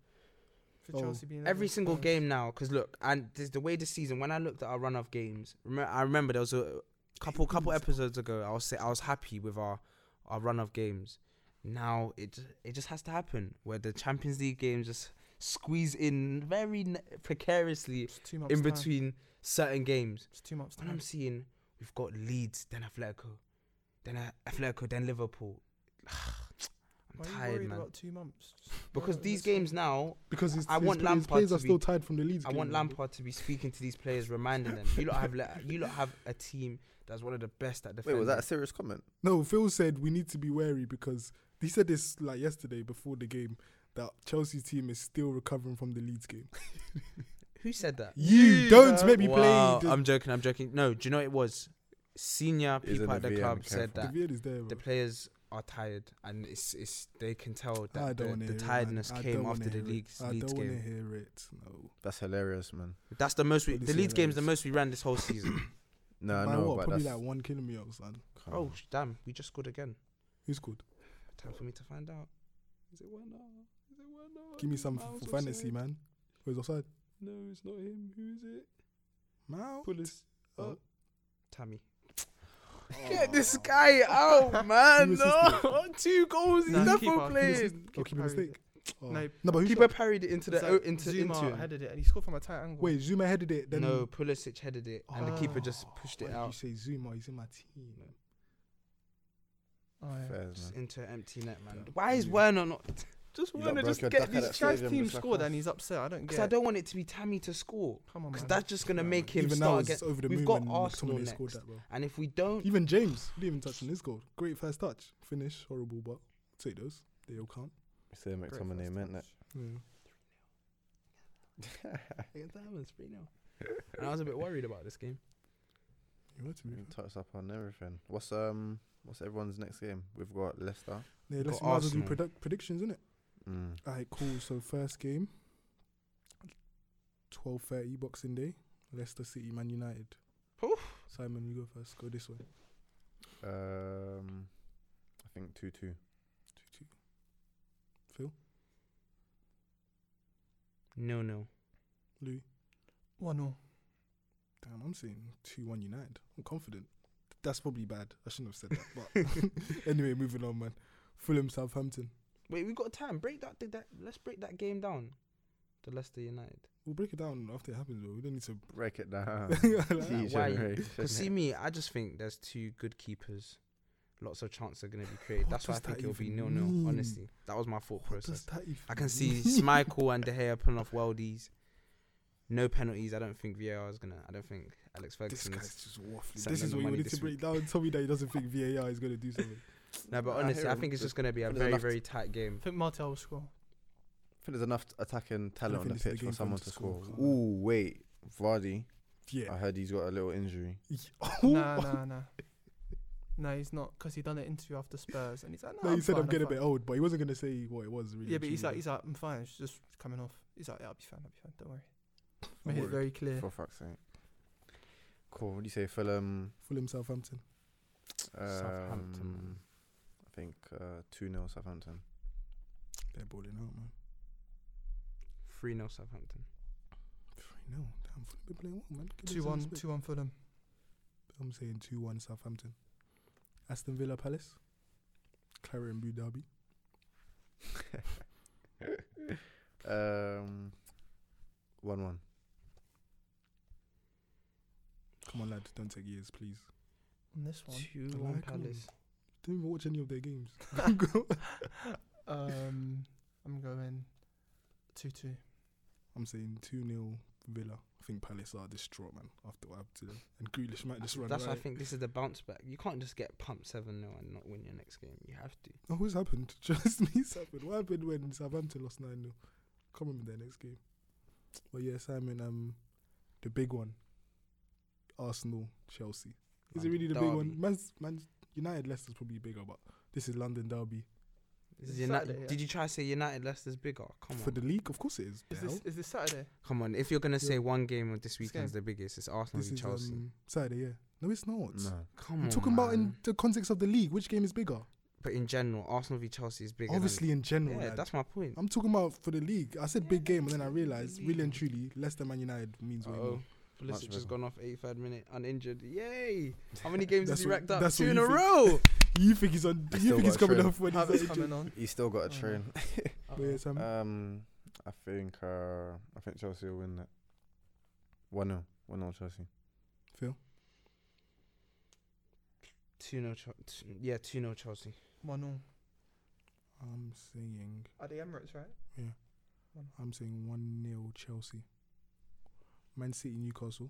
B: For
A: Oh.
B: Chelsea being
D: every
B: level
D: single
B: Spurs.
D: game now because look and this, the way the season when i looked at our run of games remember, i remember there was a couple
B: Mm.
D: couple episodes ago i was say i was happy with our our run of games now it ju- it just has to happen where the champions league games just squeeze in very n- precariously
B: It's two months
D: in
B: time. Mm.
D: between certain games
B: It's two months
D: and
B: time.
D: i'm seeing we've got leeds then atletico then A- atletico then liverpool i'm
B: Why are you
D: tired
B: worried
D: man
B: about two months? Just- uh,
D: because
B: Alright,
D: these
B: let's-
D: games now
A: Because his,
D: I
A: his
D: want
A: pla- his
D: Lampard
A: players
D: to
A: are still
D: be-
A: tied from the Leeds
D: I
A: game,
D: want
A: man.
D: Lampard to be speaking to these players, reminding them. You lot have le- you lot have a team that's one of the best at
C: Wait,
D: defending.
C: was that a serious comment?
A: No, Phil said we need to be wary because he said this like yesterday before the game that Chelsea's team is still recovering from the Leeds game.
D: Who said that?
A: You,
B: You,
A: don't
B: man.
A: make me
D: Wow,
A: play.
D: I'm joking. I'm joking. No, do you know what it was? Senior
C: Is
D: people
C: it
D: at
C: the
D: the
C: VM?
D: club said
A: The, the
D: that
A: VAR is there.
D: the
A: Bro.
D: players are tired, and it's it's they can tell
A: I
D: that
A: don't
D: the,
A: wanna
D: the
A: hear it, man.
D: tiredness
A: I
D: came
A: don't
D: after
A: wanna
D: the
A: hear it.
D: Leeds
A: I
D: Leeds
A: don't want
D: game.
A: to hear it. No.
C: That's hilarious, man.
D: That's the most we,
A: Probably
D: the
A: see
D: Leeds
A: it
D: game's the
A: later.
D: most we ran this whole season.
C: No, I
A: By
C: know,
A: what?
C: but
A: Probably
C: that's.
A: like one kilometer, son.
C: come
D: oh
C: on.
D: sh- damn, we just scored again.
A: Who's good?
D: Time for me to find out. Is it one hour? Is it one hour?
A: Give me some f-
D: Miles
A: for
D: offside?
A: fantasy, man. Who's offside?
D: No, it's not him. Who is it?
A: Mount.
D: Pullis.
A: Oh.
D: Tammy. Get this guy out,
A: You
D: man.
A: assisted.
D: No. Two goals. He's
B: Nah,
D: never
B: keeper, he was-
D: played.
A: Oh,
B: Keeper
A: keep a
B: parried
A: mistake.
B: it.
A: Oh.
B: No,
A: no, but who
D: Keeper
A: shot?
D: parried it into the
B: It's
D: o
B: like
D: into
B: Zuma
D: into him.
B: headed it and he scored from a tight angle.
A: Wait, Zuma headed it. Then
D: No, Pulisic headed it, and the keeper just
A: Oh,
D: pushed
A: why
D: it
A: did You
D: out
A: say Zuma? He's in my team.
B: Oh, yeah.
C: Fairs,
D: just
C: man.
D: into an empty net, man.
A: Yeah.
D: Why is
A: Yeah.
D: Werner not?
B: Just
C: You lot
B: wanna
C: broke
B: just
C: your
B: get
C: duck at
B: these
C: that
B: guys
C: stadium,
B: team
C: just like
B: scored
C: us.
B: and he's upset. I don't
D: Because
B: get.
D: I don't want it to be Tammy to score.
B: Come on,
D: Because
B: man.
D: that's just gonna
A: Yeah,
D: make
A: man.
D: him
A: Even now
D: start
A: it's
D: again.
A: over the
D: We've
A: moon
D: got
A: when
D: Arsenal
A: McTominay
D: next.
A: scored that, bro.
D: And if we don't,
A: Even James didn't even touch on his goal. Great first touch, finish, horrible, but take those. They all count.
C: You see,
B: Great
C: McTominay
B: first
C: meant
B: touch.
C: that.
D: against Diamonds, three now. And I was a bit worried about this game.
A: You were to be.
C: We touched up on everything. What's um? What's everyone's next game? We've got Leicester.
A: Yeah, let's we
D: got
A: might as well do
D: Arsenal.
A: predict- predictions, innit?
C: Mm.
A: Alright, cool. So first game, twelve thirty Boxing Day, Leicester City, Man United. Simon, you go first. Go this way.
C: Um, I think two two.
A: Two, two. Phil,
D: No, no.
A: Louis.
B: One all.
A: Damn, I'm saying two one United. I'm confident. That's probably bad. I shouldn't have said that. But anyway, moving on, man. Fulham, Southampton.
D: Wait, we got time. Break that, that. Let's break that game down. The Leicester United.
A: We'll break it down after it happens. Though. We don't need to.
C: Break it down.
A: Like,
C: Jeez,
D: why you-
C: Henry,
D: Cause see
C: shouldn't
D: me, I just think there's two good keepers. Lots of chances are gonna be created.
A: What
D: That's why I
A: does
D: think
A: that
D: it'll be
A: even
D: nil nil.
A: mean?
D: Honestly, that was my thought
A: what does
D: process.
A: that even
D: I can see
A: mean?
D: Smichael and De Gea pulling off worldies. No penalties. I don't think VAR is gonna. I don't think
A: This
D: Alex Ferguson.
A: guy's just waffling.
D: sending
A: This is
D: the
A: what you
D: money
A: need to
D: this
A: break down. Tell me that he doesn't think VAR is going to do something.
D: No, but
C: I
D: honestly,
C: hear
D: I
C: him.
D: think it's
C: There's-
D: just gonna be a
C: there's
D: very
C: enough
D: very tight game.
B: I think Martel will score.
C: I think there's enough attacking talent on
A: think
C: the
A: this is the
C: pitch
A: game
C: for
A: for him
C: someone
A: to
C: to
A: score,
C: score.
A: can't
C: Ooh, wait, Vardy. I
A: Yeah.
C: heard he's got a little injury.
B: Nah, nah, nah. No, he's not because he done an interview after Spurs and he's like, no,
A: no, he said I'm
B: fine,
A: getting a
B: fine."
A: bit old, but he wasn't going to say what it was really.
B: Yeah, but he's
A: Junior.
B: like, he's like, I'm fine. It's just coming off. He's like, yeah, I'll be fine. I'll be fine. Don't worry.
A: I'm
B: Made it
A: worried.
B: very clear.
C: For fuck's sake. Cool. What do you say, Fulham?
A: Fulham, Southampton.
C: Um,
D: Southampton, man.
C: I think uh, two 0 Southampton.
A: They're balling out, man.
D: Three 0 Southampton.
A: Three no, damn, Fulham been playing well, man. Give them
B: Two
A: some
B: one,
A: respect.
B: two one Fulham.
A: I'm saying two one Southampton. Aston Villa, Palace. Claret and Blue Derby.
C: um, one one.
A: Come on, lad, don't take years, please.
B: On this one.
D: Two
A: I
D: one
A: like 'em.
D: Palace.
A: Don't even watch any of their games.
B: um, I'm going two two.
A: I'm saying 2 0 Villa. I think Palace are distraught, man, after what happened to them. And Grealish might just run
D: That's why I
A: riot.
D: think this is the bounce back. You can't just get pumped seven 0 and not win your next game. You have to.
A: Oh, what's happened? Trust me, it's happened. What happened when Southampton lost 9 0? Can't remember their next game. But yeah, Simon, um, the big one Arsenal, Chelsea. Is it
D: London
A: really the big
D: derby.
A: one? Man's, man's United Leicester's probably bigger, but this is London Derby.
D: Is
B: Is it
D: Uni-
B: Saturday, yeah?
D: Did you try to say United Leicester's bigger? Come
A: For
D: on,
A: the league, of course it is.
B: Is
A: The hell?
B: this is this Saturday?
D: come on. If you're gonna
A: Yeah.
D: say one game of this
B: This
D: weekend's
B: game.
D: the biggest, it's Arsenal
A: this
D: v
A: is
D: Chelsea.
A: um, Saturday, yeah. No, it's not.
C: No.
D: come
A: We're
D: on.
A: talking about in
D: man.
A: the context of the league. Which game is bigger?
D: But in general, Arsenal v Chelsea is bigger. than-
A: Obviously, in general.
D: yeah,
A: lad.
D: that's my point.
A: I'm talking about for the league. I said
D: Yeah,
A: big
D: no,
A: game, and then I
D: for the
A: realized really and
D: league.
A: truly, Leicester Man United means way
D: Oh,
A: more.
C: Much
D: Pulisic just
C: bigger.
D: gone off 83rd minute, uninjured. Yay! How many games has
A: That's
D: he
A: what-
D: racked up?
A: that's
D: Two
A: what
D: in
A: you
D: a
A: think.
D: row.
A: You think he's on?
C: I
A: You
C: still
A: think he's
C: got
A: coming
C: trim.
A: off when he's
B: Havertz
A: on injury?
B: coming on.
C: You still got a
B: Oh, no.
C: train.
A: But yeah, Sam,
C: Um, I think uh, I think Chelsea will win that. One 0 one 0 Chelsea.
A: Phil,
D: Two no, Chel- t- yeah, two no Chelsea.
B: One all.
A: I'm saying,
B: At the Emirates, right?
A: I'm saying one 0 Chelsea. Man City, Newcastle.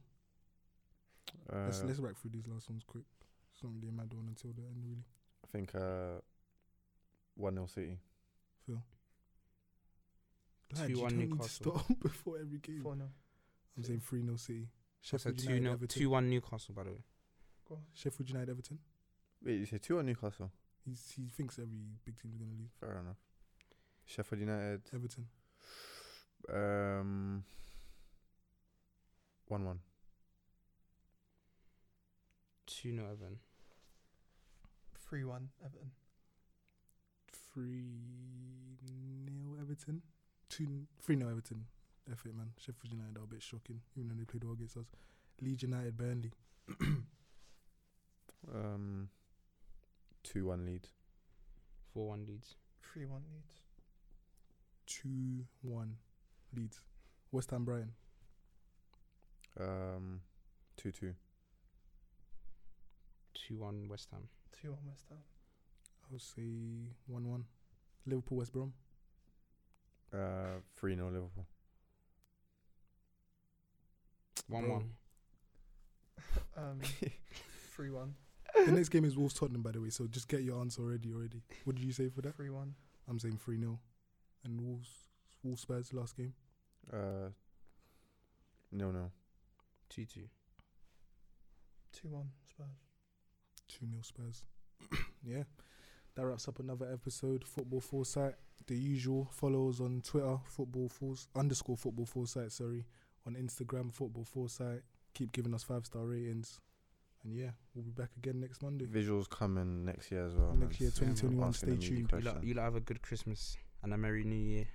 C: Uh,
A: let's let's rack through these last ones quick. It's not really a mad one until the end, really.
C: I think uh, one 0 City.
A: Phil. Lad, you
D: 2-1
A: don't need to
D: Newcastle.
A: stop before every game.
B: Four 0
A: I'm saying three 0 City.
D: I said
A: Sheffield
D: two
A: United,
D: no,
A: Everton.
D: two one Newcastle. By the way,
A: Sheffield United, Everton.
C: Wait, you say two on Newcastle?
A: He's, he thinks every big team's gonna lose.
C: Fair enough. Sheffield United.
A: Everton.
C: Um, one one.
D: two no Everton.
B: Three one Everton.
A: three nil Everton, two three nil Everton. F it, man. Sheffield United are a bit shocking, even though they played well against us. Leeds United, Burnley.
C: Um, two one lead.
D: Four one Leeds.
B: Three one Leeds.
A: two one Leeds. West Ham, Brighton.
C: Um, two two.
D: Two one West Ham.
B: Two one West Ham.
A: I'll say one one. Liverpool, West Brom.
C: Uh, three 0 Liverpool.
D: One
A: Bro.
D: one.
B: Um, three one.
A: the next game is Wolves Tottenham, by the way. So just get your answer already. Already. What did you say for that?
B: Three one.
A: I'm saying three 0 And Wolves, Wolves Spurs last game.
C: Uh, no no.
D: Two two.
B: Two one Spurs.
A: Two 0 Spurs. yeah. That wraps up another episode, Football Foresight. The usual follow us on Twitter, football force underscore football foresight, sorry. On Instagram, football foresight. Keep giving us five star ratings. And yeah, we'll be back again next Monday.
C: Visuals coming next year as well.
A: Next year,
D: Yeah, man.
A: 2021.
C: Asking
A: Stay
C: the media
A: tuned.
D: You lot,
C: question.
D: you lot have a good Christmas and a merry New Year.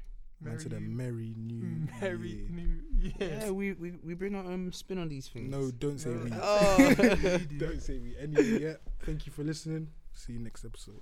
A: Man, to the
B: New-
A: merry new
B: Merry
A: year.
B: New
D: Yeah,
B: Year.
D: we, we we bring our own spin on these things.
A: No, don't say
B: No.
A: we.
B: Oh.
A: don't say we anyway. Yeah. Thank you for listening. See you next episode.